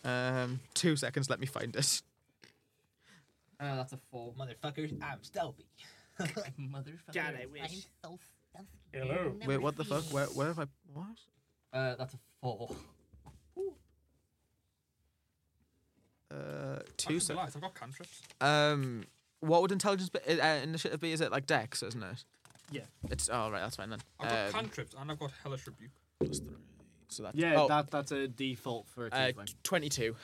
Speaker 3: Um, two seconds. Let me find it.
Speaker 1: Uh, that's a four.
Speaker 4: Motherfuckers, I'm stealthy.
Speaker 1: Motherfucker.
Speaker 5: God, I wish.
Speaker 1: I'm so stealthy.
Speaker 4: Hello.
Speaker 3: Wait, what the fuck? Where where have I? What?
Speaker 1: Uh, that's a four.
Speaker 3: Uh, two
Speaker 4: I didn't
Speaker 3: seconds.
Speaker 4: realise I've got cantrips.
Speaker 3: Um, what would intelligence be, uh, initiative be? Is it like Dex, isn't it?
Speaker 5: Yeah.
Speaker 3: It's oh right, that's fine then.
Speaker 4: I've got
Speaker 3: Um,
Speaker 4: cantrips and I've got hellish rebuke.
Speaker 3: plus three, so that's
Speaker 5: Yeah,
Speaker 3: oh,
Speaker 5: that that's a default for a
Speaker 3: uh,
Speaker 5: tiefling.
Speaker 3: twenty-two.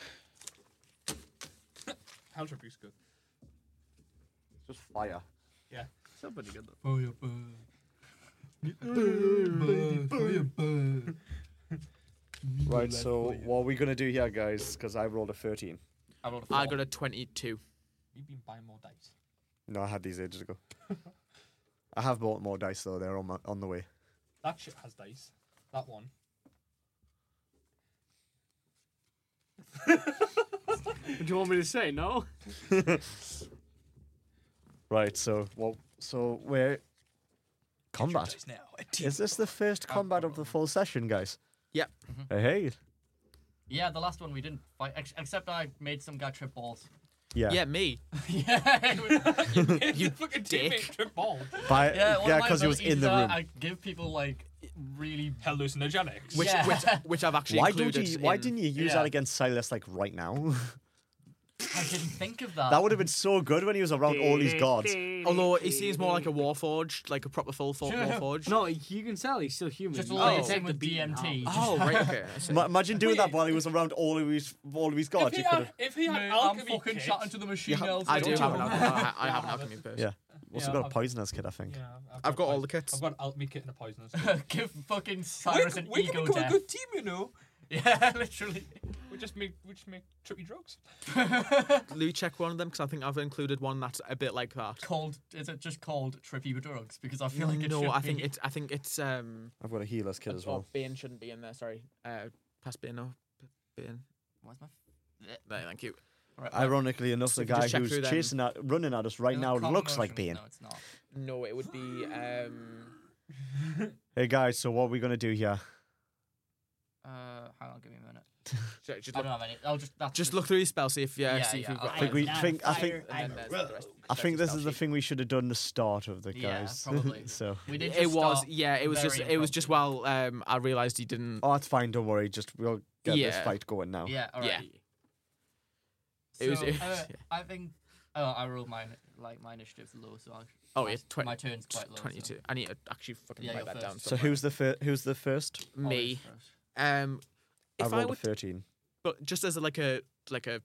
Speaker 4: Hellish rebuke's good.
Speaker 2: Just fire.
Speaker 5: Somebody good. though.
Speaker 2: Right, so what are we gonna do here, guys? Because I rolled a thirteen.
Speaker 1: I rolled a four.
Speaker 3: I got a twenty-two.
Speaker 4: You've been buying more dice.
Speaker 2: No, I had these ages ago. I have bought more dice though. They're on my, on the way.
Speaker 4: That shit has dice. That one.
Speaker 5: Do you want me to say no?
Speaker 2: Right. So well. So we're combat.
Speaker 4: Dice now.
Speaker 2: Is this the first combat of the full session, guys?
Speaker 3: Yep.
Speaker 1: Hmm.
Speaker 2: Hey, hey.
Speaker 1: Yeah, the last one we didn't fight, ex- except I made some guy trip balls.
Speaker 2: Yeah.
Speaker 3: Yeah, me.
Speaker 1: yeah, it was- you made
Speaker 3: You
Speaker 1: the fucking
Speaker 3: dick.
Speaker 1: teammate trip balls.
Speaker 2: By,
Speaker 1: Yeah, one of
Speaker 2: yeah,
Speaker 1: my
Speaker 2: because he was
Speaker 1: abilities
Speaker 2: in the
Speaker 1: are
Speaker 2: room.
Speaker 1: I give people like really.
Speaker 4: Hallucinogenics.
Speaker 3: Which,
Speaker 1: Yeah.
Speaker 3: which, which I've actually
Speaker 2: Why
Speaker 3: included.
Speaker 2: don't you? Why
Speaker 3: in-
Speaker 2: didn't you use
Speaker 1: Yeah.
Speaker 2: that against Silas like right now?
Speaker 1: I didn't think of that.
Speaker 2: that would have been so good when he was around all these guards.
Speaker 3: Although it seems more like a warforged, like a proper full fort
Speaker 1: Sure.
Speaker 3: warforged.
Speaker 5: No, you can tell he's still human.
Speaker 1: just
Speaker 5: You
Speaker 1: all
Speaker 5: can
Speaker 1: the same
Speaker 5: take
Speaker 1: with
Speaker 5: the beating
Speaker 1: DMT.
Speaker 5: out.
Speaker 3: Oh, right, okay. I see.
Speaker 2: Ma- imagine doing that
Speaker 4: Wait.
Speaker 2: while he was around all of his all of his
Speaker 4: if
Speaker 2: guards.
Speaker 4: he
Speaker 2: You could
Speaker 4: had,
Speaker 2: have
Speaker 4: if he had
Speaker 1: No, I'm
Speaker 4: alchemy
Speaker 1: fucking
Speaker 4: kit-
Speaker 1: chatting to the machine.
Speaker 3: You ha-
Speaker 1: else,
Speaker 3: I
Speaker 1: don't
Speaker 3: do
Speaker 1: you?
Speaker 3: have an alchemy. I, I have an alchemy first.
Speaker 2: Yeah. also
Speaker 4: Yeah,
Speaker 2: got a
Speaker 4: I've-
Speaker 2: poisonous kid, I think.
Speaker 4: Yeah,
Speaker 3: I've got all the kits.
Speaker 4: I've got an alchemy kit and a poisonous. kit.
Speaker 1: Give fucking
Speaker 4: We're-
Speaker 1: Cyrus an
Speaker 4: we're
Speaker 1: ego
Speaker 4: gonna become
Speaker 1: death.
Speaker 4: a good team, you know.
Speaker 1: Yeah, literally.
Speaker 4: We just make we just make trippy drugs.
Speaker 3: Louis, check one of them because I think I've included one that's a bit like that.
Speaker 1: Called is it just called trippy drugs? Because I feel like it
Speaker 3: no,
Speaker 1: should
Speaker 3: I
Speaker 1: be.
Speaker 3: think it's I think it's um.
Speaker 2: I've got a healer's kid as well.
Speaker 3: Oh, Bane shouldn't be in there. Sorry, uh, past Bane. No, Bane.
Speaker 1: Why's my
Speaker 3: There, thank you.
Speaker 1: right, right.
Speaker 2: Ironically enough, the
Speaker 3: So just
Speaker 2: guy
Speaker 3: check
Speaker 2: who's
Speaker 3: through them.
Speaker 2: chasing at, running at us right
Speaker 1: Is it
Speaker 2: now
Speaker 1: calm
Speaker 2: looks like
Speaker 1: motion?
Speaker 2: Bane.
Speaker 1: No, it's not.
Speaker 3: No, it would be um.
Speaker 2: Hey guys, so what are we gonna do here?
Speaker 1: Uh, hang on, give me a minute.
Speaker 3: ju- Just
Speaker 1: I
Speaker 3: look,
Speaker 1: don't have any. I'll just that's
Speaker 3: just look through your spell, see if yeah,
Speaker 1: Yeah,
Speaker 3: see if
Speaker 1: yeah,
Speaker 3: you've
Speaker 1: I'll-
Speaker 3: got.
Speaker 2: think we
Speaker 3: anything.
Speaker 2: think I think
Speaker 3: And then there's the
Speaker 2: I
Speaker 3: rest- rest
Speaker 2: think
Speaker 3: of your
Speaker 2: this is
Speaker 3: spell
Speaker 2: the
Speaker 3: sheet.
Speaker 2: thing we should have done the start of the
Speaker 1: Yeah,
Speaker 2: guys.
Speaker 1: probably.
Speaker 2: so
Speaker 1: We did.
Speaker 3: It
Speaker 1: just
Speaker 3: was
Speaker 1: start
Speaker 3: yeah. It was
Speaker 1: very
Speaker 3: just it was just well. Um, I realised you didn't.
Speaker 2: oh, it's fine. Don't worry. Just we'll get this
Speaker 3: Yeah.
Speaker 2: fight going now.
Speaker 1: Yeah, all
Speaker 3: Yeah.
Speaker 1: right.
Speaker 3: It was-
Speaker 1: So,
Speaker 3: it was-
Speaker 1: uh,
Speaker 3: yeah.
Speaker 1: I think. Oh, I rolled mine like my initiative's low, so I,
Speaker 3: Oh,
Speaker 1: my,
Speaker 3: yeah, twen-
Speaker 1: my turn's quite low. so-
Speaker 3: Twenty-two. I need to actually fucking
Speaker 1: Yeah,
Speaker 3: write
Speaker 1: you're
Speaker 3: that
Speaker 1: first.
Speaker 3: down.
Speaker 2: So who's the fir- who's the first?
Speaker 3: somewhere. me?
Speaker 1: Always first.
Speaker 3: Um,
Speaker 2: I
Speaker 3: if I,
Speaker 2: rolled
Speaker 3: would,
Speaker 2: a thirteen.
Speaker 3: but just as a, like a like a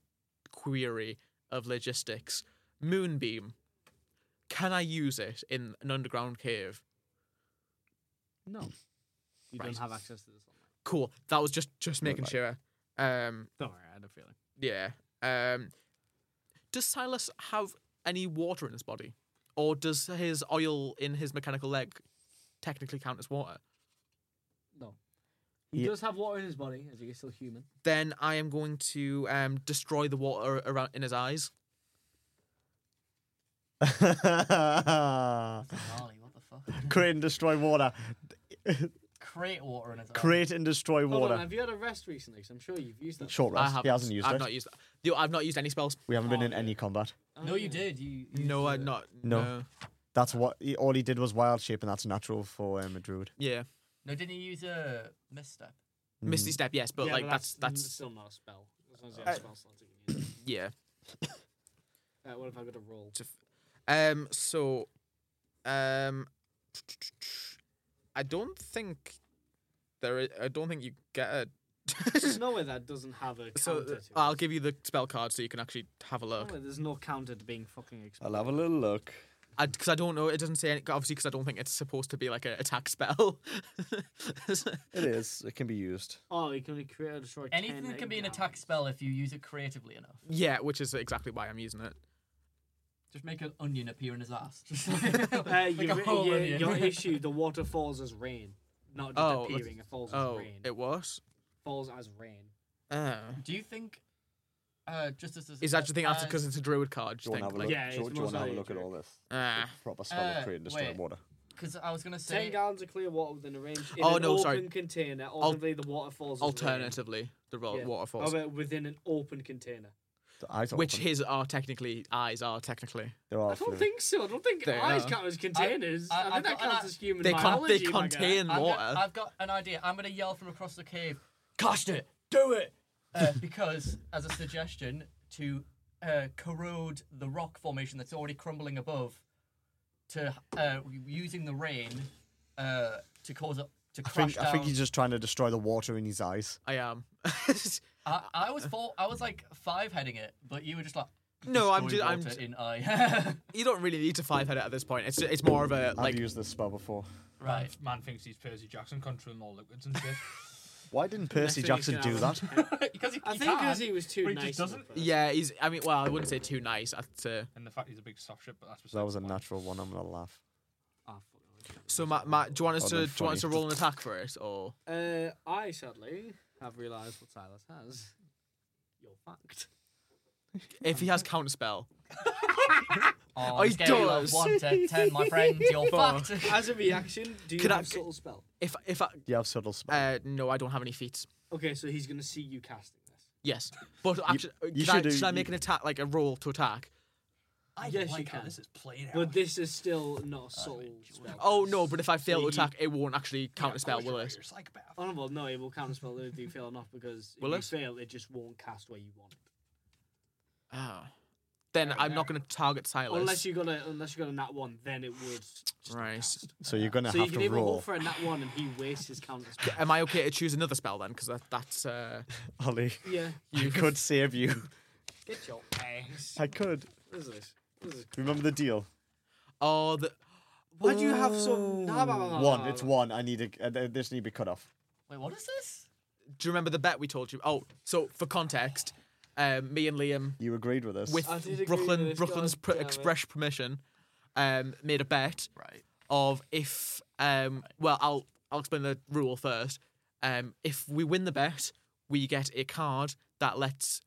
Speaker 3: query of logistics, Moonbeam, can I use it in an underground cave?
Speaker 5: No, you
Speaker 3: Right.
Speaker 5: don't have access to this online.
Speaker 3: Cool. That was just just
Speaker 2: Right.
Speaker 3: making sure. Um,
Speaker 5: Don't worry, I had a feeling.
Speaker 3: yeah. Um, does Silas have any water in his body, or does his oil in his mechanical leg technically count as water?
Speaker 5: No, he
Speaker 2: Yeah.
Speaker 5: does have water in his body, as he's still human.
Speaker 3: Then I am going to um destroy the water around in his eyes.
Speaker 1: Gnarly, what the fuck?
Speaker 2: Create and destroy water.
Speaker 1: Create water in his
Speaker 2: Create and destroy
Speaker 5: Hold on,
Speaker 2: water.
Speaker 5: have you had a rest recently? 'Cause I'm sure you've used that.
Speaker 2: Short
Speaker 3: I
Speaker 2: rest.
Speaker 3: have.
Speaker 2: He hasn't used
Speaker 3: I've
Speaker 2: it.
Speaker 3: not used. Yo, I've not used any spells.
Speaker 2: we haven't been in
Speaker 1: Oh,
Speaker 2: any combat.
Speaker 5: Oh,
Speaker 1: No, you
Speaker 5: yeah.
Speaker 1: did. You. you
Speaker 3: No,
Speaker 1: used
Speaker 3: I'm
Speaker 1: it.
Speaker 3: not.
Speaker 2: No.
Speaker 3: No.
Speaker 2: That's what he, all he did was wild shape, and that's natural for um, a druid.
Speaker 3: Yeah.
Speaker 1: No, didn't you use a misstep?
Speaker 2: Mm.
Speaker 3: Misty Step, yes, but
Speaker 5: Yeah,
Speaker 3: like that's that's,
Speaker 5: still not a spell. As long as you
Speaker 2: Uh,
Speaker 5: have spell slots, you can use
Speaker 3: yeah.
Speaker 5: it. Uh, what if I got a roll?
Speaker 3: Um. So, um, I don't think there. Is, I don't think you get a.
Speaker 5: There's nowhere that doesn't have a counter
Speaker 3: so
Speaker 5: to
Speaker 3: uh,
Speaker 5: it. Oh,
Speaker 3: I'll give you the spell card so you can actually have a look.
Speaker 5: Nowhere there's no counter to being fucking exposed.
Speaker 2: I'll have a little look.
Speaker 3: Because I, don't know. It doesn't say any, obviously because I don't think it's supposed to be like an attack spell.
Speaker 2: It is. It can be used.
Speaker 5: Oh, you can only create or destroy
Speaker 1: Anything
Speaker 5: 10
Speaker 1: that can be an
Speaker 5: encounter.
Speaker 1: attack spell if you use it creatively enough.
Speaker 3: yeah, which is exactly why I'm using it.
Speaker 1: Just make an onion appear in his ass. Just
Speaker 5: Uh,
Speaker 1: like
Speaker 5: your,
Speaker 1: a whole
Speaker 5: your,
Speaker 1: onion.
Speaker 5: your issue, the water falls as rain. Not just
Speaker 3: Oh,
Speaker 5: appearing, it falls
Speaker 3: Oh,
Speaker 5: as rain.
Speaker 3: it was.
Speaker 5: falls as rain.
Speaker 3: Uh,
Speaker 1: Do you think? Uh, just as uh,
Speaker 3: is that? Do you think that's
Speaker 5: Uh,
Speaker 1: as-
Speaker 3: because it's a druid card?
Speaker 2: Do
Speaker 3: Do
Speaker 2: you
Speaker 3: you
Speaker 2: want to
Speaker 3: think?
Speaker 2: have a look?
Speaker 3: Like,
Speaker 5: Yeah,
Speaker 2: do, you-
Speaker 5: it's
Speaker 2: do you want to have a
Speaker 5: mosaic,
Speaker 2: look at
Speaker 5: yeah.
Speaker 2: all this?
Speaker 3: ah.
Speaker 2: Proper spell of
Speaker 1: Uh,
Speaker 2: create and destroy
Speaker 1: wait.
Speaker 2: water.
Speaker 1: Because I was gonna say.
Speaker 5: Ten gallons of clear water within a range. In
Speaker 3: Oh,
Speaker 5: an
Speaker 3: no,
Speaker 5: open
Speaker 3: sorry.
Speaker 5: container. Ultimately, the water falls. as rain.
Speaker 3: Alternatively, the ro-
Speaker 5: Yeah.
Speaker 3: waterfalls,
Speaker 5: Oh, but within an open container.
Speaker 2: The eyes are
Speaker 3: which
Speaker 2: open.
Speaker 3: his are technically eyes are technically.
Speaker 2: There are
Speaker 5: I don't
Speaker 2: fluid.
Speaker 5: think so. I don't think
Speaker 3: They
Speaker 5: eyes
Speaker 3: are.
Speaker 5: count as containers. I,
Speaker 1: I- I've
Speaker 5: think that
Speaker 1: got an
Speaker 5: counts
Speaker 1: eye-
Speaker 5: as human
Speaker 3: They can't. They
Speaker 5: biology. my guy.
Speaker 3: contain
Speaker 1: I'm
Speaker 3: water.
Speaker 1: Gonna, I've got an idea. I'm gonna yell from across the cave. Cast it. Do it. Uh, because as a suggestion to uh, corrode the rock formation that's already crumbling above, to uh, using the rain uh, to cause it to
Speaker 2: I
Speaker 1: crash
Speaker 2: think,
Speaker 1: down.
Speaker 2: I think you're just trying to destroy the water in his eyes.
Speaker 3: I am.
Speaker 1: I, I was four. I was like five heading it, but you were just like.
Speaker 3: No, I'm
Speaker 1: destroy
Speaker 3: ju- I'm
Speaker 1: water
Speaker 3: ju-
Speaker 1: in eye.
Speaker 3: you don't really need to five head it at this point. It's it's more of a
Speaker 2: I've
Speaker 3: like.
Speaker 2: used this spell before.
Speaker 1: right.
Speaker 4: Man thinks he's Percy Jackson controlling all liquids and shit.
Speaker 2: Why didn't Percy Jackson do that?
Speaker 1: Because he,
Speaker 5: I
Speaker 1: he
Speaker 5: think
Speaker 1: can.
Speaker 5: because he was too
Speaker 4: but he
Speaker 5: nice.
Speaker 4: just doesn't.
Speaker 5: about it.
Speaker 3: Yeah, he's. I mean, well, I wouldn't say too nice. I'd say
Speaker 4: And the fact he's a big soft shit, but that's
Speaker 2: That was a
Speaker 4: beside the point.
Speaker 2: natural one. I'm gonna laugh.
Speaker 5: Oh,
Speaker 3: So, Matt, Matt do you want us
Speaker 2: Oh,
Speaker 3: to
Speaker 2: no,
Speaker 3: do you want us to
Speaker 2: funny.
Speaker 3: roll an attack for it, or
Speaker 5: Uh, I sadly have realised what Silas has. You're fucked.
Speaker 3: if he has counterspell?
Speaker 1: Oh,
Speaker 3: Oh,
Speaker 1: he's
Speaker 3: he
Speaker 1: getting a
Speaker 3: does.
Speaker 1: One to ten, my friend. You're fucked.
Speaker 5: As a reaction, do you
Speaker 3: Could I-
Speaker 5: have subtle spell?
Speaker 3: If if I,
Speaker 2: You have subtle spell.
Speaker 3: uh, no, I don't have any feats.
Speaker 5: Okay, so he's gonna see you casting this.
Speaker 3: Yes, but actually,
Speaker 2: you
Speaker 3: should, I,
Speaker 2: should do-
Speaker 3: should I
Speaker 2: you-
Speaker 3: make an attack, like a roll to attack?
Speaker 4: I
Speaker 5: Yes,
Speaker 4: like
Speaker 5: you
Speaker 4: how
Speaker 5: can.
Speaker 4: this is played out.
Speaker 5: But this is still not a subtle spell.
Speaker 3: Oh no, but if I fail to
Speaker 5: You-
Speaker 3: attack, it won't actually
Speaker 4: Yeah, of
Speaker 3: counterspell,
Speaker 4: course
Speaker 3: will
Speaker 4: you are,
Speaker 3: it?
Speaker 4: You're a psychopath.
Speaker 5: Oh, well, no, it will counterspell if you fail or not because if
Speaker 3: Will
Speaker 5: you
Speaker 3: it?
Speaker 5: fail, it just won't cast where you want it.
Speaker 3: Oh. Then I'm not going to target Silas.
Speaker 5: Unless you got a unless you got a nat one, then it would.
Speaker 3: right.
Speaker 2: so you're gonna
Speaker 5: so you
Speaker 2: have
Speaker 5: can
Speaker 2: to
Speaker 5: even roll
Speaker 2: roll.
Speaker 5: for a nat one, and he wastes his counterspell.
Speaker 3: Am I okay to choose another spell then? Because that, that's uh,
Speaker 2: Ollie,
Speaker 5: yeah.
Speaker 2: I could save you.
Speaker 5: Get your ass.
Speaker 2: I could.
Speaker 5: What is this? What is this?
Speaker 2: Remember the deal.
Speaker 3: oh the
Speaker 5: Why do you have some? Nah, nah, nah,
Speaker 3: Oh.
Speaker 5: nah,
Speaker 2: One.
Speaker 5: nah,
Speaker 2: It's
Speaker 5: nah.
Speaker 2: one. I need a. Uh, this need to be cut off.
Speaker 1: Wait, what is this?
Speaker 3: do you remember the bet we told you? Oh, so for context, um, me and Liam
Speaker 2: You agreed with us.
Speaker 3: with
Speaker 5: I did agree
Speaker 3: Brooklyn
Speaker 5: with this,
Speaker 3: Brooklyn's
Speaker 5: God
Speaker 3: pr-
Speaker 5: damn it.
Speaker 3: express permission, um, made a bet
Speaker 1: Right.
Speaker 3: of if um, well I'll I'll explain the rule first. Um, if we win the bet, we get a card that lets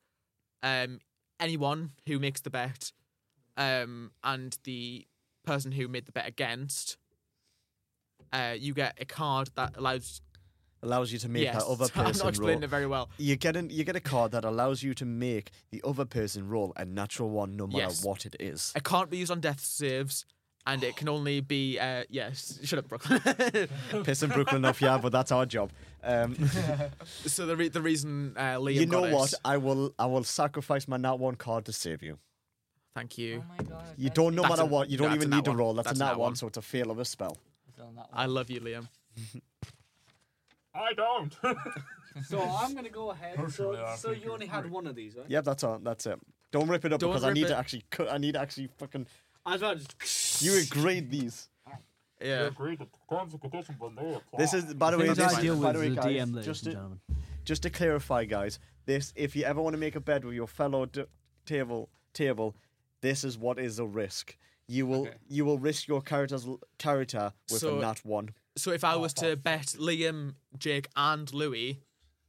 Speaker 3: um, anyone who makes the bet um, and the person who made the bet against. Uh, you get a card that allows.
Speaker 2: allows you to make
Speaker 3: yes,
Speaker 2: that other
Speaker 3: I'm
Speaker 2: person
Speaker 3: not explaining
Speaker 2: roll.
Speaker 3: it very well.
Speaker 2: You get an, you get a card that allows you to make the other person roll a natural one, no matter
Speaker 3: Yes.
Speaker 2: what it is.
Speaker 3: It can't be used on death saves, and it can only be. Uh, yes, shut up, Brooklyn.
Speaker 2: Pissing Brooklyn off, yeah, but that's our job. Um,
Speaker 3: So the re- the reason uh, Liam
Speaker 2: you know
Speaker 3: got it-
Speaker 2: what? I will I will sacrifice my nat one card to save you.
Speaker 3: Thank you.
Speaker 1: Oh my god.
Speaker 2: You don't no
Speaker 3: That's
Speaker 2: matter
Speaker 3: a-
Speaker 2: what. You
Speaker 3: no,
Speaker 2: don't
Speaker 3: that's
Speaker 2: even
Speaker 3: a nat
Speaker 2: need to
Speaker 3: one.
Speaker 2: roll. That's,
Speaker 3: That's
Speaker 2: a
Speaker 3: a
Speaker 2: nat
Speaker 3: nat
Speaker 2: one,
Speaker 3: one.
Speaker 2: so it's a fail of a spell.
Speaker 3: I love you, Liam.
Speaker 4: I don't.
Speaker 5: So I'm gonna go ahead.
Speaker 4: Personally,
Speaker 5: So,
Speaker 4: I
Speaker 5: so
Speaker 4: think
Speaker 5: you only had one of these, right?
Speaker 2: Yep, that's all. That's it. Don't rip it up
Speaker 3: Don't
Speaker 2: because I
Speaker 3: rip
Speaker 2: need
Speaker 3: it.
Speaker 2: to actually cut. I need to actually fucking.
Speaker 5: I thought. Just...
Speaker 2: You agreed these.
Speaker 3: Yeah.
Speaker 4: agreed that the terms and conditions when they apply.
Speaker 2: This is by the
Speaker 3: think
Speaker 2: way.
Speaker 3: that's
Speaker 2: This,
Speaker 3: fine.
Speaker 2: by the way, guys, just to, just to clarify, guys, this if you ever want to make a bed with your fellow d- table table, this is what is a risk. You will
Speaker 4: Okay.
Speaker 2: you will risk your character's l- character with
Speaker 3: So-
Speaker 2: a nat one.
Speaker 3: So if I was to bet Liam, Jake, and Louis,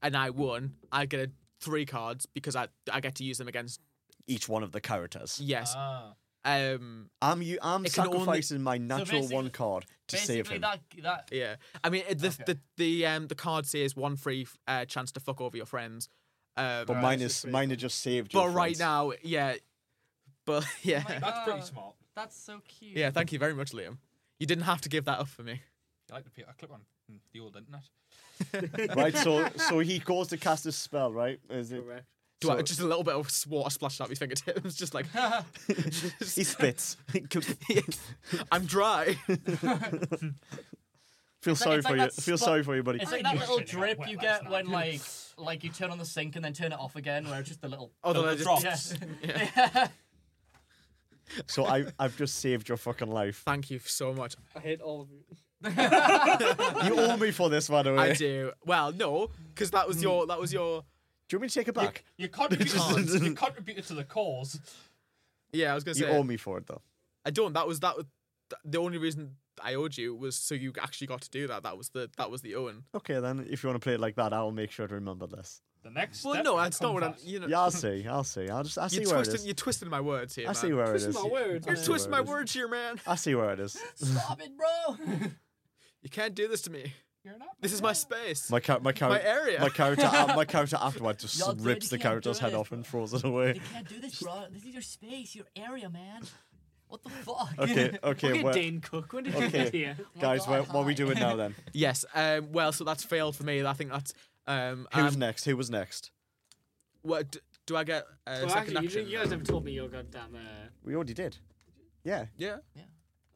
Speaker 3: and I won, I get a three cards because I I get to use them against
Speaker 2: Each one of the characters.
Speaker 3: yes.
Speaker 4: Ah.
Speaker 3: Um.
Speaker 2: I'm you. I'm
Speaker 3: It can only-
Speaker 2: sacrificing my natural
Speaker 1: basically-
Speaker 2: one card to save
Speaker 1: Basically,
Speaker 2: him.
Speaker 1: that that
Speaker 3: Yeah. I mean it- the
Speaker 4: Okay.
Speaker 3: the the um the card says one free uh, chance to fuck over your friends. Um.
Speaker 2: but
Speaker 3: But,
Speaker 2: mine is mine is just saved. your
Speaker 3: right
Speaker 2: friends.
Speaker 3: now, yeah. But yeah.
Speaker 4: That's pretty
Speaker 1: Ah.
Speaker 4: smart.
Speaker 1: that's so cute.
Speaker 3: Yeah. Thank you very much, Liam. You didn't have to give that up for me.
Speaker 4: I like the pe- I click on the old internet.
Speaker 2: right? So so he goes to cast his spell, right? Is it?
Speaker 5: Correct.
Speaker 3: Do I,
Speaker 2: So-
Speaker 3: just a little bit of water splashed out my fingertips, just like
Speaker 2: He spits.
Speaker 3: I'm dry.
Speaker 2: feel
Speaker 1: like-
Speaker 2: sorry
Speaker 1: it's like
Speaker 2: for you.
Speaker 1: that
Speaker 2: Feel
Speaker 1: spot-
Speaker 2: sorry for you, buddy.
Speaker 1: It's like that
Speaker 4: knew
Speaker 1: little
Speaker 4: shit about
Speaker 1: drip
Speaker 4: wet
Speaker 1: you
Speaker 4: last
Speaker 1: get
Speaker 4: night,
Speaker 1: when
Speaker 4: didn't I?
Speaker 1: like like you turn on the sink and then turn it off again, where it's just the little.
Speaker 3: Oh,
Speaker 4: The
Speaker 3: then I
Speaker 4: little
Speaker 3: just-
Speaker 4: drops.
Speaker 2: So I I've just saved your fucking life.
Speaker 3: Thank you so much.
Speaker 5: I hate all of you.
Speaker 2: You owe me for this, by the way.
Speaker 3: I do. Well, no, because that
Speaker 2: Hmm.
Speaker 3: was your that was your.
Speaker 2: Do you want me to take it back?
Speaker 4: You contributed, to the, you contributed to the cause.
Speaker 3: Yeah, I was gonna
Speaker 2: You
Speaker 3: say.
Speaker 2: owe me for it, though.
Speaker 3: I don't. That was that. Was, th- the only reason I owed you was so you actually got to do that. That was the that was the Owen.
Speaker 2: Okay, then, if you want to play it like that, I'll make sure to remember this.
Speaker 4: The next
Speaker 3: Well,
Speaker 4: step
Speaker 3: no,
Speaker 4: will
Speaker 3: that's not
Speaker 4: come
Speaker 3: what I'm.
Speaker 4: fast.
Speaker 3: You know,
Speaker 2: Yeah, I'll see. I'll see. I'll just. I see
Speaker 3: you're
Speaker 2: where it
Speaker 3: twisting.
Speaker 2: is.
Speaker 3: You're twisting my words here.
Speaker 2: I see
Speaker 3: man.
Speaker 2: where it is.
Speaker 5: Twisting my words.
Speaker 2: I
Speaker 3: You're
Speaker 2: see
Speaker 5: Twisting
Speaker 3: twisting my
Speaker 2: where it is.
Speaker 3: words here, man.
Speaker 2: I see where it is.
Speaker 1: Stop it, bro.
Speaker 3: You can't do this to me.
Speaker 4: You're not
Speaker 3: This is my space.
Speaker 2: My car- my, car-
Speaker 3: My area.
Speaker 2: my character uh, my character afterwards just
Speaker 1: Y'all
Speaker 2: rips the
Speaker 1: dirty can't do
Speaker 2: character's head
Speaker 1: this,
Speaker 2: off
Speaker 1: bro.
Speaker 2: and throws it away.
Speaker 1: you can't do this, bro. This is your space, your area, man. What the fuck? Oh
Speaker 2: Okay, okay,
Speaker 5: Look
Speaker 2: well,
Speaker 5: at Dane Cook. When did you
Speaker 2: Okay.
Speaker 5: get here?
Speaker 2: guys,
Speaker 1: God,
Speaker 2: what, what are we
Speaker 1: hi.
Speaker 2: doing now then?
Speaker 3: Yes. Um. Well, so that's failed for me. I think that's. Um.
Speaker 2: Who's
Speaker 3: um,
Speaker 2: next? Who was next?
Speaker 3: what do, do I get? Uh,
Speaker 5: Well,
Speaker 3: second
Speaker 5: actually, you,
Speaker 3: action.
Speaker 5: you guys never told me your goddamn. Uh,
Speaker 2: We already did. Yeah,
Speaker 3: Yeah.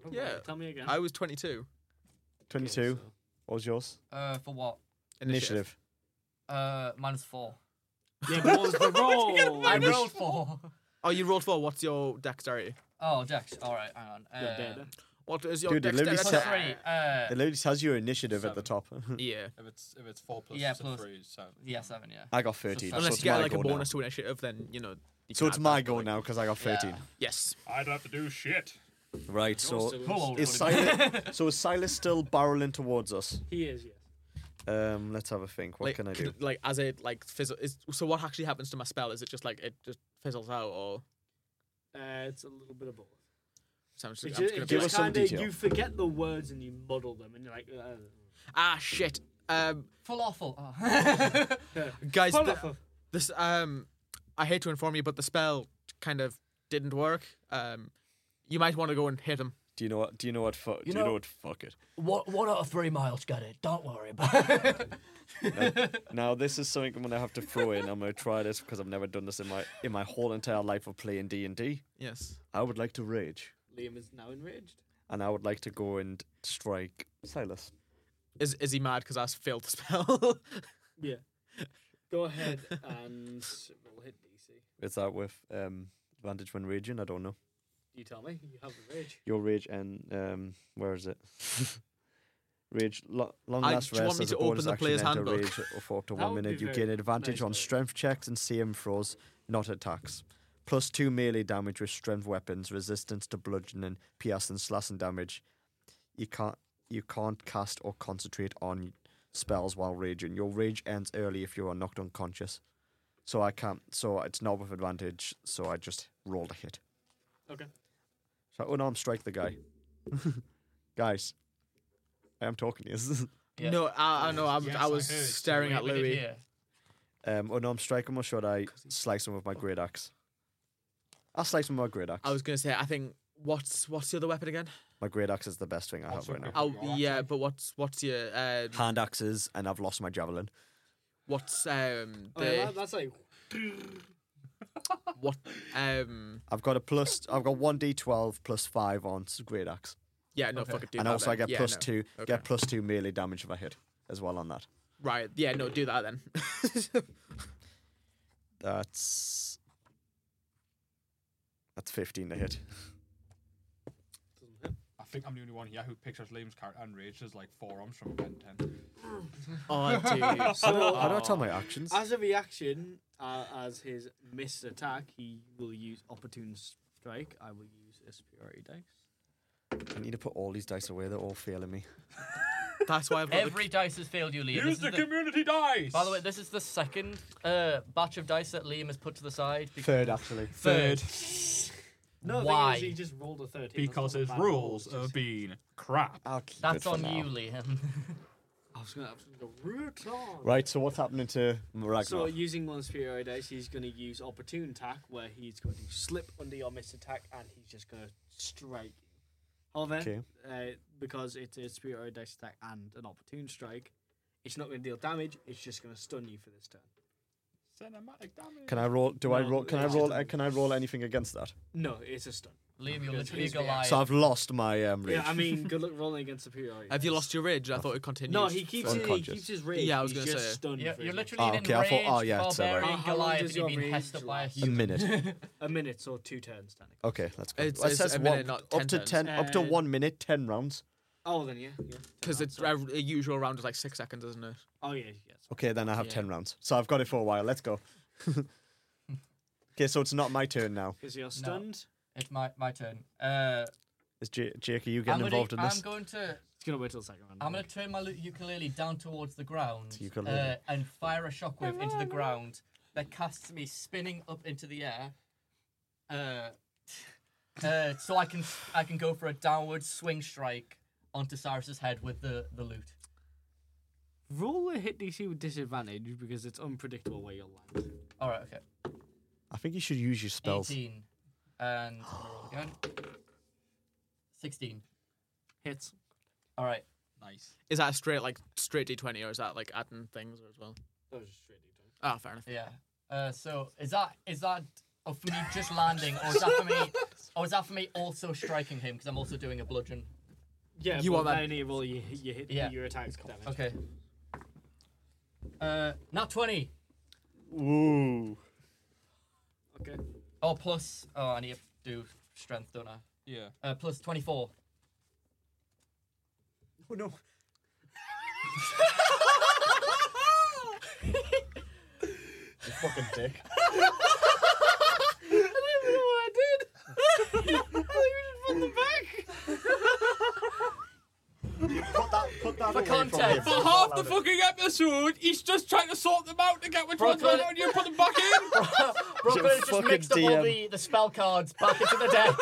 Speaker 5: oh,
Speaker 3: Yeah.
Speaker 5: Tell me again.
Speaker 3: I was 22.
Speaker 5: Okay,
Speaker 2: twenty-two.
Speaker 5: so-
Speaker 2: What was yours?
Speaker 1: Uh, for what?
Speaker 3: Initiative.
Speaker 2: Initiative.
Speaker 1: Uh, minus four.
Speaker 5: Yeah, but what was the roll?
Speaker 1: I rolled four.
Speaker 3: Oh, you rolled four. What's your dexterity?
Speaker 1: Oh, Dex. All right, hang on.
Speaker 5: You're
Speaker 1: Uh,
Speaker 5: dead.
Speaker 3: What is your
Speaker 2: Dude, it literally
Speaker 3: dexterity?
Speaker 1: plus
Speaker 2: said-
Speaker 1: three. Uh,
Speaker 2: It literally tells you initiative at the top.
Speaker 3: Yeah.
Speaker 4: If it's if it's four plus
Speaker 1: Yeah,
Speaker 4: it's a
Speaker 1: plus-
Speaker 4: three, so
Speaker 1: yeah, seven. Yeah.
Speaker 2: I got thirteen.
Speaker 1: So
Speaker 2: so
Speaker 3: Unless
Speaker 2: it's
Speaker 3: you get
Speaker 2: my
Speaker 3: like a
Speaker 2: go now.
Speaker 3: bonus to initiative, then you know. You
Speaker 2: So
Speaker 3: can
Speaker 2: it's
Speaker 3: add
Speaker 2: my
Speaker 3: that,
Speaker 2: go
Speaker 3: like-
Speaker 2: now because I got
Speaker 1: Yeah.
Speaker 2: thirteen.
Speaker 3: Yes.
Speaker 4: I don't have to do shit.
Speaker 2: Right, so
Speaker 5: Hello,
Speaker 2: is Silas, so is Silas still barreling towards us?
Speaker 5: He is, yes.
Speaker 2: Um, let's have a think. What
Speaker 3: like,
Speaker 2: can I do?
Speaker 3: could- Like, as it like fizzle. Is, so, what actually happens to my spell? Is it just like it just fizzles out, or
Speaker 5: Uh, it's a little bit of both.
Speaker 3: so I'm just, I'm
Speaker 5: It's
Speaker 3: just
Speaker 5: just,
Speaker 3: gonna
Speaker 5: it's
Speaker 3: be
Speaker 2: give us
Speaker 3: like,
Speaker 5: just
Speaker 2: some
Speaker 5: kind of
Speaker 2: detail.
Speaker 5: you forget the words and you muddle them, and you're like, uh,
Speaker 3: ah shit, um,
Speaker 1: Falafel.
Speaker 3: guys,
Speaker 5: uh,
Speaker 3: the- this um, I hate to inform you, but the spell kind of didn't work. Um, you might want to go and hit him.
Speaker 2: Do you know what? Do you know what? Fu- do you
Speaker 7: know-
Speaker 2: know what? Fuck it.
Speaker 7: What one out of three miles got it. Don't worry about it.
Speaker 2: Now this is something I'm gonna have to throw in. I'm gonna try this because I've never done this in my in my whole entire life of playing D and D.
Speaker 3: Yes.
Speaker 2: I would like to rage,
Speaker 5: Liam is now enraged.
Speaker 2: and I would like to go and strike Silas.
Speaker 3: Is is he mad because I failed the spell?
Speaker 5: Yeah. Go ahead and we'll hit DC.
Speaker 2: Is that with um advantage when raging? I don't know.
Speaker 5: You tell me. You have the rage.
Speaker 2: Your rage and um, where is it? rage lo- long
Speaker 3: I-
Speaker 2: last
Speaker 3: do you
Speaker 2: rest.
Speaker 3: want me
Speaker 2: as
Speaker 3: to
Speaker 2: a bonus
Speaker 3: open the
Speaker 2: action,
Speaker 3: player's
Speaker 2: enter
Speaker 3: handbook?
Speaker 2: Rage for up to
Speaker 5: That
Speaker 2: one
Speaker 5: would be
Speaker 2: nice, you
Speaker 5: very
Speaker 2: gain advantage on
Speaker 5: nice, though.
Speaker 2: strength checks and CM throws, not attacks. Plus two melee damage with strength weapons, resistance to bludgeoning, pierce and slashing damage. You can't you can't cast or concentrate on spells while raging. Your rage ends early if you are knocked unconscious. So I can't. So it's not with advantage. So I just rolled a hit.
Speaker 5: Okay.
Speaker 2: So oh, unarmed strike the guy. Guys, I am talking to you.
Speaker 1: Yeah.
Speaker 3: No, I, I know. I'm,
Speaker 4: Yes,
Speaker 3: I
Speaker 4: I
Speaker 3: was
Speaker 4: heard.
Speaker 3: staring at Louis.
Speaker 2: Um, unarmed strike him, or should I slice him with my great axe? I'll slice him with my great axe.
Speaker 3: I was gonna say, I think what's what's the other weapon again?
Speaker 2: My great axe is the best thing I have
Speaker 4: Also
Speaker 2: right now.
Speaker 4: great.
Speaker 3: Oh
Speaker 4: Your
Speaker 3: yeah, but what's what's your uh,
Speaker 2: Hand axes, and I've lost my javelin.
Speaker 3: what's um
Speaker 5: Oh, yeah,
Speaker 3: the
Speaker 5: that, that's like
Speaker 3: what um
Speaker 2: I've got a plus. I've got one d12 plus five on s- great axe,
Speaker 3: yeah no fucking do
Speaker 2: and
Speaker 3: that
Speaker 2: also I
Speaker 3: then.
Speaker 2: get
Speaker 3: yeah,
Speaker 2: plus
Speaker 3: no.
Speaker 2: two.
Speaker 3: Okay.
Speaker 2: Get plus two melee damage if I hit as well on that.
Speaker 3: right yeah no do that then
Speaker 2: That's that's 15 to hit.
Speaker 4: I think I'm the only one here who pictures Liam's character and Rage as like forearms from Ben 10.
Speaker 3: oh dude
Speaker 5: so.
Speaker 2: How do I tell my actions?
Speaker 5: uh, As a reaction, uh, as his missed attack, he will use opportune strike. I will use a superiority dice.
Speaker 2: I need to put all these dice away. They're all failing me.
Speaker 3: that's why I've got
Speaker 1: Every dice has failed you, Liam. This
Speaker 4: Use
Speaker 1: is
Speaker 4: the,
Speaker 1: the-
Speaker 4: community dice!
Speaker 1: by the way, this is the second uh, batch of dice that Liam has put to the side. Because
Speaker 2: Third, actually.
Speaker 1: third.
Speaker 5: No, the
Speaker 1: Why?
Speaker 5: Thing is, he just rolled a thirteen. That's
Speaker 4: because
Speaker 5: not a
Speaker 4: his
Speaker 5: bad roll,
Speaker 4: rules
Speaker 5: it's just-
Speaker 4: have been crap.
Speaker 2: I'll keep
Speaker 1: That's
Speaker 2: it for
Speaker 1: on
Speaker 2: now.
Speaker 1: you, Liam.
Speaker 5: I was gonna, I was gonna go root on.
Speaker 2: Right, so what's happening to Ragnar?
Speaker 5: So, using one superiority dice, he's going to use opportune attack, where he's going to slip under your missed attack, and he's just going to strike. you. However,
Speaker 2: Okay.
Speaker 5: uh, because it's a superiority dice attack and an opportune strike, it's not going to deal damage. It's just going to stun you for this turn.
Speaker 4: Cinematic damage.
Speaker 2: Can I roll? Do I
Speaker 5: No,
Speaker 2: roll? Can I
Speaker 5: it's just
Speaker 2: roll?
Speaker 5: a-
Speaker 2: uh, Can I roll anything against that?
Speaker 5: No, it's a stun.
Speaker 1: Liam, you're literally a
Speaker 5: he's been-
Speaker 1: Goliath.
Speaker 2: So I've lost my um, rage.
Speaker 5: Yeah, I mean, good luck rolling against superiority.
Speaker 3: have you
Speaker 5: dice.
Speaker 3: lost your ridge I thought it continued
Speaker 5: No, he keeps
Speaker 2: for-
Speaker 5: it, he
Speaker 2: Unconscious.
Speaker 5: keeps his rage.
Speaker 3: Yeah, I was
Speaker 5: he's
Speaker 3: gonna
Speaker 5: just
Speaker 3: say.
Speaker 5: stunned
Speaker 1: You're,
Speaker 5: for
Speaker 1: you're
Speaker 5: his
Speaker 1: literally
Speaker 2: Oh,
Speaker 1: an
Speaker 2: okay, I thought-
Speaker 1: enraged
Speaker 2: oh, yeah, it's
Speaker 1: barbarian
Speaker 2: alright.
Speaker 5: How- how long
Speaker 1: Goliath
Speaker 5: does
Speaker 1: and you've
Speaker 5: your
Speaker 1: been
Speaker 5: rage
Speaker 1: hessed up by a
Speaker 5: last?
Speaker 2: a
Speaker 1: human.
Speaker 2: minute.
Speaker 5: a minute, so two turns technically.
Speaker 2: Okay, let's go.
Speaker 3: It's-
Speaker 2: Well,
Speaker 3: it's a minute, not
Speaker 2: up
Speaker 3: 10
Speaker 2: to
Speaker 3: turns.
Speaker 2: ten, up to
Speaker 5: Uh,
Speaker 2: one minute, ten rounds.
Speaker 5: Oh, then yeah, yeah.
Speaker 3: because
Speaker 5: Ten
Speaker 3: a,
Speaker 5: rounds,
Speaker 3: a usual round is like six seconds isn't it
Speaker 5: sorry. Oh yeah, yes.
Speaker 2: Okay, then I have
Speaker 3: Yeah.
Speaker 2: ten rounds. So I've got it for a while. Let's go. okay, so it's not my turn now.
Speaker 5: Because you're stunned.
Speaker 1: It's my, my turn. Uh,
Speaker 2: Is J- Jake? Are you
Speaker 1: I'm,
Speaker 2: getting
Speaker 1: gonna,
Speaker 2: involved in
Speaker 1: I'm
Speaker 2: this?
Speaker 1: going to
Speaker 5: It's gonna wait till the second round.
Speaker 1: I'm going to turn my lu- ukulele down towards the ground
Speaker 2: ukulele.
Speaker 1: uh, and fire a shockwave into the ground that casts me spinning up into the air. Uh, uh, so I can I can go for a downward swing strike onto Cyrus's head with the, the loot.
Speaker 5: Roll a hit DC with disadvantage because it's unpredictable where you'll land.
Speaker 1: All right, okay.
Speaker 2: I think you should use your spells.
Speaker 1: 18 and I'm gonna roll again. 16.
Speaker 5: Hits.
Speaker 1: All right.
Speaker 4: Nice.
Speaker 3: is that a straight like straight d20 or is that like adding things as well
Speaker 5: That was just straight d20.
Speaker 3: ah fair enough
Speaker 1: Yeah. Uh, so is that is that oh, for me just landing, or is that for me, or is that for me also striking him because I'm also doing a bludgeon?
Speaker 5: Yeah,
Speaker 3: You
Speaker 5: but
Speaker 3: want that-
Speaker 5: then you roll your, your hit
Speaker 1: Yeah.
Speaker 5: your attacks damage.
Speaker 1: Okay. Uh, not twenty.
Speaker 2: Ooh.
Speaker 5: Okay.
Speaker 1: Oh, plus. Oh, I need to do strength, don't I?
Speaker 4: Yeah.
Speaker 1: Uh, plus twenty-four.
Speaker 2: Oh no. you fucking dick.
Speaker 1: I didn't know what I did. I thought you were just from the back.
Speaker 8: that
Speaker 1: For
Speaker 8: away from
Speaker 1: context.
Speaker 8: me.
Speaker 4: For half the fucking episode, he's just trying to sort them out to get which ones went out and you put them back in.
Speaker 1: Brooklyn has just
Speaker 2: fucking
Speaker 1: mixed up all
Speaker 2: DM.
Speaker 1: the, the spell cards back into the deck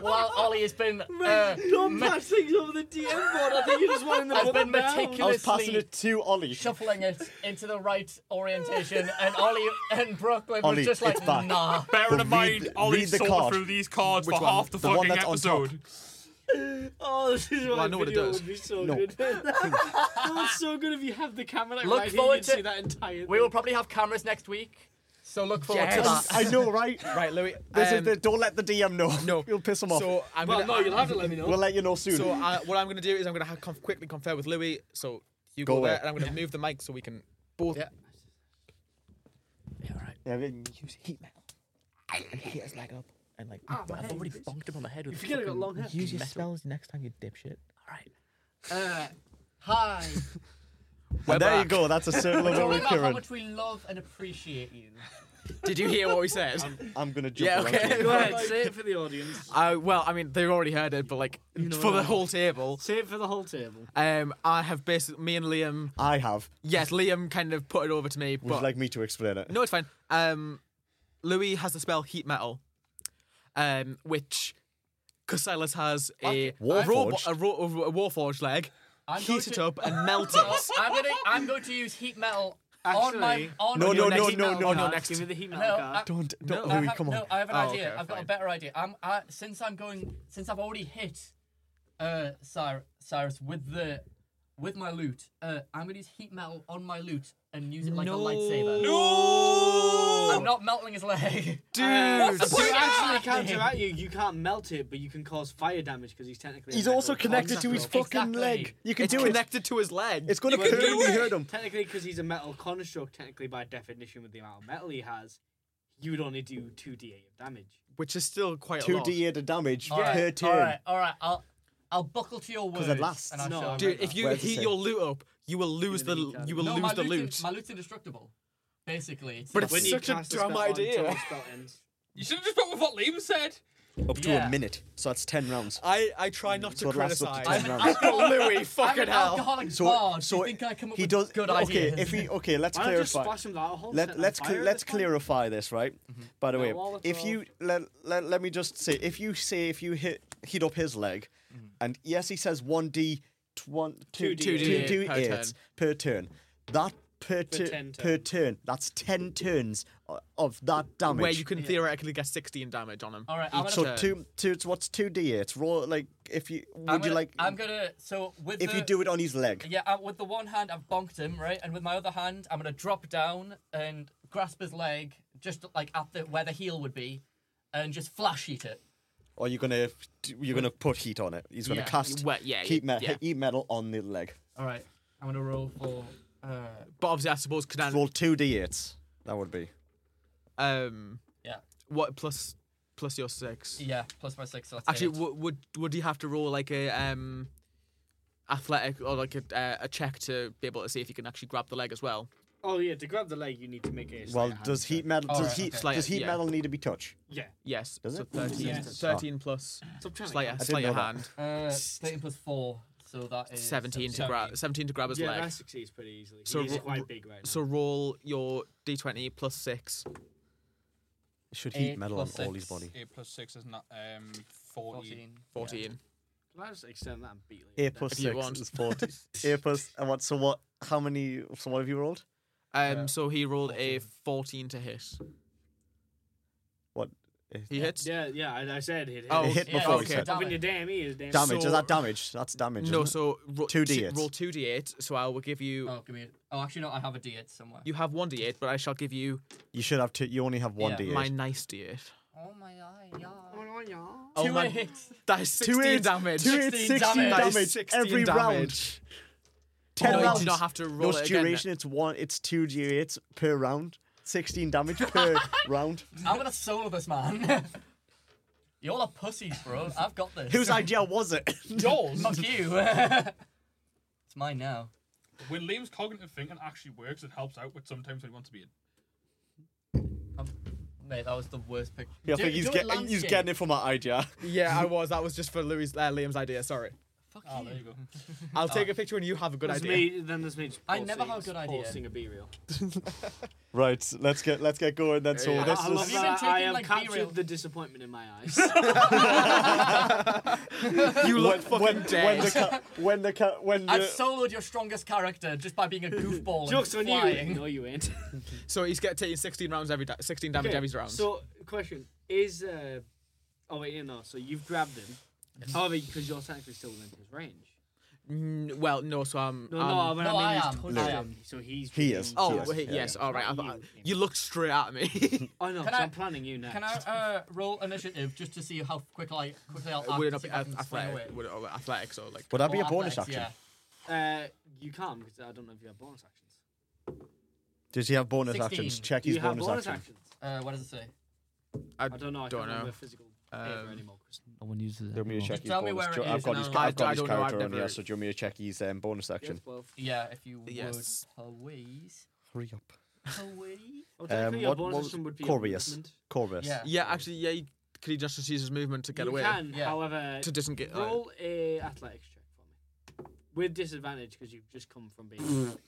Speaker 1: while Ollie has been uh,
Speaker 8: Don't
Speaker 1: me-
Speaker 8: pass things over the DM board. I think you just wanted them
Speaker 1: has
Speaker 8: put
Speaker 1: been
Speaker 8: them down.
Speaker 2: I was
Speaker 1: meticulously
Speaker 2: passing it to Ollie.
Speaker 1: shuffling it into the right orientation, and Ollie and Brooklyn
Speaker 2: Ollie,
Speaker 1: was just like,
Speaker 2: it's back.
Speaker 1: nah.
Speaker 4: Bearing
Speaker 2: But
Speaker 4: in
Speaker 2: read
Speaker 4: mind,
Speaker 2: the-
Speaker 4: Ollie
Speaker 2: read the
Speaker 4: sorted
Speaker 2: card.
Speaker 4: through these cards
Speaker 2: Which
Speaker 4: for
Speaker 2: one?
Speaker 4: half the,
Speaker 2: The one
Speaker 4: fucking
Speaker 2: that's on top.
Speaker 4: episode.
Speaker 8: Oh, this is why
Speaker 3: I know what it
Speaker 8: video
Speaker 3: does.
Speaker 8: would be so
Speaker 2: No.
Speaker 8: good. That's so good if you have the camera like,
Speaker 1: Look
Speaker 8: right
Speaker 1: forward
Speaker 8: here, you can
Speaker 1: to-
Speaker 8: see that entire
Speaker 1: We will
Speaker 8: thing.
Speaker 1: probably have cameras next week, so look forward to
Speaker 3: Yes.
Speaker 1: that.
Speaker 2: I know, right?
Speaker 3: Right, Louis.
Speaker 2: This
Speaker 3: um,
Speaker 2: is the, don't let the DM know.
Speaker 3: No.
Speaker 2: You'll piss him off.
Speaker 3: So I'm
Speaker 8: Well,
Speaker 3: gonna.
Speaker 8: Oh, no, you'll have to let me know.
Speaker 2: we'll let you know soon.
Speaker 3: So I, what I'm going to do is I'm going to conf- quickly confer with Louis. So you
Speaker 2: Go
Speaker 3: go,
Speaker 2: away.
Speaker 3: there, and I'm going to move the mic so we can both.
Speaker 1: Yeah.
Speaker 2: yeah, we-
Speaker 3: Use heat metal. And heat us back up. And like,
Speaker 1: I've already bonked him on the head with
Speaker 8: You forget I got
Speaker 1: fucking
Speaker 8: long hair.
Speaker 3: use your
Speaker 1: metal.
Speaker 3: spells next time, you dipshit.
Speaker 1: Uh, hi.
Speaker 2: and there you go. That's a circle of
Speaker 1: Talk about how
Speaker 2: recurrent.
Speaker 1: much we love and appreciate you.
Speaker 3: Did you hear what we said?
Speaker 1: Um,
Speaker 2: I'm gonna jump.
Speaker 3: Yeah,
Speaker 2: around
Speaker 3: okay.
Speaker 2: here.
Speaker 8: Go ahead, say it for the audience.
Speaker 3: Uh, well, I mean, they've already heard it, but like for the whole table,
Speaker 8: Say it for the whole table.
Speaker 3: um, I have basically me and Liam.
Speaker 2: I have.
Speaker 3: Yes, Liam kind of put it over to me,
Speaker 2: Would you
Speaker 3: but
Speaker 2: like me to explain it?
Speaker 3: no, it's fine. Um, Louis has the spell heat metal, um, which Cassilis has a
Speaker 2: Warforged?
Speaker 3: robot, a, ro- a warforged leg,
Speaker 1: I'm going
Speaker 3: heat
Speaker 1: to-
Speaker 3: it up and melt it.
Speaker 1: I'm gonna I'm going to use heat metal on my
Speaker 8: Actually-
Speaker 1: on
Speaker 2: No,
Speaker 1: your
Speaker 2: no,
Speaker 1: next
Speaker 2: no,
Speaker 1: heat
Speaker 2: no,
Speaker 1: metal
Speaker 2: no,
Speaker 1: card.
Speaker 3: no,
Speaker 8: Nah,
Speaker 3: next.
Speaker 8: Give me the heat
Speaker 1: No,
Speaker 8: metal card.
Speaker 1: I-
Speaker 2: Don't, don't,
Speaker 3: No,
Speaker 1: I
Speaker 2: Louis,
Speaker 1: have,
Speaker 2: come on.
Speaker 1: No, I have an
Speaker 3: Oh,
Speaker 1: idea.
Speaker 3: okay,
Speaker 1: I've got
Speaker 3: fine.
Speaker 1: a better idea. I'm I, since I'm going since I've already hit uh Cyrus, Cyrus with the with my loot. Uh, I'm gonna use heat metal on my loot and use it like a lightsaber. I'm not melting his leg.
Speaker 3: Dude,
Speaker 1: What's the
Speaker 8: So
Speaker 1: point?
Speaker 8: uh, you actually
Speaker 1: Yeah.
Speaker 8: can't direct you. You can't melt it, but you can cause fire damage because he's technically. a
Speaker 2: He's
Speaker 8: metal
Speaker 2: also connected to his
Speaker 8: construct.
Speaker 2: fucking
Speaker 1: Exactly.
Speaker 2: leg. You can
Speaker 3: it's
Speaker 2: do
Speaker 3: connected to his leg.
Speaker 2: it. It's gonna
Speaker 4: You can
Speaker 2: curl.
Speaker 4: do
Speaker 2: You
Speaker 4: it.
Speaker 2: heard him.
Speaker 8: Technically, because he's a metal construct, technically by definition, with the amount of metal he has, you'd only do two d8 of damage.
Speaker 3: which is still quite a
Speaker 2: Two
Speaker 3: lot.
Speaker 2: D E eight of damage per
Speaker 1: Alright,
Speaker 2: turn.
Speaker 1: alright, alright. I'll I'll buckle to your words.
Speaker 2: it lasts.
Speaker 1: And I'll
Speaker 8: No,
Speaker 1: show
Speaker 3: Dude, if you
Speaker 2: Where's the
Speaker 3: heat
Speaker 2: save?
Speaker 3: your loot up, you will lose the
Speaker 8: the heat
Speaker 3: you will
Speaker 1: no,
Speaker 3: lose
Speaker 1: my
Speaker 3: the
Speaker 1: loot's
Speaker 3: loot.
Speaker 1: in- my loot's indestructible. Basically, it's
Speaker 3: But
Speaker 1: not-
Speaker 3: it's
Speaker 8: When you
Speaker 3: such a
Speaker 8: cast spell
Speaker 3: dumb
Speaker 8: on,
Speaker 3: idea.
Speaker 8: until the spell ends.
Speaker 4: You should have just went with what Liam said.
Speaker 2: Up to
Speaker 1: Yeah. Oh,
Speaker 2: a minute. So that's ten rounds.
Speaker 3: I I try not
Speaker 2: So
Speaker 3: to
Speaker 2: it lasts up to
Speaker 3: criticize.
Speaker 2: ten
Speaker 1: I'm-
Speaker 2: rounds.
Speaker 1: I'm-
Speaker 3: Louis,
Speaker 1: I'm
Speaker 3: fucking
Speaker 1: an
Speaker 3: hell.
Speaker 1: alcoholic
Speaker 2: So-
Speaker 1: bard.
Speaker 2: so
Speaker 1: you think I come up
Speaker 2: He
Speaker 1: with
Speaker 2: does.
Speaker 1: good
Speaker 2: okay,
Speaker 1: ideas?
Speaker 2: if he okay, let's
Speaker 8: Why not just
Speaker 2: clarify.
Speaker 8: splash him that whole set
Speaker 2: Let,
Speaker 8: on
Speaker 2: let's
Speaker 8: fire
Speaker 2: cl-
Speaker 8: at
Speaker 2: let's
Speaker 8: this point?
Speaker 2: clarify this, right?
Speaker 1: Mm-hmm.
Speaker 2: By the
Speaker 8: No,
Speaker 2: way,
Speaker 8: all the
Speaker 2: if
Speaker 8: twelve.
Speaker 2: you let, let let me just say, if you say if you hit heat up his leg,
Speaker 1: Mm-hmm.
Speaker 2: and yes, he says one d tw- one two
Speaker 8: Two
Speaker 3: D8
Speaker 2: two
Speaker 3: per
Speaker 2: D8s per turn. That per, tu-
Speaker 8: 10
Speaker 2: per turn, that's ten turns o- of that damage.
Speaker 3: Where you can theoretically get 16 damage on him.
Speaker 1: All right, I'm
Speaker 3: each
Speaker 1: gonna-
Speaker 2: so
Speaker 3: turn.
Speaker 2: two two. it's- What's two d8? Roll like if you would
Speaker 1: I'm
Speaker 2: you
Speaker 1: gonna-
Speaker 2: like
Speaker 1: I'm gonna. So with
Speaker 2: if
Speaker 1: the,
Speaker 3: Uh,
Speaker 2: you do it on his leg.
Speaker 1: Yeah, uh, with the one hand I've bonked him right, and with my other hand I'm gonna drop down and grasp his leg, just like at the where the heel would be, and just flash eat it.
Speaker 2: Or you're gonna you're gonna put heat on it. He's gonna
Speaker 1: Yeah.
Speaker 2: cast
Speaker 3: Well, yeah,
Speaker 2: heat, me-
Speaker 3: yeah.
Speaker 2: heat metal on the leg.
Speaker 1: All right, I'm gonna roll for. Uh,
Speaker 3: But obviously, I suppose could I,
Speaker 2: Roll two d8s. That would be.
Speaker 3: um
Speaker 1: yeah,
Speaker 3: what plus plus your six.
Speaker 1: yeah, plus my six. So that's
Speaker 3: Actually,
Speaker 1: eight.
Speaker 3: w- would would you have to roll like a um athletic or like a uh, a check to be able to see if you can actually grab the leg as well?
Speaker 8: Oh yeah, to grab the leg, you need to make a.
Speaker 2: Well,
Speaker 8: sleight of
Speaker 2: does
Speaker 8: hand
Speaker 2: heat metal does
Speaker 1: Alright,
Speaker 2: heat
Speaker 1: okay.
Speaker 3: Slight,
Speaker 2: does heat
Speaker 3: yeah.
Speaker 2: metal need to be touch?
Speaker 8: check. Yeah.
Speaker 3: Yes.
Speaker 2: Does
Speaker 3: so
Speaker 2: it?
Speaker 3: 13,
Speaker 8: Yes.
Speaker 3: 13 plus
Speaker 8: So I'm trying to
Speaker 3: sleight,
Speaker 8: count.
Speaker 2: didn't
Speaker 3: sleight of
Speaker 2: know that.
Speaker 3: hand.
Speaker 1: uh, thirteen plus four, so that is
Speaker 3: 17 to grab 17 to grab his
Speaker 8: yeah,
Speaker 3: leg.
Speaker 8: that succeeds pretty easily.
Speaker 3: So
Speaker 8: So he's
Speaker 3: ro-
Speaker 8: quite big right now.
Speaker 3: So roll your d20 plus 6.
Speaker 2: Should
Speaker 1: Eight
Speaker 2: heat metal on
Speaker 1: plus
Speaker 2: all his
Speaker 1: six.
Speaker 2: body.
Speaker 4: 8 plus 6 isn't that um, 14.
Speaker 1: 14.
Speaker 3: 14.
Speaker 8: Can I just extend that and beat Liam?
Speaker 2: Eight
Speaker 8: down?
Speaker 2: plus
Speaker 3: If you
Speaker 2: six
Speaker 3: want.
Speaker 2: is forty. Eight plus and what? So what? How many? So what have you rolled?
Speaker 3: Um, So he rolled a 14 to hit.
Speaker 2: What?
Speaker 3: He hits?
Speaker 8: Yeah, yeah. I, I said it.
Speaker 3: Oh,
Speaker 2: It hit
Speaker 1: yeah,
Speaker 2: before
Speaker 3: okay.
Speaker 2: he said
Speaker 8: Up in your damn ears, damn.
Speaker 2: damage.
Speaker 3: So-
Speaker 2: is that damage? That's damage. isn't
Speaker 3: No,
Speaker 2: it?
Speaker 3: so ro-
Speaker 2: Two
Speaker 3: t-
Speaker 2: D8s.
Speaker 3: roll 2d8. So I will give you.
Speaker 1: Oh, give me. Oh, actually, no, I have a D8 somewhere.
Speaker 3: You have 1d8, but I shall give you
Speaker 2: you should have two. You only have one
Speaker 1: Yeah.
Speaker 2: d8.
Speaker 3: my nice d8.
Speaker 1: Oh my god, yeah.
Speaker 3: Oh,
Speaker 1: Two
Speaker 3: man.
Speaker 1: hits.
Speaker 3: That is 16
Speaker 2: eights.
Speaker 3: damage.
Speaker 2: Two eight,
Speaker 1: 16
Speaker 2: 16
Speaker 1: damage.
Speaker 3: That is
Speaker 2: damage,
Speaker 3: 16
Speaker 2: every
Speaker 3: damage.
Speaker 2: round. Ten
Speaker 3: Oh, you
Speaker 2: rounds.
Speaker 3: do not have to roll
Speaker 2: No,
Speaker 3: it
Speaker 2: it's
Speaker 3: again.
Speaker 2: duration. It's one. It's two d8s per round. Sixteen damage per round.
Speaker 1: I'm gonna solo this man. You're all are pussies, bro. I've got this.
Speaker 2: Whose idea was it?
Speaker 4: Yours!
Speaker 1: Fuck you. it's mine now.
Speaker 4: when Liam's cognitive thinking actually works, it helps out, but sometimes when he wants to be a
Speaker 1: Um, mate, that was the worst picture.
Speaker 2: Yeah, I think he's, get, he's getting it from our idea.
Speaker 3: Yeah, I was. That was just for Louis, uh, Liam's idea. Sorry.
Speaker 1: Fuck
Speaker 4: Ah,
Speaker 2: Oh,
Speaker 4: there you go.
Speaker 3: I'll take a picture and you have a good
Speaker 5: There's
Speaker 3: idea.
Speaker 5: me, then there's me. Just
Speaker 1: I never had a
Speaker 5: posting-
Speaker 1: good idea.
Speaker 5: Posting a B-reel.
Speaker 2: Right, let's get let's get going then. So
Speaker 3: Yeah.
Speaker 2: this
Speaker 5: I,
Speaker 1: love
Speaker 5: love
Speaker 1: Have
Speaker 2: was
Speaker 1: you
Speaker 5: that.
Speaker 1: been
Speaker 5: I
Speaker 1: taking,
Speaker 5: have
Speaker 1: like,
Speaker 5: captured
Speaker 1: B-reel?
Speaker 5: the disappointment in my eyes.
Speaker 3: You look
Speaker 2: when, when, when
Speaker 3: fucking dead.
Speaker 2: the ca- when the ca- when
Speaker 1: I've
Speaker 2: the,
Speaker 1: soloed your strongest character just by being a goofball.
Speaker 5: Jokes
Speaker 1: and
Speaker 5: on
Speaker 1: flying.
Speaker 5: you. No, you ain't.
Speaker 3: so he's getting taking 16 rounds every da- 16 damage
Speaker 5: Okay,
Speaker 3: every round.
Speaker 5: So, question is, uh, oh wait, yeah, no. So you've grabbed him. However, because you're technically still within his range.
Speaker 3: Mm, well, no, so um, I'm.
Speaker 5: No,
Speaker 3: I'm-
Speaker 5: no, but
Speaker 1: Um, no, I
Speaker 5: I mean,
Speaker 1: am.
Speaker 5: he's touched
Speaker 1: No.
Speaker 5: him, so he's.
Speaker 2: He
Speaker 5: within-
Speaker 2: is.
Speaker 3: Oh,
Speaker 2: Yes,
Speaker 3: wait,
Speaker 2: yeah,
Speaker 3: yes,
Speaker 2: yeah.
Speaker 3: all right. I,
Speaker 5: Not
Speaker 3: thought-
Speaker 5: you.
Speaker 3: you looked straight at me.
Speaker 5: Oh no,
Speaker 1: Can
Speaker 5: so
Speaker 1: I-
Speaker 5: I'm planning you next.
Speaker 1: Can I uh, roll initiative just to see how quickly I quickly I'll act
Speaker 3: would it
Speaker 1: to
Speaker 3: not
Speaker 1: see
Speaker 3: be
Speaker 1: if I can
Speaker 3: ath-
Speaker 1: swing away?
Speaker 3: athletic, would it, or athletics or like?
Speaker 2: would that be
Speaker 1: Or
Speaker 2: a bonus
Speaker 1: athletics,
Speaker 2: action?
Speaker 5: Uh, you can't because I don't know if you have bonus actions.
Speaker 2: Does he have bonus
Speaker 1: 16.
Speaker 2: actions? Check
Speaker 5: Do you
Speaker 2: his
Speaker 5: have
Speaker 2: bonus,
Speaker 5: bonus
Speaker 2: action.
Speaker 5: actions?
Speaker 1: Yeah. Uh, what does it say?
Speaker 3: I,
Speaker 5: I don't know. I
Speaker 3: Don't
Speaker 5: can't
Speaker 3: know.
Speaker 5: remember physical
Speaker 3: Um,
Speaker 5: paper anymore. Chris.
Speaker 9: No one uses it.
Speaker 2: Do you want me to check his
Speaker 1: Tell me
Speaker 2: bonus?
Speaker 1: where
Speaker 2: do-
Speaker 1: it
Speaker 2: I've
Speaker 1: is
Speaker 2: got
Speaker 1: and
Speaker 2: his,
Speaker 1: I'll-
Speaker 2: I've got
Speaker 3: I
Speaker 2: his
Speaker 3: don't know, I've
Speaker 2: character on
Speaker 3: never-
Speaker 2: here, so do you want me to check his um, bonus action?
Speaker 5: Yes, well,
Speaker 1: Yeah, if you
Speaker 3: Yes.
Speaker 1: would, please.
Speaker 2: Hurry up.
Speaker 1: Please.
Speaker 5: oh, technically your
Speaker 2: what-
Speaker 5: bonus
Speaker 2: what was-
Speaker 5: action would be a
Speaker 2: Corvus.
Speaker 5: movement.
Speaker 2: Corvus.
Speaker 1: Yeah.
Speaker 3: yeah, actually, yeah. You, could he just use his movement to get
Speaker 5: you
Speaker 3: away?
Speaker 5: can,
Speaker 1: Yeah.
Speaker 5: however,
Speaker 3: To disengage.
Speaker 5: roll a athletics check for me with disadvantage because you've just come from being.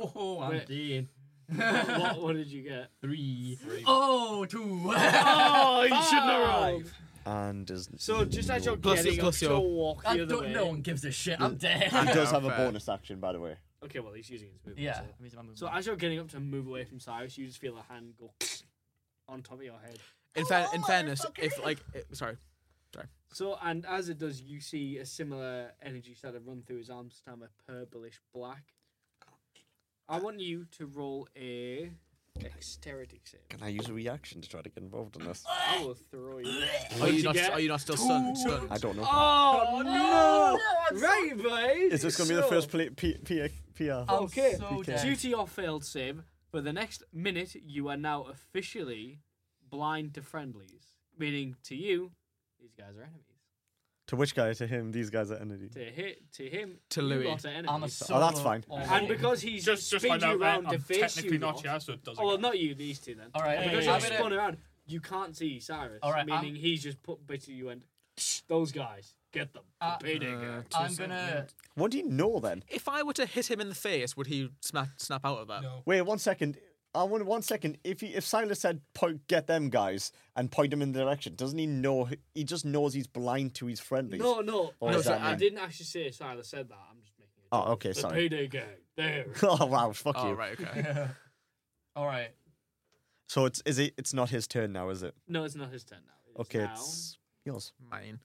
Speaker 1: Oh, I'm
Speaker 5: Wait.
Speaker 1: dead.
Speaker 5: what, what did you get?
Speaker 1: Three. Oh, two.
Speaker 5: Oh, you shouldn't have rolled.
Speaker 2: And does
Speaker 5: So just as you're
Speaker 3: Plus-
Speaker 5: getting
Speaker 3: plus
Speaker 5: up
Speaker 3: your-
Speaker 5: to walk the
Speaker 1: I
Speaker 5: other
Speaker 1: don't,
Speaker 5: way.
Speaker 1: no one gives a shit. I'm
Speaker 2: he
Speaker 1: dead.
Speaker 2: does
Speaker 3: Yeah,
Speaker 2: have a
Speaker 3: fair.
Speaker 2: bonus action, by the way.
Speaker 5: Okay, well he's using his movement.
Speaker 1: yeah.
Speaker 5: so-
Speaker 1: I'm using my movement.
Speaker 5: So, as you're getting up to move away from Cyrus, you just feel a hand go on top of your head.
Speaker 3: In, fa- in fairness, if like, eh, sorry,
Speaker 5: So and as it does, you see a similar energy start to run through his arms, become a purplish black. I want you to roll a dexterity save.
Speaker 2: Can I use a reaction to try to get involved in this?
Speaker 5: I will throw you.
Speaker 3: are you
Speaker 5: you
Speaker 3: not?
Speaker 5: get?
Speaker 3: Are you not still stunned? stunned?
Speaker 2: I don't know.
Speaker 5: Oh, no! Right, boys.
Speaker 2: Is this going to be the
Speaker 5: So,
Speaker 2: first pla P- P- uh, PR?
Speaker 1: I'm
Speaker 5: Okay.
Speaker 1: so
Speaker 2: PK.
Speaker 5: Due
Speaker 1: dead.
Speaker 5: to your failed save, for the next minute, you are now officially blind to friendlies. Meaning, to you, these guys are enemies.
Speaker 2: To which guy? To him? These guys are energy.
Speaker 5: To hit to him,
Speaker 3: To
Speaker 5: you
Speaker 3: Louis.
Speaker 5: lot are enemies.
Speaker 1: I'm a
Speaker 2: Oh, that's
Speaker 1: solo
Speaker 2: fine.
Speaker 1: already.
Speaker 5: And because he's just
Speaker 4: Just, just
Speaker 5: spins
Speaker 4: find out
Speaker 5: you
Speaker 4: that
Speaker 5: around
Speaker 4: I'm
Speaker 5: to face
Speaker 4: technically
Speaker 5: you.
Speaker 4: not
Speaker 5: lot-
Speaker 4: here, so it doesn't.
Speaker 5: Oh, well,
Speaker 4: count.
Speaker 5: not you, these two then.
Speaker 1: All right.
Speaker 4: Because
Speaker 1: Okay.
Speaker 5: Because
Speaker 4: yeah,
Speaker 5: you're
Speaker 1: I'm
Speaker 4: yeah.
Speaker 5: spun
Speaker 1: gonna,
Speaker 5: around, you can't see Cyrus.
Speaker 1: All right,
Speaker 5: meaning
Speaker 1: I'm-
Speaker 5: he's just put bit you and those guys get them.
Speaker 1: Uh,
Speaker 5: Payday
Speaker 3: Uh,
Speaker 5: guy.
Speaker 1: I'm gonna.
Speaker 2: What do you know then?
Speaker 3: If I were to hit him in the face, would he snap snap out of that?
Speaker 4: No.
Speaker 2: Wait one second. I want one second. If he, if Silas said point, get them guys and point them in the direction, doesn't he know? He just knows he's blind to his friendlies.
Speaker 5: No, no,
Speaker 2: What
Speaker 5: no.
Speaker 2: does
Speaker 5: so
Speaker 2: that
Speaker 5: I
Speaker 2: mean?
Speaker 5: didn't actually say Silas said that. I'm just making it.
Speaker 2: Oh, okay,
Speaker 5: the
Speaker 2: sorry.
Speaker 5: payday guy. There.
Speaker 2: oh wow, fuck
Speaker 3: Oh
Speaker 2: you.
Speaker 3: right, okay.
Speaker 1: All right.
Speaker 2: So it's is it? It's not his turn now, is it?
Speaker 5: No, it's not his turn now. It is
Speaker 2: Okay,
Speaker 5: now.
Speaker 2: it's yours.
Speaker 3: Mine.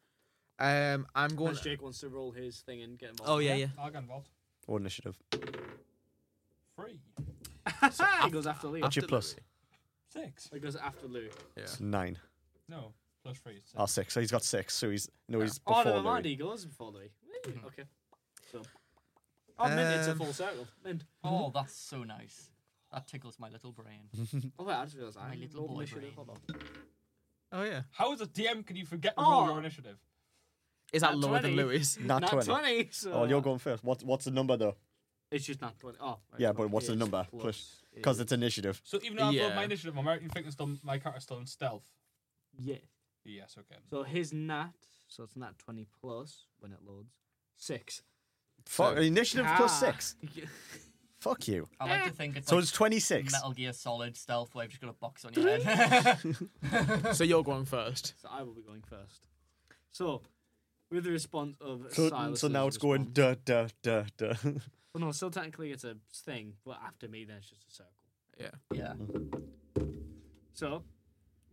Speaker 3: Um, I'm going.
Speaker 5: Unless Jake wants to roll his thing and get involved.
Speaker 3: Oh yeah, yeah.
Speaker 4: I'll get involved.
Speaker 2: Or initiative.
Speaker 4: Three.
Speaker 5: he goes after Leo.
Speaker 2: What's your plus?
Speaker 3: Absolutely.
Speaker 4: Six.
Speaker 5: He goes after Lou.
Speaker 3: Yeah.
Speaker 2: It's nine.
Speaker 4: No. Plus three. is Six.
Speaker 2: Oh, six. So he's got six. So he's no, he's
Speaker 5: Oh,
Speaker 2: before.
Speaker 5: never
Speaker 2: Louis.
Speaker 5: mind. He goes before Louis. Okay. So. Oh, mint, it's a
Speaker 3: Um,
Speaker 5: full circle. Mm-hmm. Mint.
Speaker 1: Oh, that's so nice. That tickles my little brain.
Speaker 5: Oh, wait, I just realised I
Speaker 1: My
Speaker 5: rolled
Speaker 1: little boy
Speaker 5: initiative.
Speaker 1: brain.
Speaker 5: Hold on.
Speaker 3: Oh yeah.
Speaker 4: How as a DM can you forget to roll
Speaker 5: Oh.
Speaker 4: your initiative?
Speaker 3: Is that
Speaker 5: Nat
Speaker 3: lower than
Speaker 5: 20.
Speaker 3: Louis?
Speaker 2: Not,
Speaker 5: Nat
Speaker 2: 20.
Speaker 5: 20, so
Speaker 2: Oh, you're going first. What, what's the number, though?
Speaker 5: It's just not 20. Oh, right,
Speaker 2: Yeah, but what's the
Speaker 5: it's
Speaker 2: number? Plus. Because it's initiative.
Speaker 4: So even though I've rolled
Speaker 3: Yeah.
Speaker 4: my initiative, I'm right in thinking still my character's still in stealth.
Speaker 5: Yeah.
Speaker 4: Yes. Okay.
Speaker 5: So his nat, so it's nat 20 plus when it loads. Six.
Speaker 2: Fuck, initiative plus
Speaker 5: Ah.
Speaker 2: six. Fuck you.
Speaker 1: I like to think it's
Speaker 2: So
Speaker 1: like
Speaker 2: it's 26.
Speaker 1: Metal Gear Solid stealth where I've just got a box on your head.
Speaker 3: so you're going first.
Speaker 5: So I will be going first. So, with the response of
Speaker 2: So, mm,
Speaker 5: Silas.
Speaker 2: so now it's going duh, duh, duh, duh.
Speaker 5: Well, no, still technically it's a thing, but after me, then it's just a circle.
Speaker 3: Yeah.
Speaker 1: yeah.
Speaker 5: So,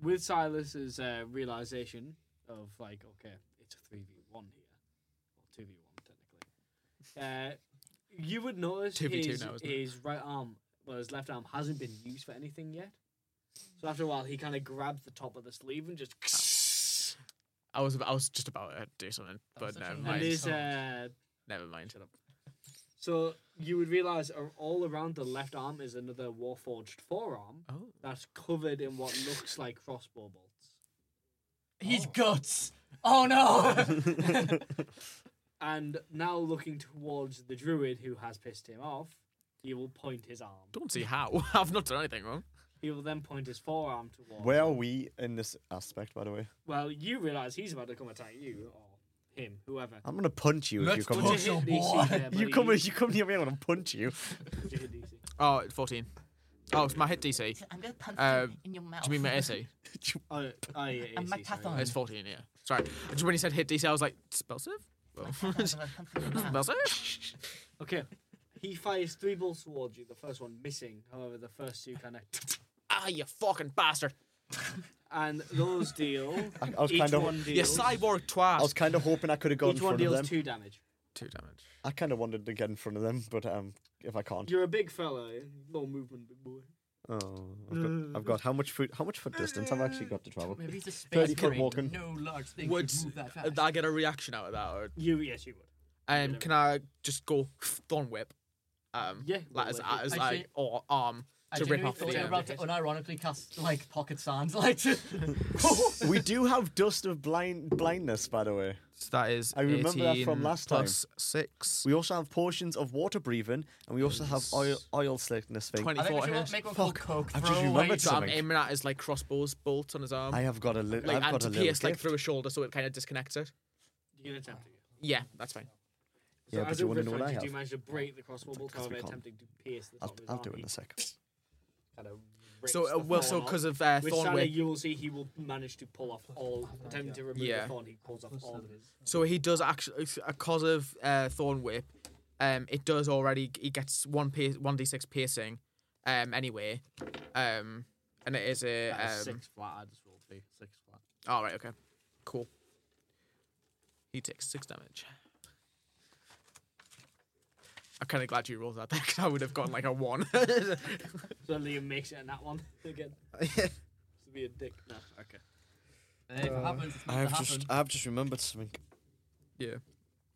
Speaker 5: with Silas's uh, realization of like, okay, it's a 3v1 here, or 2v1 technically, uh, you would notice
Speaker 3: 2v2
Speaker 5: his,
Speaker 3: now, isn't it?
Speaker 5: his right arm, well, his left arm hasn't been used for anything yet. So, after a while, he kind of grabs the top of the sleeve and just.
Speaker 3: Ah, I was I was just about to do something,
Speaker 1: That was
Speaker 3: but
Speaker 1: such a nice
Speaker 3: never
Speaker 5: and
Speaker 3: mind.
Speaker 5: his.
Speaker 1: touch.
Speaker 5: Uh,
Speaker 3: Never mind.
Speaker 5: so, you would realize uh, all around the left arm is another warforged forearm
Speaker 3: Oh.
Speaker 5: that's covered in what looks like crossbow bolts.
Speaker 1: He's guts. Oh no.
Speaker 5: And now looking towards the druid who has pissed him off, he will point his arm.
Speaker 3: Don't see how. I've not done anything wrong.
Speaker 5: He will then point his forearm towards.
Speaker 2: Where are we in this aspect, by the way?
Speaker 5: Well, you realise he's about to come attack you, or him, whoever.
Speaker 2: I'm gonna punch you if you
Speaker 1: Let's
Speaker 2: come.
Speaker 1: punch
Speaker 2: Here.
Speaker 1: What's your
Speaker 5: Hit DC there,
Speaker 2: Oh, You
Speaker 5: buddy.
Speaker 2: come. You come near me. I'm gonna punch you.
Speaker 5: Hit DC.
Speaker 3: Oh, 14. Oh, it's my hit DC.
Speaker 1: I'm gonna punch
Speaker 3: Uh, you
Speaker 1: in your mouth.
Speaker 3: Do you mean my AC?
Speaker 5: Oh, oh, yeah,
Speaker 1: I'm
Speaker 5: AC, sorry.
Speaker 1: Matathon.
Speaker 3: It's 14, yeah. Sorry. Just when he said hit DC, I was like, spell save? Well, spell save?
Speaker 5: Okay. He fires three bolts towards you, the first one missing, however, the first two connect.
Speaker 3: Ah, you fucking bastard.
Speaker 5: And those deal.
Speaker 2: I, I was
Speaker 5: each
Speaker 2: kind of.
Speaker 5: one
Speaker 3: You
Speaker 5: deals,
Speaker 3: cyborg twat.
Speaker 2: I was kind of hoping I could have got in
Speaker 5: each one
Speaker 2: front of
Speaker 5: deals
Speaker 2: them.
Speaker 5: two damage.
Speaker 3: Two damage.
Speaker 2: I kind of wanted to get in front of them, but um, if I can't,
Speaker 5: You're a big fella, eh? no movement, big boy.
Speaker 2: oh, I've got, I've got how much foot? How much foot distance I've actually got to travel?
Speaker 1: Maybe he's a space
Speaker 2: 30 foot
Speaker 1: marine.
Speaker 2: walking.
Speaker 1: No large thing
Speaker 3: Would uh,
Speaker 1: could move that fast.
Speaker 3: I get a reaction out of that? Or,
Speaker 5: You, yes, you would.
Speaker 3: um, can I just go thorn whip? Um,
Speaker 5: Yeah,
Speaker 3: Like, as,
Speaker 5: well,
Speaker 3: as
Speaker 1: I
Speaker 3: like,
Speaker 1: see.
Speaker 3: or arm
Speaker 1: I
Speaker 3: to rip
Speaker 1: genuinely
Speaker 3: off the
Speaker 1: thought you were
Speaker 3: end.
Speaker 1: about to unironically cast like pocket sands, like to-
Speaker 2: we do have dust of blind blindness, by the way.
Speaker 3: So that is
Speaker 2: I remember that
Speaker 3: 18
Speaker 2: from last time.
Speaker 3: plus six.
Speaker 2: We also have portions of water breathing, and we also have oil oil slickness thing.
Speaker 1: I think
Speaker 3: 24
Speaker 1: we should
Speaker 3: hit.
Speaker 1: make one called Coke.
Speaker 2: I've just
Speaker 1: Throw
Speaker 2: remembered
Speaker 1: away.
Speaker 3: So I'm
Speaker 2: something.
Speaker 3: aiming at his like crossbows bolt on his arm.
Speaker 2: I have got a little.
Speaker 3: like
Speaker 2: I've
Speaker 3: and
Speaker 2: got a
Speaker 3: to
Speaker 2: little
Speaker 3: pierce like
Speaker 2: gift.
Speaker 3: through his shoulder so it kind of disconnects it.
Speaker 5: You can attempt it.
Speaker 3: Yeah, that's fine.
Speaker 2: Yeah,
Speaker 5: so
Speaker 2: but
Speaker 5: as
Speaker 2: you
Speaker 5: a
Speaker 2: want to know
Speaker 5: reflex,
Speaker 2: what I
Speaker 5: you
Speaker 2: have?
Speaker 5: do manage to break the crossbow bolt,
Speaker 2: because we
Speaker 5: however,
Speaker 2: can't.
Speaker 5: attempting to pierce the
Speaker 2: I'll,
Speaker 5: top
Speaker 2: I'll
Speaker 5: of his
Speaker 2: do it in a sec.
Speaker 5: Kind of
Speaker 3: So uh, well, so because of uh,
Speaker 5: With
Speaker 3: thorn
Speaker 5: Sana,
Speaker 3: whip,
Speaker 5: you will see he will manage to pull off all, attempting to remove
Speaker 3: Yeah.
Speaker 5: the thorn, he pulls off all of his.
Speaker 3: so he does actually because of uh, thorn whip, um, it does already he gets one pier- one d six piercing, um, anyway, um, and it is a
Speaker 5: That is
Speaker 3: um,
Speaker 5: six flat, I just rolled three. Six flat.
Speaker 3: all right, okay, cool. He takes six damage. I'm kind of glad you rolled that there because I would have gotten like a one.
Speaker 5: So Liam makes it in that one again. To be a dick. No, okay.
Speaker 1: Hey, if it happens, it's meant to happen.
Speaker 2: I've just remembered something.
Speaker 3: yeah.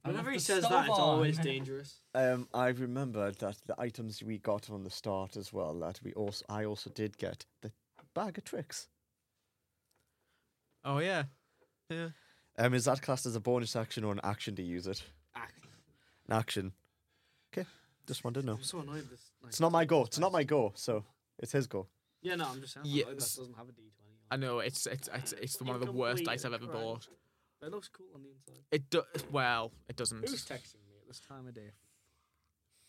Speaker 1: I left
Speaker 5: Whenever he
Speaker 1: the
Speaker 5: says that,
Speaker 1: stove
Speaker 5: it's
Speaker 1: on.
Speaker 5: always dangerous.
Speaker 2: Um, I remembered that the items we got on the start as well. That we also, I also did get the bag of tricks.
Speaker 3: Oh yeah. Yeah.
Speaker 2: Um, is that classed as a bonus action or an action to use it?
Speaker 5: Act.
Speaker 2: An action. Okay, just wanted to know.
Speaker 5: I'm so annoyed. This. Like,
Speaker 2: It's not my go. It's not my go. So it's his go.
Speaker 5: Yeah, no, I'm just saying.
Speaker 3: Yeah,
Speaker 5: Yeah,
Speaker 3: s-
Speaker 5: this doesn't have a D20.
Speaker 3: I know it's it's it's, it's one of the worst dice I've ever
Speaker 5: Incomplete,
Speaker 3: bought.
Speaker 5: But it looks cool on the inside.
Speaker 3: It do- well, it doesn't.
Speaker 5: Who's texting me at this time of day?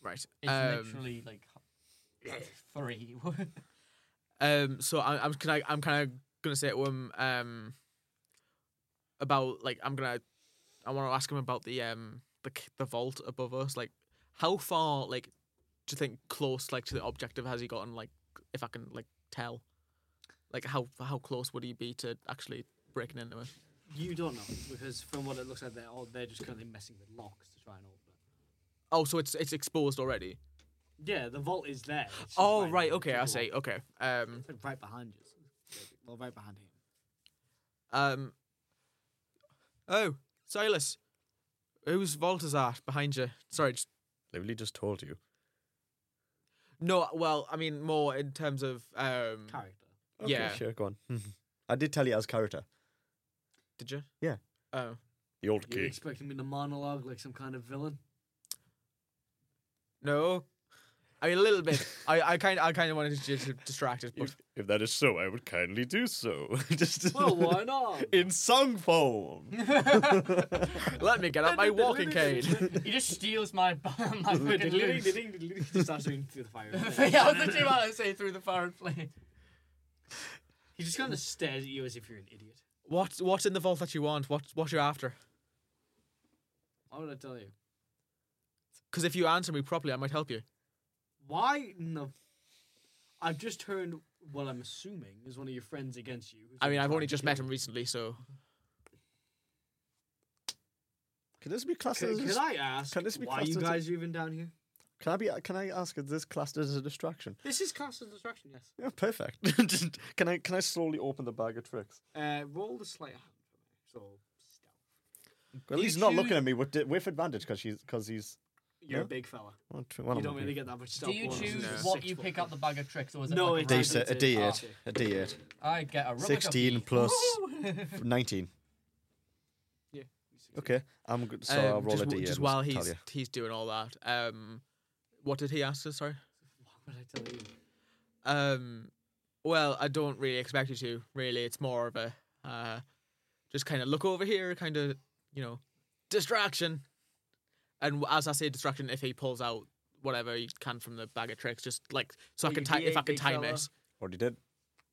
Speaker 3: Right.
Speaker 1: It's
Speaker 3: Um,
Speaker 1: literally like three.
Speaker 3: um. So I, I'm can I I'm kind of gonna say to him um about like I'm gonna I want to ask him about the um the c- the vault above us. Like, how far like do you think close like to the objective has he gotten? Like, if I can like tell, like how how close would he be to actually breaking into it?
Speaker 5: You don't know because from what it looks like, they're all, they're just currently messing with locks to try and open it.
Speaker 3: Oh, so it's it's exposed already.
Speaker 5: Yeah, the vault is there. it's just
Speaker 3: Oh
Speaker 5: right
Speaker 3: right,
Speaker 5: now,
Speaker 3: okay,
Speaker 5: it's
Speaker 3: I
Speaker 5: just
Speaker 3: see.
Speaker 5: locked.
Speaker 3: Okay. Um.
Speaker 5: It's like right behind you. basically. Well, right behind him.
Speaker 3: Um. Oh, Silas, whose vault is that behind you? Sorry. Just,
Speaker 2: Literally just told you.
Speaker 3: no. Well, I mean more in terms of um.
Speaker 5: Character.
Speaker 2: Okay,
Speaker 3: Yeah.
Speaker 2: sure, go on. I did tell you as character.
Speaker 3: Did you?
Speaker 2: Yeah.
Speaker 3: Oh
Speaker 2: The old
Speaker 5: You expecting me to monologue like some kind of villain?
Speaker 3: no. I mean a little bit. I I kind I kind of wanted to just distract it, but
Speaker 2: If that is so, I would kindly do so. just
Speaker 5: Well, why not?
Speaker 2: in song form.
Speaker 3: let me get out my walking cane.
Speaker 1: he just steals my b- my fucking loot.
Speaker 5: Just starts doing through the fire.
Speaker 1: yeah, I was literally about to say through the fire and flame.
Speaker 5: He just kind of stares at you as if you're an idiot.
Speaker 3: What what's in the vault that you want? What what you're after?
Speaker 5: What would I tell you?
Speaker 3: Because if you answer me properly, I might help you.
Speaker 5: Why in the? I've just turned what I'm assuming is one of your friends against you. who's
Speaker 3: I mean, I've only
Speaker 5: trying to
Speaker 3: just met
Speaker 5: kill
Speaker 3: him recently, so
Speaker 2: Can this be classed
Speaker 5: you.
Speaker 2: as?
Speaker 5: Can, can I ask?
Speaker 2: can this be
Speaker 5: why are you
Speaker 2: classed as a-
Speaker 5: guys even down here?
Speaker 2: Can I be? Can I ask? Is this classed as a distraction?
Speaker 5: This is class of destruction. Yes.
Speaker 2: Yeah, perfect. Just- can I? Can I slowly open the bag of tricks?
Speaker 5: Uh, roll the slight hand for me. So stealth.
Speaker 2: Well, he's not looking at me with with advantage because she's because he's.
Speaker 5: You're
Speaker 2: Huh?
Speaker 5: a big fella.
Speaker 2: Well, tr- well,
Speaker 5: you
Speaker 2: I'm
Speaker 5: don't
Speaker 2: not
Speaker 5: really
Speaker 2: being-
Speaker 5: get that much
Speaker 1: Do
Speaker 5: stealth.
Speaker 1: you
Speaker 5: bonus.
Speaker 1: choose
Speaker 5: It's
Speaker 1: what
Speaker 5: six
Speaker 1: you
Speaker 5: foot.
Speaker 1: pick up the bag of tricks, or is it
Speaker 5: No,
Speaker 1: like
Speaker 5: it
Speaker 1: a
Speaker 5: does-
Speaker 1: random-
Speaker 2: D8, a D8, a D8,
Speaker 1: I get a rubber
Speaker 2: 16
Speaker 1: guppy.
Speaker 2: plus
Speaker 1: Woo!
Speaker 2: 19.
Speaker 5: Yeah.
Speaker 2: Okay, I'm good. So I'll
Speaker 3: um,
Speaker 2: roll
Speaker 3: just,
Speaker 2: a
Speaker 3: w-
Speaker 2: D8.
Speaker 3: just
Speaker 2: and
Speaker 3: while
Speaker 2: tell
Speaker 3: he's
Speaker 2: you.
Speaker 3: he's doing all that. Um, what did he ask us? Sorry.
Speaker 5: What would I tell you?
Speaker 3: Um, well, I don't really expect you to. Really, it's more of a uh, just kind of look over here, kind of you know, distraction. And w- as I say distraction, if he pulls out whatever he can from the bag of tricks, just like so I
Speaker 10: Well,
Speaker 3: can
Speaker 10: you
Speaker 3: time if I
Speaker 10: D8
Speaker 3: can
Speaker 10: big
Speaker 3: time
Speaker 10: fella.
Speaker 3: it.
Speaker 2: What he did?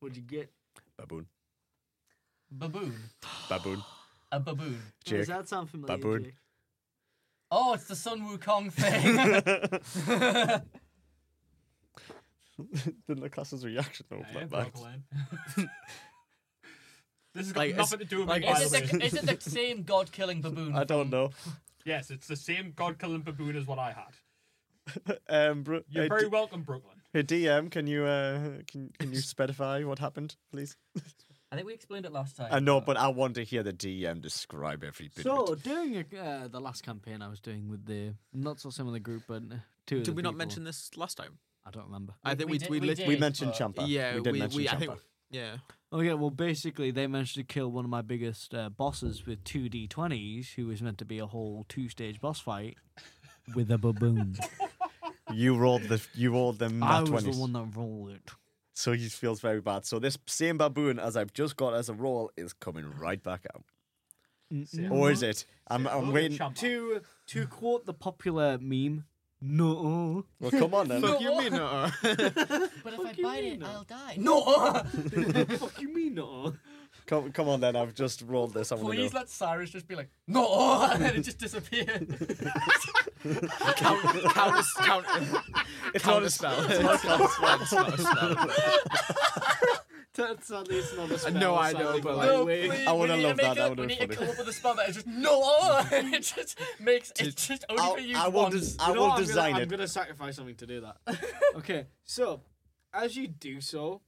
Speaker 10: What'd you get?
Speaker 2: Baboon.
Speaker 1: Baboon.
Speaker 2: Baboon.
Speaker 1: A baboon.
Speaker 10: Oh,
Speaker 2: Jake.
Speaker 10: Does that sound familiar?
Speaker 2: Baboon.
Speaker 10: Jake?
Speaker 1: Oh, it's the Sun Wukong thing.
Speaker 2: then the class's reaction Oh, over
Speaker 4: Yeah,
Speaker 2: that back.
Speaker 4: buckle in. this has got
Speaker 3: Like, it's-
Speaker 4: nothing to do with
Speaker 3: like,
Speaker 4: me, by
Speaker 1: is,
Speaker 4: the way.
Speaker 1: it the, is it the same god killing baboon?
Speaker 2: I don't know.
Speaker 4: Yes, it's the same god killing baboon as what I had.
Speaker 2: Um, bro,
Speaker 4: You're
Speaker 2: uh,
Speaker 4: very
Speaker 2: D-
Speaker 4: welcome, Brooklyn.
Speaker 2: uh, DM, can you uh, can can you specify what happened, please?
Speaker 1: I think we explained it last time.
Speaker 2: I know, but I want to hear the DM describe every bit. of
Speaker 10: So
Speaker 2: it.
Speaker 10: during a, uh, the last campaign I was doing with the not so similar group, but uh, two. of
Speaker 3: Did
Speaker 10: the
Speaker 3: we not
Speaker 10: people-
Speaker 3: mention this last time?
Speaker 10: I don't remember.
Speaker 3: I think
Speaker 1: we
Speaker 3: we
Speaker 1: did-
Speaker 3: we,
Speaker 1: we
Speaker 3: lit-
Speaker 1: did.
Speaker 2: we
Speaker 1: Jake,
Speaker 2: mentioned
Speaker 1: but-
Speaker 2: Champa.
Speaker 3: yeah
Speaker 2: we did mention
Speaker 3: we I
Speaker 2: Champa.
Speaker 3: think yeah
Speaker 10: Oh yeah, well basically they managed to kill one of my biggest uh, bosses with two d20s, who was meant to be a whole two-stage boss fight with a baboon.
Speaker 2: You rolled the you rolled the
Speaker 10: I
Speaker 2: nat
Speaker 10: was
Speaker 2: twenties,
Speaker 10: the one that rolled it.
Speaker 2: so he feels very bad. So this same baboon as I've just got as a roll is coming right back out, or is it? I'm I'm waiting.
Speaker 10: To to quote the popular meme, no.
Speaker 2: Well, come on then.
Speaker 3: fuck you mean no
Speaker 1: But if
Speaker 10: Fuck
Speaker 1: I
Speaker 10: you
Speaker 1: bite it,
Speaker 10: mean, uh?
Speaker 1: I'll die. No!
Speaker 10: Fuck you mean no?
Speaker 2: Come, come on then. I've just rolled this. I want to know.
Speaker 1: Please let Cyrus just be like, no! And then it just disappears.
Speaker 3: count count count
Speaker 2: it's not
Speaker 3: counter
Speaker 2: a
Speaker 3: spell.
Speaker 2: It's not a spell. It's not a spell.
Speaker 10: Sadly, it's not a
Speaker 3: spell, know, I know, sadly, but like-
Speaker 1: No,
Speaker 3: Wait.
Speaker 1: Oh, please,
Speaker 2: I
Speaker 1: we
Speaker 2: would've
Speaker 1: need to
Speaker 2: loved
Speaker 1: make
Speaker 2: that,
Speaker 1: a-
Speaker 2: that would've
Speaker 1: We need
Speaker 2: been
Speaker 1: to
Speaker 2: funny.
Speaker 1: come up with a spell that is just no. oh, it just makes it just only
Speaker 2: I'll-
Speaker 1: for you.
Speaker 2: I will, des- I will design
Speaker 5: I'm
Speaker 2: it.
Speaker 5: gonna, I'm gonna sacrifice something to do that. okay, so as you do so,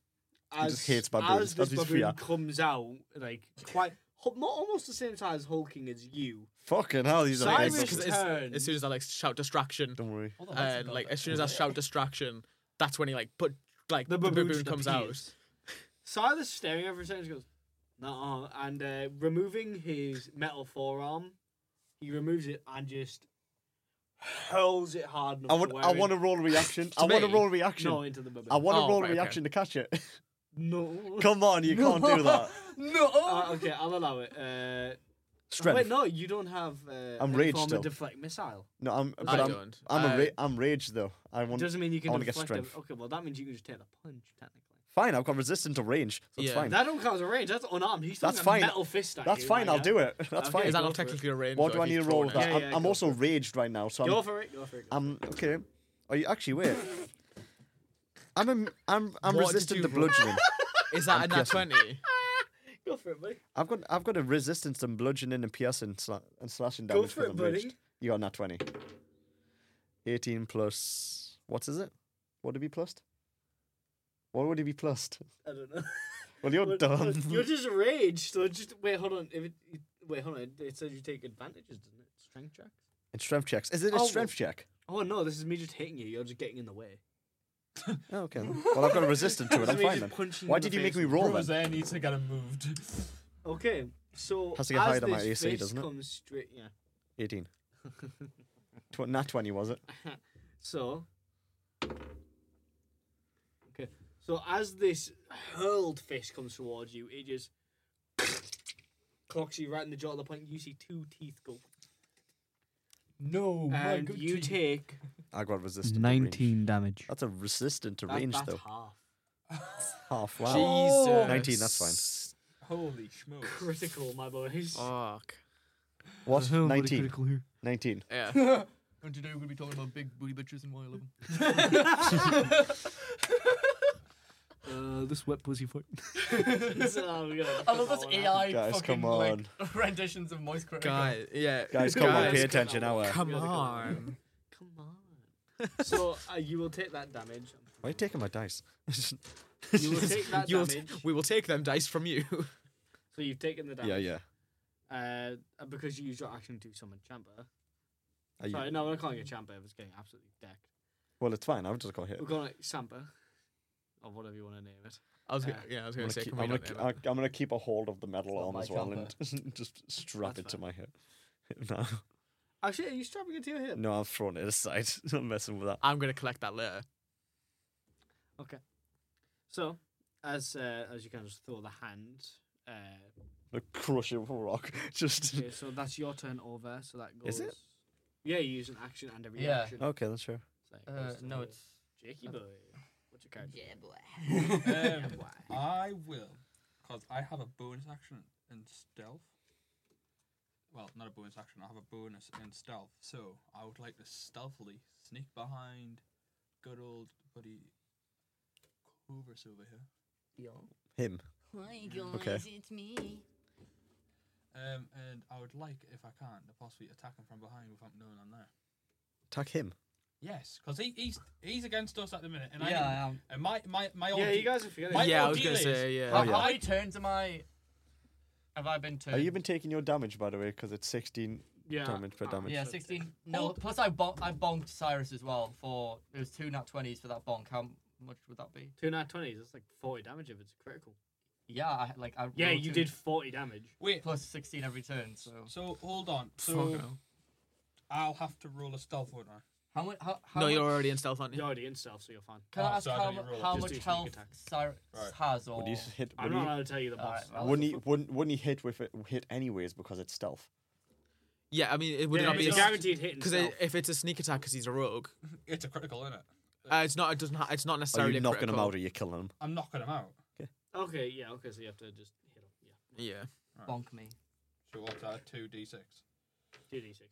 Speaker 5: as,
Speaker 2: just hates baboons.
Speaker 5: as
Speaker 2: That's
Speaker 5: this
Speaker 2: his
Speaker 5: baboon
Speaker 2: fear.
Speaker 5: comes out, like quite hu- not almost the same size hulking as you.
Speaker 2: Fucking hell, these are
Speaker 5: Cyrus
Speaker 2: excellent.
Speaker 3: as, as soon as I like shout distraction
Speaker 2: Don't worry.
Speaker 3: and like as soon as I shout distraction that's when he like put like the baboon, comes out
Speaker 5: Silas staring over his head and goes, "No," and uh, removing his metal forearm, he removes it and just hurls it hard enough.
Speaker 2: I want,
Speaker 5: to
Speaker 2: I
Speaker 5: where it-
Speaker 2: want to roll a reaction. I want to
Speaker 3: me?
Speaker 2: roll a reaction.
Speaker 5: no into the baboon.
Speaker 2: I want to
Speaker 3: Oh,
Speaker 2: roll
Speaker 3: right,
Speaker 2: a
Speaker 3: okay.
Speaker 2: reaction to catch it.
Speaker 5: no.
Speaker 2: Come on, you can't do that.
Speaker 5: Uh, okay, I'll allow it. Uh,
Speaker 2: Strength.
Speaker 5: Wait, no, you don't have. Uh,
Speaker 2: I'm
Speaker 5: any
Speaker 2: raged
Speaker 5: form
Speaker 2: still.
Speaker 5: of deflect missile.
Speaker 2: No, I'm. But
Speaker 3: I
Speaker 2: I am
Speaker 3: don't.
Speaker 2: I'm a
Speaker 3: Uh,
Speaker 2: ra- I'm rage though. I
Speaker 5: It
Speaker 2: want.
Speaker 5: doesn't mean you
Speaker 2: I
Speaker 5: can
Speaker 2: wanna get
Speaker 5: deflect. it.
Speaker 2: strength.
Speaker 5: Okay, well that means you can just take the punch technically.
Speaker 2: Fine, I've got resistant to range, so it's
Speaker 3: Yeah.
Speaker 2: fine.
Speaker 5: That don't count as a range. That's unarmed. He's throwing
Speaker 2: That's
Speaker 5: a
Speaker 2: fine.
Speaker 5: metal fist at
Speaker 2: That's
Speaker 5: you,
Speaker 2: fine.
Speaker 5: like
Speaker 2: I'll do it. That's
Speaker 5: Okay,
Speaker 2: fine.
Speaker 3: is that
Speaker 5: go
Speaker 3: not
Speaker 5: for it.
Speaker 3: technically a range
Speaker 2: What
Speaker 3: though,
Speaker 2: do
Speaker 3: if
Speaker 2: I need
Speaker 3: he's
Speaker 2: to roll with
Speaker 3: thrown it?
Speaker 2: that?
Speaker 5: Yeah,
Speaker 2: I'm,
Speaker 5: yeah,
Speaker 2: I'm
Speaker 5: go
Speaker 2: also raged right now, so
Speaker 5: Go
Speaker 2: I'm.
Speaker 5: for it. Go for it. Go.
Speaker 2: I'm okay. Are you actually wait? I'm a, I'm I'm
Speaker 3: What did
Speaker 2: resistant to
Speaker 3: you roll?
Speaker 2: bludgeoning.
Speaker 3: is that a nat
Speaker 2: guessing.
Speaker 3: 20
Speaker 5: Go for it, buddy.
Speaker 2: I've got I've got a resistance to bludgeoning and piercing sla- and slashing
Speaker 5: Go
Speaker 2: damage
Speaker 5: for
Speaker 2: because
Speaker 5: it,
Speaker 2: I'm
Speaker 5: buddy.
Speaker 2: raged. You are not twenty. Eighteen plus what is it? What would it be plussed? What would it be plussed?
Speaker 5: I don't know.
Speaker 2: Well, you're
Speaker 5: But-
Speaker 2: dumb.
Speaker 5: but You're just raged. So just wait. Hold on. If it, it- wait, hold on. It, it says you take advantages, doesn't it? Strength checks.
Speaker 2: And strength checks. Is it a
Speaker 5: Oh,
Speaker 2: strength check?
Speaker 5: Oh no, this is me just hitting you. You're just getting in the way.
Speaker 2: Oh, okay. then. Well, I've got a resistance to it. I'm
Speaker 5: Doesn't mean
Speaker 2: fine
Speaker 5: just
Speaker 2: then.
Speaker 5: punching
Speaker 2: Why
Speaker 5: in the
Speaker 2: did you make
Speaker 5: face.
Speaker 2: me roll then?
Speaker 4: Rosé needs to get him moved.
Speaker 5: Okay, so
Speaker 2: Has to get
Speaker 5: as
Speaker 2: higher than my
Speaker 5: this
Speaker 2: AC,
Speaker 5: fist
Speaker 2: doesn't it?
Speaker 5: Comes straight. Yeah.
Speaker 2: Eighteen. Tw- not twenty, was it?
Speaker 5: So, okay. So as this hurled fist comes towards you, it just clocks you right in the jaw at the point you see two teeth go,
Speaker 1: No,
Speaker 5: and you take
Speaker 2: I got resistant. To range.
Speaker 10: Nineteen damage.
Speaker 2: That's a resistant to
Speaker 5: that,
Speaker 2: range
Speaker 5: that's
Speaker 2: though.
Speaker 5: half
Speaker 2: Half. Wow.
Speaker 3: Jesus
Speaker 2: 19, that's fine.
Speaker 4: Holy schmoes.
Speaker 5: critical, my boys.
Speaker 3: fuck
Speaker 2: What? 19. 19.
Speaker 3: yeah
Speaker 1: And today we're gonna be talking about big booty bitches in Y11.
Speaker 10: Uh, this wet pussy foot.
Speaker 5: So uh, we gotta-
Speaker 1: I love those AI
Speaker 2: Guys,
Speaker 1: fucking
Speaker 2: come
Speaker 1: like, renditions of Moist Critical.
Speaker 3: guys yeah
Speaker 2: Guys, come on, pay
Speaker 3: Guys,
Speaker 2: attention now. uh,
Speaker 3: come on
Speaker 5: Come on. So uh, you will take that damage.
Speaker 2: Why are you taking my dice?
Speaker 5: You will take that
Speaker 3: You'll
Speaker 5: damage.
Speaker 3: we will take them dice from you
Speaker 5: so you've taken the damage.
Speaker 2: yeah, yeah.
Speaker 5: Uh, because you used your action to summon Champa.
Speaker 2: Are you-
Speaker 5: Sorry, no, we're not calling it Champa. It's getting absolutely decked.
Speaker 2: Well, it's fine. I'm just going to hit.
Speaker 5: We're calling it Sampa, or whatever you want to name it.
Speaker 3: I was
Speaker 5: Uh,
Speaker 3: gonna, yeah I was
Speaker 2: I'm
Speaker 3: gonna
Speaker 2: gonna
Speaker 3: say
Speaker 2: keep-
Speaker 3: can we
Speaker 2: I'm
Speaker 3: not
Speaker 2: gonna ke-
Speaker 3: name it?
Speaker 2: I'm going to keep a hold of the metal
Speaker 1: It's not
Speaker 2: arm
Speaker 1: my
Speaker 2: as well
Speaker 1: jumper.
Speaker 2: and just strap
Speaker 5: That's
Speaker 2: it to my hip. No,
Speaker 5: Actually, are you strapping it to your hip?
Speaker 2: no, I've thrown it aside. I'm messing with that.
Speaker 3: I'm gonna collect that later
Speaker 5: So, as uh, as you kind of just throw the hand, Uh,
Speaker 2: Like crush it with a rock. Just
Speaker 5: okay, so that's your turn over. So that goes.
Speaker 2: Is it?
Speaker 5: Yeah, you use an action and a
Speaker 1: Yeah.
Speaker 5: reaction.
Speaker 2: okay, that's true.
Speaker 5: So it
Speaker 1: Uh,
Speaker 5: goes to
Speaker 1: no, it's
Speaker 5: Jakey boy. What's your character?
Speaker 4: Um,
Speaker 5: Why?
Speaker 4: I will, because I have a bonus action in stealth. Well, not a bonus action. I have a bonus in stealth. So I would like to stealthily sneak behind good old buddy Clovis over here.
Speaker 2: Him.
Speaker 11: Hi guys,
Speaker 2: Okay.
Speaker 11: it's me.
Speaker 4: Um, and I would like, if I can, to possibly attack him from behind without knowing I'm there.
Speaker 2: Attack him.
Speaker 4: Yes, because he, he's he's against us at the minute, and
Speaker 1: yeah,
Speaker 4: I
Speaker 1: I am.
Speaker 4: and my my my
Speaker 5: Yeah,
Speaker 4: ordeal-
Speaker 5: you guys are forgetting.
Speaker 4: My
Speaker 3: yeah, I
Speaker 4: ordeal
Speaker 3: was gonna
Speaker 4: is-
Speaker 3: say yeah.
Speaker 1: How,
Speaker 2: Oh, yeah.
Speaker 1: how many turns am I? Have I been turned?
Speaker 2: Have you been taking your damage by the way? Because it's sixteen
Speaker 5: yeah.
Speaker 2: damage per damage.
Speaker 1: Yeah, sixteen. No, plus I bon- I bonked Cyrus as well for it was two nat twenties for that bonk. How much would that be?
Speaker 5: Two nat twenties. That's like forty damage if it's critical.
Speaker 1: Yeah, I like I.
Speaker 5: Yeah,
Speaker 1: rolled
Speaker 5: you
Speaker 1: two
Speaker 5: did forty damage.
Speaker 4: Wait,
Speaker 1: plus sixteen every turn. So
Speaker 4: so hold on.
Speaker 3: Fucking
Speaker 4: So
Speaker 3: hell.
Speaker 4: I'll have to roll a stealth, won't I?
Speaker 1: how much? How, how
Speaker 3: no,
Speaker 1: much,
Speaker 3: you're already in stealth, aren't you?
Speaker 5: You're already in stealth, so you're fine.
Speaker 1: Can
Speaker 4: Oh,
Speaker 1: I ask
Speaker 4: so I
Speaker 1: how,
Speaker 4: don't even roll it,
Speaker 1: how
Speaker 5: just
Speaker 1: much
Speaker 5: do sneak
Speaker 1: health
Speaker 5: attack.
Speaker 1: Cyrus
Speaker 4: Right.
Speaker 1: has? Or
Speaker 2: Would you s- hit?
Speaker 5: I'm
Speaker 2: Would
Speaker 5: not
Speaker 2: he,
Speaker 5: allowed to tell you the boss.
Speaker 1: Alright, well-
Speaker 2: wouldn't he? Wouldn't wouldn't he hit with it, hit anyways because it's stealth?
Speaker 3: Yeah, I mean, it would
Speaker 5: yeah,
Speaker 3: not be
Speaker 5: it's a
Speaker 4: stealth.
Speaker 5: guaranteed hit.
Speaker 3: because
Speaker 5: Because
Speaker 3: if it's a sneak attack, because he's a rogue,
Speaker 4: It's a critical, isn't it?
Speaker 3: uh, it's not. It doesn't. Ha- it's not
Speaker 2: Are
Speaker 3: necessarily.
Speaker 2: you
Speaker 3: a
Speaker 2: knocking him
Speaker 3: critical.
Speaker 2: out or you killing him?
Speaker 4: I'm knocking him out.
Speaker 5: okay, yeah, okay, so you have to just hit him. Yeah,
Speaker 3: Yeah.
Speaker 1: bonk me?
Speaker 4: So what's that? Two d six.
Speaker 5: two d six.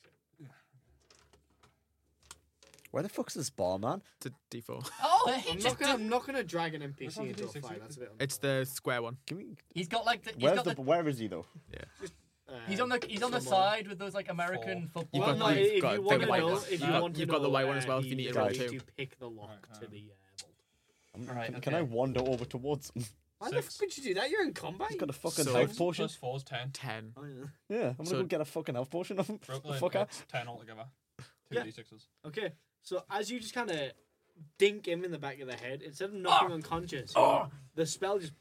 Speaker 2: Where the fuck's this bar, man?
Speaker 3: It's a D4.
Speaker 1: Oh,
Speaker 5: I'm
Speaker 1: he
Speaker 5: not
Speaker 1: just
Speaker 5: gonna,
Speaker 1: did-
Speaker 5: I'm not gonna drag an NPC
Speaker 4: not
Speaker 5: into a
Speaker 4: D6,
Speaker 5: fight.
Speaker 4: is it?
Speaker 5: That's a bit.
Speaker 3: It's the square one.
Speaker 2: Give me.
Speaker 1: he's got like the, he's
Speaker 2: Where's
Speaker 1: got
Speaker 2: the,
Speaker 1: the,
Speaker 2: Where is he though?
Speaker 5: unfair.
Speaker 1: he's on the he's on the
Speaker 5: Somewhere.
Speaker 1: side with those like American football.
Speaker 5: Well,
Speaker 3: got-
Speaker 5: no,
Speaker 3: you've
Speaker 5: if
Speaker 3: got
Speaker 5: you
Speaker 3: the
Speaker 5: want to
Speaker 3: white
Speaker 5: know,
Speaker 3: one.
Speaker 5: if you
Speaker 3: You've got-
Speaker 5: want to
Speaker 3: you've got the
Speaker 5: know,
Speaker 3: white one as
Speaker 5: uh,
Speaker 3: well if you need to roll
Speaker 5: need
Speaker 3: two.
Speaker 5: to pick the lock
Speaker 4: Right,
Speaker 5: to
Speaker 4: um,
Speaker 5: the uh, bolt.
Speaker 1: Right,
Speaker 2: Can, can I
Speaker 1: okay.
Speaker 2: wander over towards him?
Speaker 5: Why
Speaker 4: the Six.
Speaker 5: the fuck could you do that? You're in combat.
Speaker 2: He's got a fucking
Speaker 3: So-
Speaker 2: health potion.
Speaker 4: Plus four is ten.
Speaker 3: Ten.
Speaker 5: Oh,
Speaker 2: Yeah, I'm gonna
Speaker 3: So-
Speaker 2: go get a fucking health potion of him.
Speaker 4: Brooklyn,
Speaker 2: Fuck out.
Speaker 4: it's uh, ten altogether. Two
Speaker 5: Yeah.
Speaker 4: d sixes.
Speaker 5: Okay, so as you just kind of dink him in the back of the head, instead of knocking him unconscious, the spell just.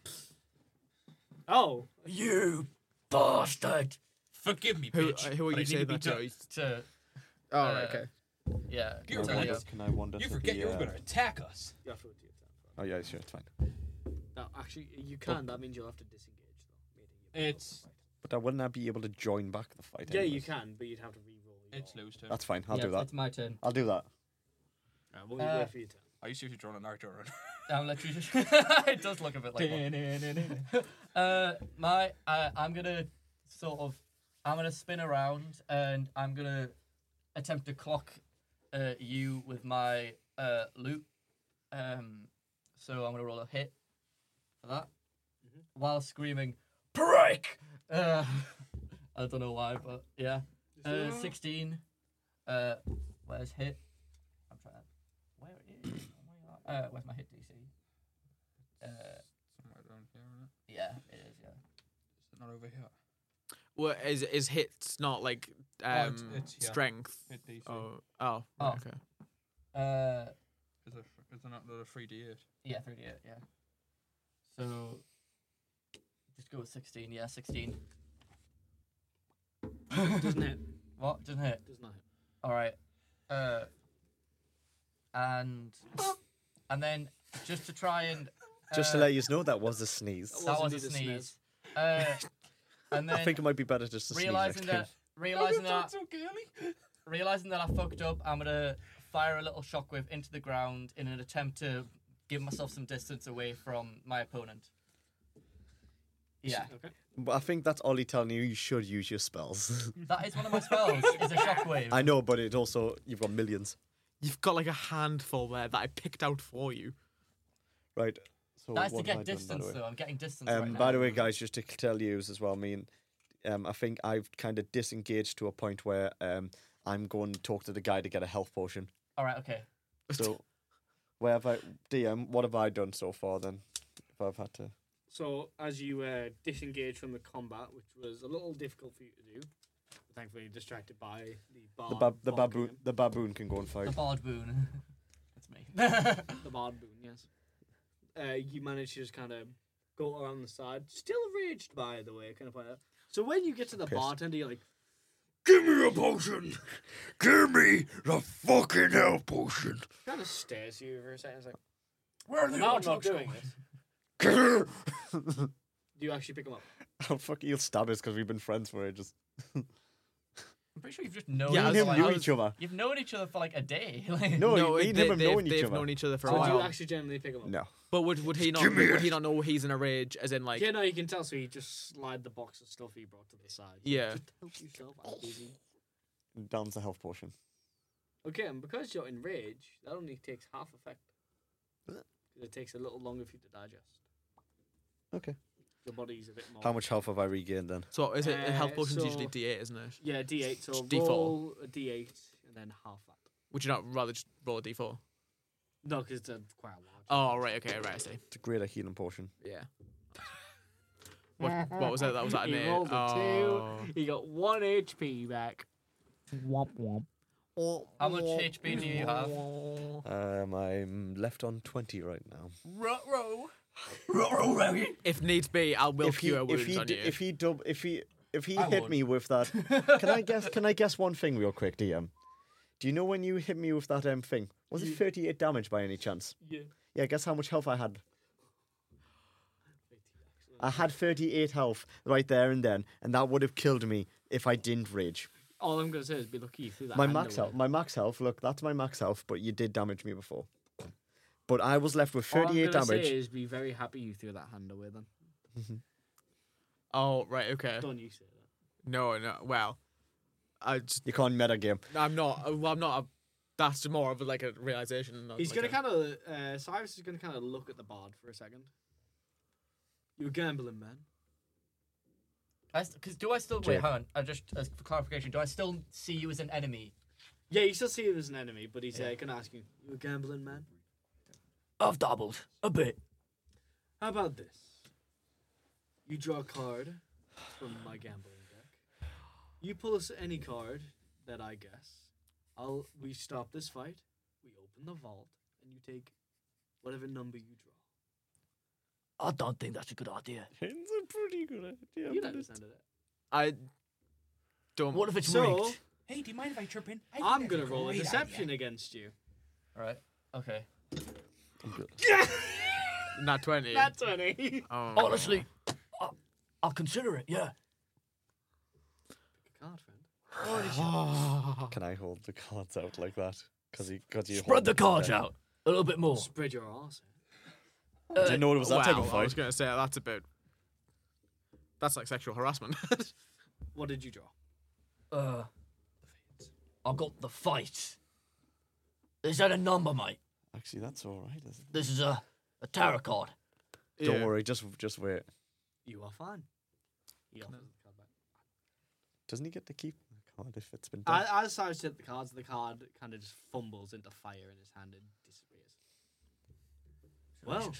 Speaker 5: Oh,
Speaker 1: You bastard!
Speaker 4: Forgive me,
Speaker 3: Who, uh,
Speaker 4: bitch.
Speaker 3: who are
Speaker 4: but
Speaker 3: you
Speaker 4: I need
Speaker 3: saying
Speaker 4: be
Speaker 3: that to?
Speaker 4: done.
Speaker 1: To
Speaker 3: Oh,
Speaker 1: Uh,
Speaker 3: right, okay.
Speaker 1: yeah,
Speaker 4: You're
Speaker 1: to
Speaker 4: right.
Speaker 1: Leo.
Speaker 2: Can I wander?
Speaker 4: You
Speaker 2: to
Speaker 4: forget
Speaker 2: the,
Speaker 4: you were
Speaker 2: uh,
Speaker 4: going to attack us.
Speaker 5: you have to do it.
Speaker 2: Oh yeah, sure, it's fine.
Speaker 5: No, actually, you can. That means you'll have to disengage though. meaning you won't
Speaker 4: It's
Speaker 2: But I wouldn't I be able to join back the fight?
Speaker 5: be able to fight. Yeah, you
Speaker 2: anyways?
Speaker 5: can, but you'd have to re-roll. Your...
Speaker 4: it's Lou's turn.
Speaker 2: That's fine. I'll
Speaker 1: Yeah,
Speaker 2: do that.
Speaker 1: It's my turn.
Speaker 2: I'll do that.
Speaker 5: Alright, we'll wait
Speaker 1: Uh,
Speaker 5: for your turn.
Speaker 4: Are you seriously drawing a Naruto run?
Speaker 1: I'm literally just. it does look a bit like. one. Uh, my, uh, I'm gonna sort of, I'm gonna spin around and I'm gonna attempt to clock uh, you with my uh, loop. Um, so I'm gonna roll a hit for that, while screaming "break." Uh, I don't know why, but yeah, uh, sixteen. Uh, where's hit? I'm trying. Where it is? Where are- Uh, where's my hit DC? Uh,
Speaker 4: Somewhere down here, isn't it?
Speaker 1: yeah, it is. Yeah.
Speaker 4: Is it not over here?
Speaker 3: Well, is is hit not like
Speaker 4: Oh,
Speaker 3: um
Speaker 4: it's- it's, yeah.
Speaker 3: strength?
Speaker 4: Hit DC.
Speaker 3: Oh, oh,
Speaker 1: Oh.
Speaker 3: right, okay.
Speaker 1: Uh,
Speaker 4: Is there, is there not another three d eight?
Speaker 1: yeah, 38, yeah. So, just go with 16, yeah, 16.
Speaker 5: Doesn't hit.
Speaker 1: What? Doesn't hit.
Speaker 5: Does not hit.
Speaker 1: Alright. Uh, and, and then, just to try and...
Speaker 2: Just to
Speaker 1: uh,
Speaker 2: let you know, that was a sneeze.
Speaker 1: That
Speaker 5: Wasn't
Speaker 1: was a
Speaker 5: it a
Speaker 1: sneeze. Uh, and then,
Speaker 2: I think it might be better just to
Speaker 1: realising
Speaker 2: sneeze. next
Speaker 1: that... Realising that...
Speaker 4: so girly.
Speaker 1: realizing that I fucked up, I'm gonna fire a little shockwave into the ground in an attempt to give myself some distance away from my opponent. Yeah,
Speaker 5: Okay.
Speaker 2: time. But I think that's Ollie telling you you should use your spells.
Speaker 1: that is one of my spells. is a shockwave.
Speaker 2: I know, but it also you've got millions,
Speaker 3: You've got like a handful there that I picked out for you.
Speaker 2: right? So
Speaker 1: That's to
Speaker 2: what have I
Speaker 1: get
Speaker 2: done, by the
Speaker 1: distance,
Speaker 2: way?
Speaker 1: though. I'm getting distance
Speaker 2: Um,
Speaker 1: right now.
Speaker 2: by the way, guys, just to tell you as well, I mean, um, I think I've kind of disengaged to a point where um, I'm going to talk to the guy to get a health potion.
Speaker 1: All right, okay.
Speaker 2: So, where have I, DM, what have I done so far then? If I've had to.
Speaker 5: So as you uh, disengage from the combat, which was a little difficult for you to do, but thankfully distracted by the bar,
Speaker 2: The, bab- the,
Speaker 5: bonking
Speaker 2: baboon,
Speaker 5: him.
Speaker 2: the baboon can go and
Speaker 1: The
Speaker 2: fight.
Speaker 1: bard boon. That's me.
Speaker 5: the bard boon, yes. Uh, you manage to just kind of go around the side, still enraged by the way, kind of point out. So when you get to the
Speaker 2: Pissed.
Speaker 5: bartender, you're like,
Speaker 2: Give me a potion! Give me the fucking health potion!
Speaker 5: kind of stares you for a second. It's like,
Speaker 1: Where are
Speaker 5: "No, I'm not doing this.
Speaker 2: Give
Speaker 5: Do you actually pick him up?
Speaker 2: Oh fuck, he'll stab us because we've been friends for ages.
Speaker 1: I'm pretty sure you've just known.
Speaker 2: Me
Speaker 3: Yeah, I
Speaker 2: and
Speaker 3: was
Speaker 2: him
Speaker 3: like-
Speaker 2: knew
Speaker 3: I
Speaker 2: each other.
Speaker 1: You've known each other for like a day. Like,
Speaker 2: No,
Speaker 3: no,
Speaker 2: me and
Speaker 3: they,
Speaker 2: him have
Speaker 3: they've,
Speaker 2: known each
Speaker 3: they've
Speaker 2: other.
Speaker 3: known each other for
Speaker 5: So
Speaker 3: a
Speaker 5: do you
Speaker 3: while.
Speaker 5: actually genuinely pick him up?
Speaker 2: No,
Speaker 3: But would, would he not would he not know he's in a rage? As in like
Speaker 5: yeah, no, you can tell. So he just slide the box of stuff he brought to the side.
Speaker 3: Yeah.
Speaker 5: Just help yourself out, easy.
Speaker 2: down's the health portion.
Speaker 5: Okay, and because you're enraged, that only takes half effect. It takes a little longer for you to digest.
Speaker 2: Okay.
Speaker 5: Your body's a bit more.
Speaker 2: How much health have I regained then?
Speaker 3: so is it health
Speaker 5: Uh,
Speaker 3: potions
Speaker 5: so-
Speaker 3: usually D eight, isn't it?
Speaker 5: Yeah, D8. So
Speaker 3: D4.
Speaker 5: roll a D8 and then half that.
Speaker 3: Would you not rather just roll a D four?
Speaker 5: No, because it's a quite a large.
Speaker 3: Oh right, okay, right, I see.
Speaker 2: It's a greater healing portion.
Speaker 3: Yeah. What, what was that? That was that an
Speaker 5: he
Speaker 3: eight.
Speaker 5: rolled a
Speaker 3: Oh.
Speaker 5: two. He got one HP back.
Speaker 1: How much HP do you have?
Speaker 2: Um, I'm left on twenty right now.
Speaker 1: Ruh row.
Speaker 3: If needs be, I will cure wounds
Speaker 2: if he,
Speaker 3: on
Speaker 2: d-
Speaker 3: you.
Speaker 2: if he, dub, if he, if he
Speaker 1: I
Speaker 2: hit
Speaker 1: would.
Speaker 2: me with that, can I guess? Can I guess one thing real quick, DM? Do you know when you hit me with that um thing? Was it thirty-eight damage by any chance?
Speaker 5: Yeah.
Speaker 2: Yeah, guess how much health I had. I had thirty-eight health right there and then, and that would have killed me if I didn't rage.
Speaker 5: All I'm gonna say is be lucky you threw that.
Speaker 2: my
Speaker 5: hand
Speaker 2: max
Speaker 5: away.
Speaker 2: health. My max health. Look, that's my max health. But you did damage me before. But I was left with
Speaker 5: All Oh, I'm
Speaker 2: thirty-eight
Speaker 5: gonna
Speaker 2: damage.
Speaker 5: Say is be very happy you threw that hand away. Then
Speaker 3: oh right, okay.
Speaker 5: don't you say that.
Speaker 3: No, no. Well, I just,
Speaker 2: You can't meta game.
Speaker 3: I'm not. uh, Well, I'm not. A, that's more of like a realization. not
Speaker 5: He's
Speaker 3: like
Speaker 5: gonna
Speaker 3: a-
Speaker 5: kind of uh, Cyrus is gonna kind of look at the bard for a second. You're gambling, man.
Speaker 1: Because do I still wait?
Speaker 2: Jake.
Speaker 1: Hang on. I just as for clarification, do I still see you as an enemy?
Speaker 5: Yeah, you still see him as an enemy, but he's uh, gonna ask you. You're gambling, man.
Speaker 12: I've dabbled a bit.
Speaker 5: How about this? You draw a card from my gambling deck. You pull us any card that I guess. I'll we stop this fight. We open the vault, and you take whatever number you draw.
Speaker 12: I don't think that's a good idea.
Speaker 2: It's a pretty good idea.
Speaker 5: You don't understand it.
Speaker 3: I don't.
Speaker 1: What if it's
Speaker 5: So
Speaker 1: rigged? Hey, do you mind if I chirp in?
Speaker 5: I'm gonna roll a deception against you.
Speaker 1: All right. Okay.
Speaker 3: not twenty?
Speaker 5: twenty.
Speaker 3: oh.
Speaker 12: Honestly, I, I'll consider it. Yeah.
Speaker 5: Card friend.
Speaker 2: Can I hold the cards out like that? Because you, cause you
Speaker 12: Spread
Speaker 2: hold
Speaker 12: the
Speaker 2: them
Speaker 12: cards
Speaker 2: there.
Speaker 12: out a little bit more.
Speaker 5: Spread your arse.
Speaker 2: Do you know what it was that type
Speaker 3: Wow,
Speaker 2: of
Speaker 3: I was
Speaker 2: fight?
Speaker 3: gonna say that's a bit. That's like sexual harassment.
Speaker 5: What did you draw?
Speaker 12: Uh, I got the fight. Is that a number, mate?
Speaker 2: Actually, that's all right. isn't
Speaker 12: This is a, a tarot card.
Speaker 2: it? Don't worry. Just, just wait.
Speaker 5: You are fine. He offers the card back.
Speaker 2: Doesn't he get to keep the card if it's been done?
Speaker 5: As, as Cyrus took the cards, the card kind of just fumbles into fire in his hand and disappears. Well,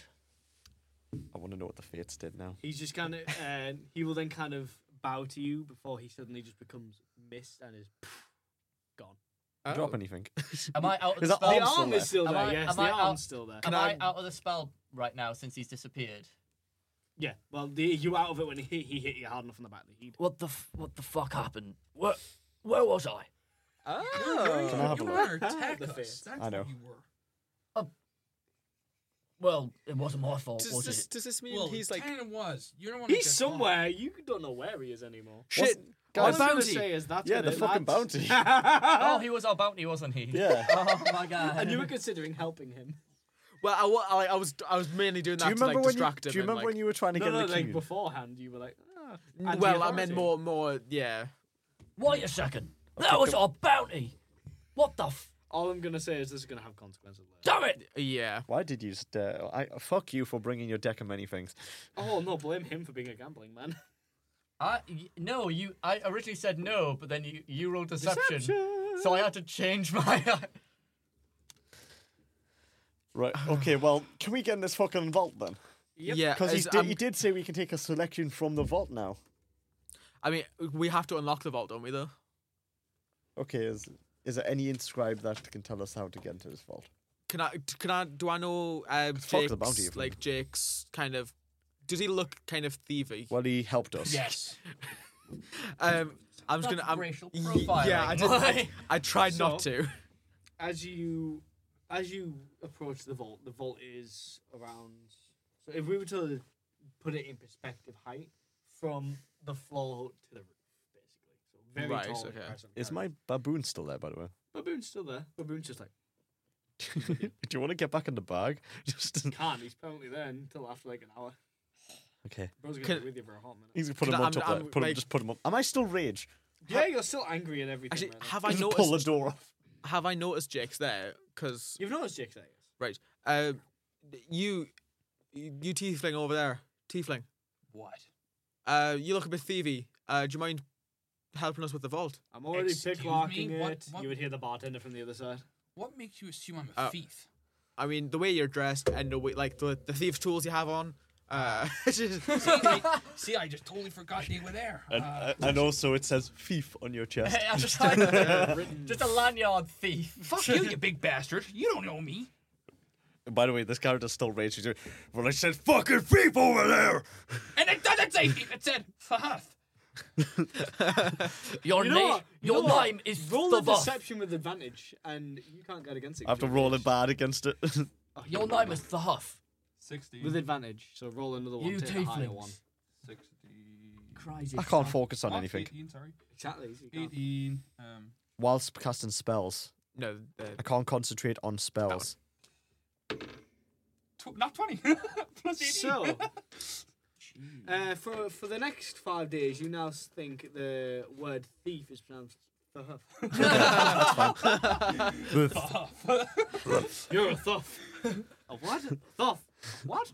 Speaker 2: I want to know what the fates did now.
Speaker 5: he's just kind of, uh, he will then kind of bow to you before he suddenly just becomes mist and is gone.
Speaker 2: Drop anything?
Speaker 1: Am I out of
Speaker 2: Is
Speaker 1: the
Speaker 2: that
Speaker 1: spell?
Speaker 2: all-
Speaker 5: the arm
Speaker 2: still
Speaker 5: is still
Speaker 1: there.
Speaker 5: there.
Speaker 1: Am I-
Speaker 5: yes,
Speaker 1: am
Speaker 5: the
Speaker 1: I
Speaker 5: arm's
Speaker 1: out-
Speaker 5: still there.
Speaker 1: Am I out of the spell right now since he's disappeared?
Speaker 5: Yeah. Well, the, you out of it when he, he hit you hard enough on the back of the head.
Speaker 12: What the f- what the fuck happened? Where where was I?
Speaker 2: Can I have a
Speaker 4: you
Speaker 2: look?
Speaker 4: were attack
Speaker 5: The
Speaker 4: us.
Speaker 5: face.
Speaker 4: That's
Speaker 2: I know.
Speaker 4: what you were.
Speaker 12: Well, it wasn't my fault,
Speaker 3: Does
Speaker 12: was
Speaker 3: this,
Speaker 12: it?
Speaker 3: does this mean
Speaker 4: Well,
Speaker 3: he's like
Speaker 4: kind of was. You don't want
Speaker 5: He's somewhere. You don't know where he is anymore.
Speaker 3: shit?
Speaker 5: All
Speaker 2: Guys,
Speaker 5: I'm gonna
Speaker 3: bounty.
Speaker 5: say is that's
Speaker 2: yeah, the fucking
Speaker 5: gonna- that's-
Speaker 2: bounty.
Speaker 1: Oh, he was our bounty, wasn't he?
Speaker 2: yeah.
Speaker 1: Oh my god.
Speaker 5: And you were considering helping him.
Speaker 3: Well, I, wa- I, I was I was mainly doing that
Speaker 2: Do you
Speaker 3: to
Speaker 2: remember
Speaker 3: like
Speaker 2: when you?
Speaker 3: distract
Speaker 2: Do
Speaker 3: him.
Speaker 2: you remember when
Speaker 3: and,
Speaker 2: you were trying to
Speaker 5: No,
Speaker 2: get
Speaker 5: no,
Speaker 2: the
Speaker 5: like
Speaker 2: key?
Speaker 5: beformed, you were like, ah.
Speaker 3: like?
Speaker 5: and the
Speaker 3: Well, I meant
Speaker 5: authority.
Speaker 3: more more yeah.
Speaker 12: Wait a second. That was our bounty. What the f-
Speaker 5: All I'm gonna say is this is gonna have consequences later.
Speaker 12: Damn it!
Speaker 3: Yeah.
Speaker 2: Why did you? St- I fuck you for bringing your deck of many things.
Speaker 5: Oh no, blame him for being a gambling man.
Speaker 1: I y- no, you. I originally said no, but then you you rolled deception, so I had to change my.
Speaker 2: Right.
Speaker 3: Ah.
Speaker 2: Okay. Well, can we get in this fucking vault then?
Speaker 3: Yeah.
Speaker 2: Because he,
Speaker 3: as
Speaker 2: did-
Speaker 3: I'm-
Speaker 2: he did say we can take a selection from the vault now.
Speaker 3: I mean, we have to unlock the vault, don't we? Though.
Speaker 2: Okay, is is there any inscribed that can tell us how to get into this vault?
Speaker 3: Can I? d- Can I? Do I know? Uh,
Speaker 2: fuck
Speaker 3: Jake's,
Speaker 2: the bounty if we-
Speaker 3: like Jake's kind of. Does he look kind of thievy?
Speaker 2: Well, he helped us.
Speaker 1: yes.
Speaker 3: Um, I'm just
Speaker 1: That's
Speaker 3: gonna. I'm,
Speaker 1: racial
Speaker 3: Y-
Speaker 1: profiling.
Speaker 3: Yeah, I, did, I, I tried not
Speaker 5: So-
Speaker 3: to.
Speaker 5: As you, as you approach the vault, the vault is around. So if we were to put it in perspective height from the floor to the roof, basically. So very
Speaker 3: Right,
Speaker 5: tall.
Speaker 3: okay.
Speaker 5: impressive
Speaker 2: Is
Speaker 5: character.
Speaker 2: my baboon still there, by the way?
Speaker 5: baboon's still there? Baboon's just like
Speaker 2: Do you want to get back in the bag? Just
Speaker 5: can't. He's permanently there until after like an hour.
Speaker 2: okay.
Speaker 5: Bro's gonna
Speaker 3: Can-
Speaker 5: be with you for a hot minute.
Speaker 2: He's gonna put
Speaker 3: Can
Speaker 2: him on
Speaker 3: I- I'm-
Speaker 2: top. there.
Speaker 3: I'm,
Speaker 2: Put him,
Speaker 3: like-
Speaker 2: just put him on. Am I still rage?
Speaker 5: Yeah, you're still angry at everything.
Speaker 3: Actually,
Speaker 5: right now.
Speaker 3: have I
Speaker 2: just pull the
Speaker 3: noticed?
Speaker 2: door off.
Speaker 3: Have I noticed Jake's there? Because
Speaker 5: You've noticed Jake's there, yes.
Speaker 3: right, uh, you, you tiefling over there, tiefling.
Speaker 4: What?
Speaker 3: Uh, you look a bit thievy. Uh, do you mind helping us with the vault?
Speaker 5: I'm already
Speaker 4: Excuse
Speaker 5: picklocking
Speaker 4: me?
Speaker 5: it.
Speaker 4: What- what-
Speaker 5: You would hear the bartender from the other side.
Speaker 4: What makes you assume I'm a
Speaker 3: Uh,
Speaker 4: thief?
Speaker 3: I mean, the way you're dressed and the way, like the the thieves' tools you have on. Uh, just-
Speaker 4: See, I just totally forgot they were there.
Speaker 2: And,
Speaker 4: Uh,
Speaker 2: and also, it says thief on your chest.
Speaker 1: I just, like, just a lanyard thief.
Speaker 4: fuck you, you big bastard. You don't know me.
Speaker 2: By the way, this character's still rage. He's doing, well, I said fucking thief over there.
Speaker 4: And it doesn't say thief, it said Fahath.
Speaker 1: Your
Speaker 5: You know
Speaker 1: name,
Speaker 5: what? You
Speaker 1: your
Speaker 5: know what?
Speaker 1: name is
Speaker 5: Roll a
Speaker 1: Thuboth.
Speaker 5: deception with advantage, and you can't get against it.
Speaker 2: I have to roll it bad against it.
Speaker 1: Your name is the Huff.
Speaker 4: 60.
Speaker 5: with advantage. So roll another one.
Speaker 1: You
Speaker 5: take the higher
Speaker 1: tieflings.
Speaker 5: one.
Speaker 4: 60.
Speaker 1: Crazy.
Speaker 2: I can't focus on
Speaker 4: Not
Speaker 2: anything
Speaker 4: 18, sorry.
Speaker 5: Exactly. so you can't.
Speaker 4: 18. Um,
Speaker 2: whilst casting spells.
Speaker 3: no, uh,
Speaker 2: I can't concentrate on spells.
Speaker 4: tw- not 20. Plus 18.
Speaker 5: So, uh, for for the next five days, you now think the word thief is pronounced. thuff. You're a thuff. a what? Thuff. What?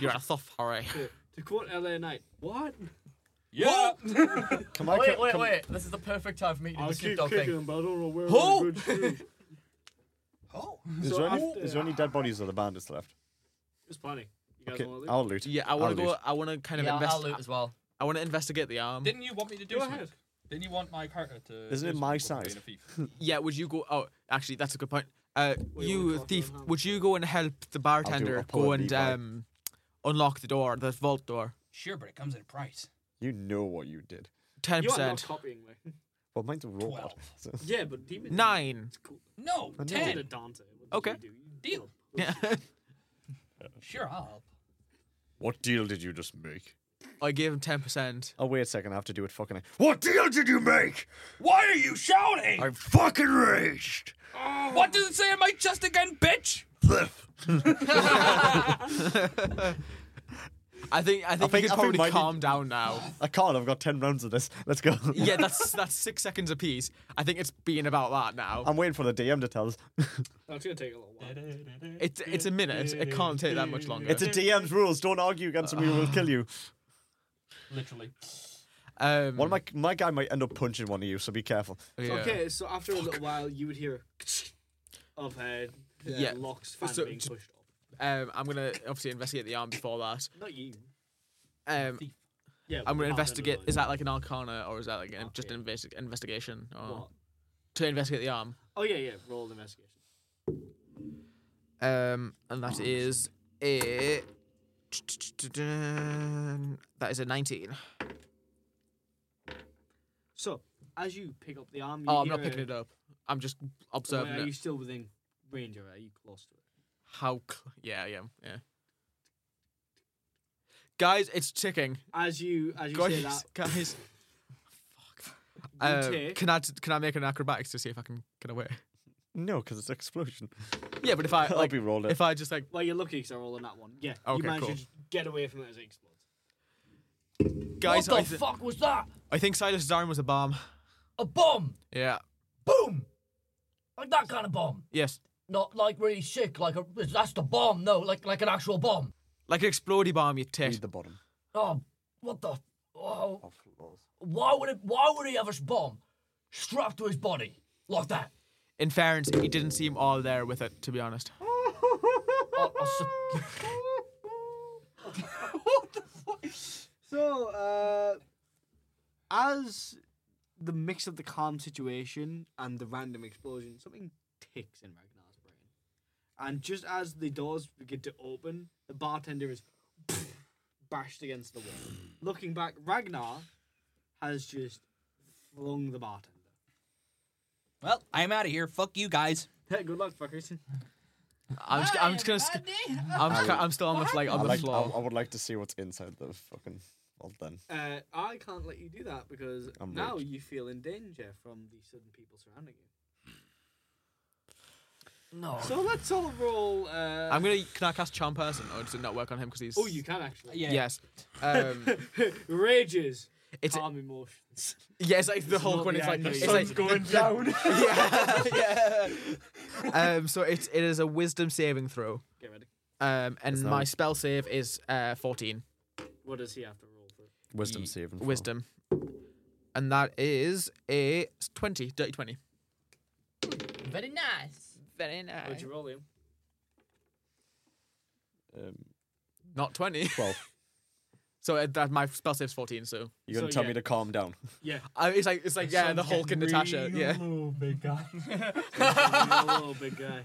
Speaker 3: you're a though, alright.
Speaker 5: To, to quote LA Knight, what?
Speaker 4: yeah.
Speaker 2: Come on,
Speaker 1: Wait, wait, wait. This is the perfect time for me to do
Speaker 5: I'll
Speaker 1: the Snoop
Speaker 5: keep
Speaker 1: Dogg
Speaker 5: kicking
Speaker 1: thing.
Speaker 5: him, but I don't know where
Speaker 1: Who?
Speaker 5: my good shoes.
Speaker 4: Oh.
Speaker 2: Is,
Speaker 5: So
Speaker 2: there any,
Speaker 5: after-
Speaker 2: is there any dead bodies of the bandits left?
Speaker 5: It's funny. You guys
Speaker 2: Okay,
Speaker 5: want to
Speaker 2: I'll loot.
Speaker 3: Yeah, I want to
Speaker 2: I'll
Speaker 3: go.
Speaker 2: loot.
Speaker 3: I want to kind of
Speaker 1: Yeah, I'll
Speaker 3: invest.
Speaker 1: loot as well.
Speaker 3: I want to investigate the um, arm.
Speaker 4: Didn't you want me to do
Speaker 5: Go
Speaker 4: something?
Speaker 5: ahead.
Speaker 4: Didn't you want my character to.
Speaker 2: Isn't it
Speaker 4: do
Speaker 2: my
Speaker 4: something
Speaker 2: size?
Speaker 4: for being a thief?
Speaker 3: Yeah, would you go? Oh, actually, that's a good point. Uh,
Speaker 5: you wanna
Speaker 3: you
Speaker 5: talk
Speaker 3: thief,
Speaker 5: about now?
Speaker 3: would you go and help the bartender
Speaker 2: I'll pull
Speaker 3: go
Speaker 2: a
Speaker 3: and
Speaker 2: Levi.
Speaker 3: um, unlock the door, the vault door?
Speaker 4: Sure, but it comes at a price.
Speaker 2: You know what you did.
Speaker 3: Ten
Speaker 5: You are not
Speaker 3: percent,
Speaker 5: copying me.
Speaker 2: Well, mine's a robot.
Speaker 4: Twelve.
Speaker 2: So.
Speaker 5: yeah, but demon.
Speaker 3: nine.
Speaker 5: It's cool.
Speaker 4: No,
Speaker 2: I know.
Speaker 5: You did a
Speaker 4: 10.
Speaker 5: Dante. What did
Speaker 3: Okay.
Speaker 5: You do? You
Speaker 4: Deal.
Speaker 3: Yeah.
Speaker 4: Sure, I'll help.
Speaker 2: What deal did you just make?
Speaker 3: I gave him ten percent.
Speaker 2: Oh, wait a second. I have to do it fucking. What deal did you make?
Speaker 4: Why are you shouting?
Speaker 2: I'm fucking raged.
Speaker 4: What does it say on my chest again, bitch?
Speaker 3: I think. I think
Speaker 2: think- I think
Speaker 3: you could probably
Speaker 2: mine did-
Speaker 3: calm down now.
Speaker 2: I can't. I've got 10 rounds of this. Let's go.
Speaker 3: yeah, that's that's six seconds apiece. I think it's being about that now.
Speaker 2: I'm waiting for the DM to tell us.
Speaker 5: That's gonna take a little while.
Speaker 3: It's it's a minute. It can't take that much longer.
Speaker 2: It's a DM's rules. Don't argue against him. We will kill you.
Speaker 4: Literally.
Speaker 3: um,
Speaker 2: One of my my guy might end up punching one of you, so be careful.
Speaker 3: yeah.
Speaker 5: Okay, so after a little while, you would hear of her uh,
Speaker 3: Yeah.
Speaker 5: locks fan
Speaker 3: So,
Speaker 5: being
Speaker 3: j-
Speaker 5: pushed off.
Speaker 3: Um, I'm gonna obviously investigate the arm before that.
Speaker 5: Not you.
Speaker 3: Um,
Speaker 5: Yeah,
Speaker 3: I'm
Speaker 5: but
Speaker 3: gonna
Speaker 5: the bartender
Speaker 3: investigate.
Speaker 5: knows.
Speaker 3: Is that like an arcana or is that like an, just
Speaker 5: Okay.
Speaker 3: an investi- investigation? Or
Speaker 5: What?
Speaker 3: To investigate the arm.
Speaker 5: Oh yeah, yeah. Roll the investigation.
Speaker 3: Um, and that is a. That is a 19.
Speaker 5: So as you pick up the arm, you
Speaker 3: Oh, I'm
Speaker 5: hear
Speaker 3: not picking
Speaker 5: a-
Speaker 3: it up. I'm just
Speaker 5: Wait,
Speaker 3: observing
Speaker 5: are you
Speaker 3: it.
Speaker 5: still within range of it? Are you close to it?
Speaker 3: How. Cl- yeah, yeah, yeah. Guys, it's ticking.
Speaker 5: As you as you
Speaker 3: Guys,
Speaker 5: say that,
Speaker 3: guys.
Speaker 5: you
Speaker 3: Uh,
Speaker 5: take.
Speaker 3: can I can I make an acrobatics to see if I can get away?
Speaker 2: No, because it's explosion.
Speaker 3: Yeah, but if I
Speaker 2: I'll
Speaker 3: like,
Speaker 2: be rolling.
Speaker 3: if I just like
Speaker 5: Well, you're lucky because I rolled on that one. Yeah, you
Speaker 3: Okay,
Speaker 5: managed
Speaker 3: cool.
Speaker 5: to just get away from it as it explodes.
Speaker 1: What
Speaker 3: guys, I,
Speaker 1: the
Speaker 3: th-
Speaker 1: fuck was that?
Speaker 3: I think Silas' arm was a bomb.
Speaker 1: A bomb!
Speaker 3: Yeah.
Speaker 1: Boom! Like that kind of bomb.
Speaker 3: Yes.
Speaker 1: Not like really sick, like a that's the bomb, no, like like an actual bomb.
Speaker 3: Like an explodey bomb, you tit.
Speaker 2: Read the bottom.
Speaker 1: Oh what the oh, why would it why would he have his bomb strapped to his body? Like that.
Speaker 3: In fairness, he didn't seem all there with it, to be honest.
Speaker 1: I- Oh, I sup-
Speaker 5: So, uh, as the mix of the calm situation and the random explosion, something ticks in Ragnar's brain. And just as the doors begin to open, the bartender is bashed against the wall. Looking back, Ragnar has just flung the bartender.
Speaker 4: Well, I'm out of here. Fuck you guys.
Speaker 5: Hey, good luck, fuckers.
Speaker 3: I'm just, I'm just gonna, sk- I'm, just, ca- I'm still on the like on
Speaker 2: I,
Speaker 3: the
Speaker 2: like, I,
Speaker 3: floor.
Speaker 2: I would like to see what's inside the fucking. Well done.
Speaker 5: Uh, I can't let you do that because
Speaker 2: I'm
Speaker 5: now
Speaker 2: rich.
Speaker 5: you feel in danger from the sudden people surrounding you.
Speaker 13: No.
Speaker 5: So let's all roll. Uh,
Speaker 3: I'm gonna. Can I cast charm person, or does it not work on him because he's?
Speaker 5: oh, you can actually.
Speaker 4: Yeah.
Speaker 3: Yes. Um,
Speaker 5: Rages.
Speaker 3: it's
Speaker 5: calm emotions.
Speaker 3: yeah. It's like the whole
Speaker 5: not
Speaker 3: one.
Speaker 5: the
Speaker 3: It's like
Speaker 5: idea.
Speaker 3: it's
Speaker 5: Sun's
Speaker 3: like
Speaker 4: going down.
Speaker 3: yeah, yeah. Um, so it's it is a wisdom saving throw.
Speaker 5: Get ready.
Speaker 3: Um, and
Speaker 2: It's not-
Speaker 3: my spell save is uh 14
Speaker 5: What does he have to roll for?
Speaker 2: Wisdom
Speaker 3: Ye-
Speaker 2: saving. throw.
Speaker 3: wisdom, and that is a 20 dirty 20.
Speaker 1: Very nice.
Speaker 3: Very
Speaker 5: What'd
Speaker 3: nice.
Speaker 5: you roll him?
Speaker 2: Um,
Speaker 3: Not 20.
Speaker 2: Twelve.
Speaker 3: So uh, that my spell save's 14. So
Speaker 2: You're gonna
Speaker 5: So,
Speaker 2: tell
Speaker 5: yeah.
Speaker 2: me to calm down.
Speaker 5: Yeah.
Speaker 3: I, it's like it's like yeah, the Hulk and Natasha. Yeah.
Speaker 4: Hello, big guy.
Speaker 5: Hello, big guy.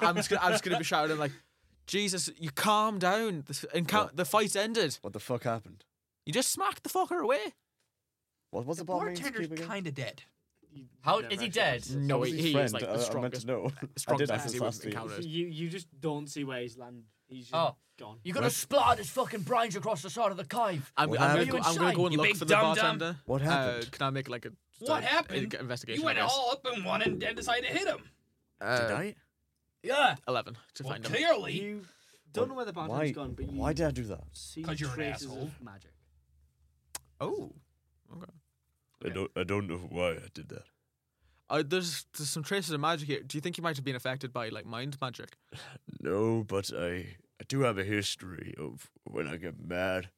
Speaker 3: I'm just gonna, I'm just gonna be shouting like, Jesus, you calm down. The, encounter, the fight's ended.
Speaker 2: What the fuck happened?
Speaker 3: You just smacked the fucker away.
Speaker 2: What was the,
Speaker 4: The
Speaker 2: bar mains
Speaker 4: bartender's
Speaker 2: keep again?
Speaker 4: kind of dead.
Speaker 1: How
Speaker 5: Never
Speaker 1: is he
Speaker 5: actually
Speaker 1: dead?
Speaker 5: asked this.
Speaker 3: No,
Speaker 2: Was
Speaker 3: Oh, he,
Speaker 2: his
Speaker 3: he
Speaker 2: friend? uh,
Speaker 3: is like
Speaker 2: I-
Speaker 3: the
Speaker 2: I meant to
Speaker 3: strongest,
Speaker 2: know. I did
Speaker 3: strongest
Speaker 2: ask this
Speaker 3: entity we've
Speaker 2: last week.
Speaker 3: encountered.
Speaker 5: You you just don't see where he's landed. He's just
Speaker 1: Oh.
Speaker 5: gone.
Speaker 1: You're gonna splatter this fucking brains across the side of the cave.
Speaker 3: I'm,
Speaker 2: What
Speaker 3: I'm,
Speaker 2: happened?
Speaker 3: gonna, go, I'm gonna go and
Speaker 1: You
Speaker 3: look
Speaker 1: big
Speaker 3: for the
Speaker 1: dum-dum.
Speaker 3: bartender.
Speaker 2: What
Speaker 3: Uh,
Speaker 2: happened?
Speaker 3: can I make like a
Speaker 4: What happened?
Speaker 3: a- uh, investigation?
Speaker 4: You went
Speaker 3: I guess.
Speaker 4: all up in one and then decided to hit him.
Speaker 3: Uh,
Speaker 2: did I?
Speaker 4: Yeah.
Speaker 3: Eleven to
Speaker 4: Well,
Speaker 3: find him.
Speaker 4: clearly.
Speaker 5: You don't know where the bartender's
Speaker 2: Why?
Speaker 5: gone, but you
Speaker 2: Why did I do that?
Speaker 5: see
Speaker 4: 'Cause you're an
Speaker 5: traces
Speaker 4: asshole.
Speaker 5: of magic.
Speaker 3: Oh,
Speaker 2: I don't. I don't know why I did that.
Speaker 3: uh, there's there's some traces of magic here. Do you think he might have been affected by like mind magic?
Speaker 2: No, but I I do have a history of when I get mad,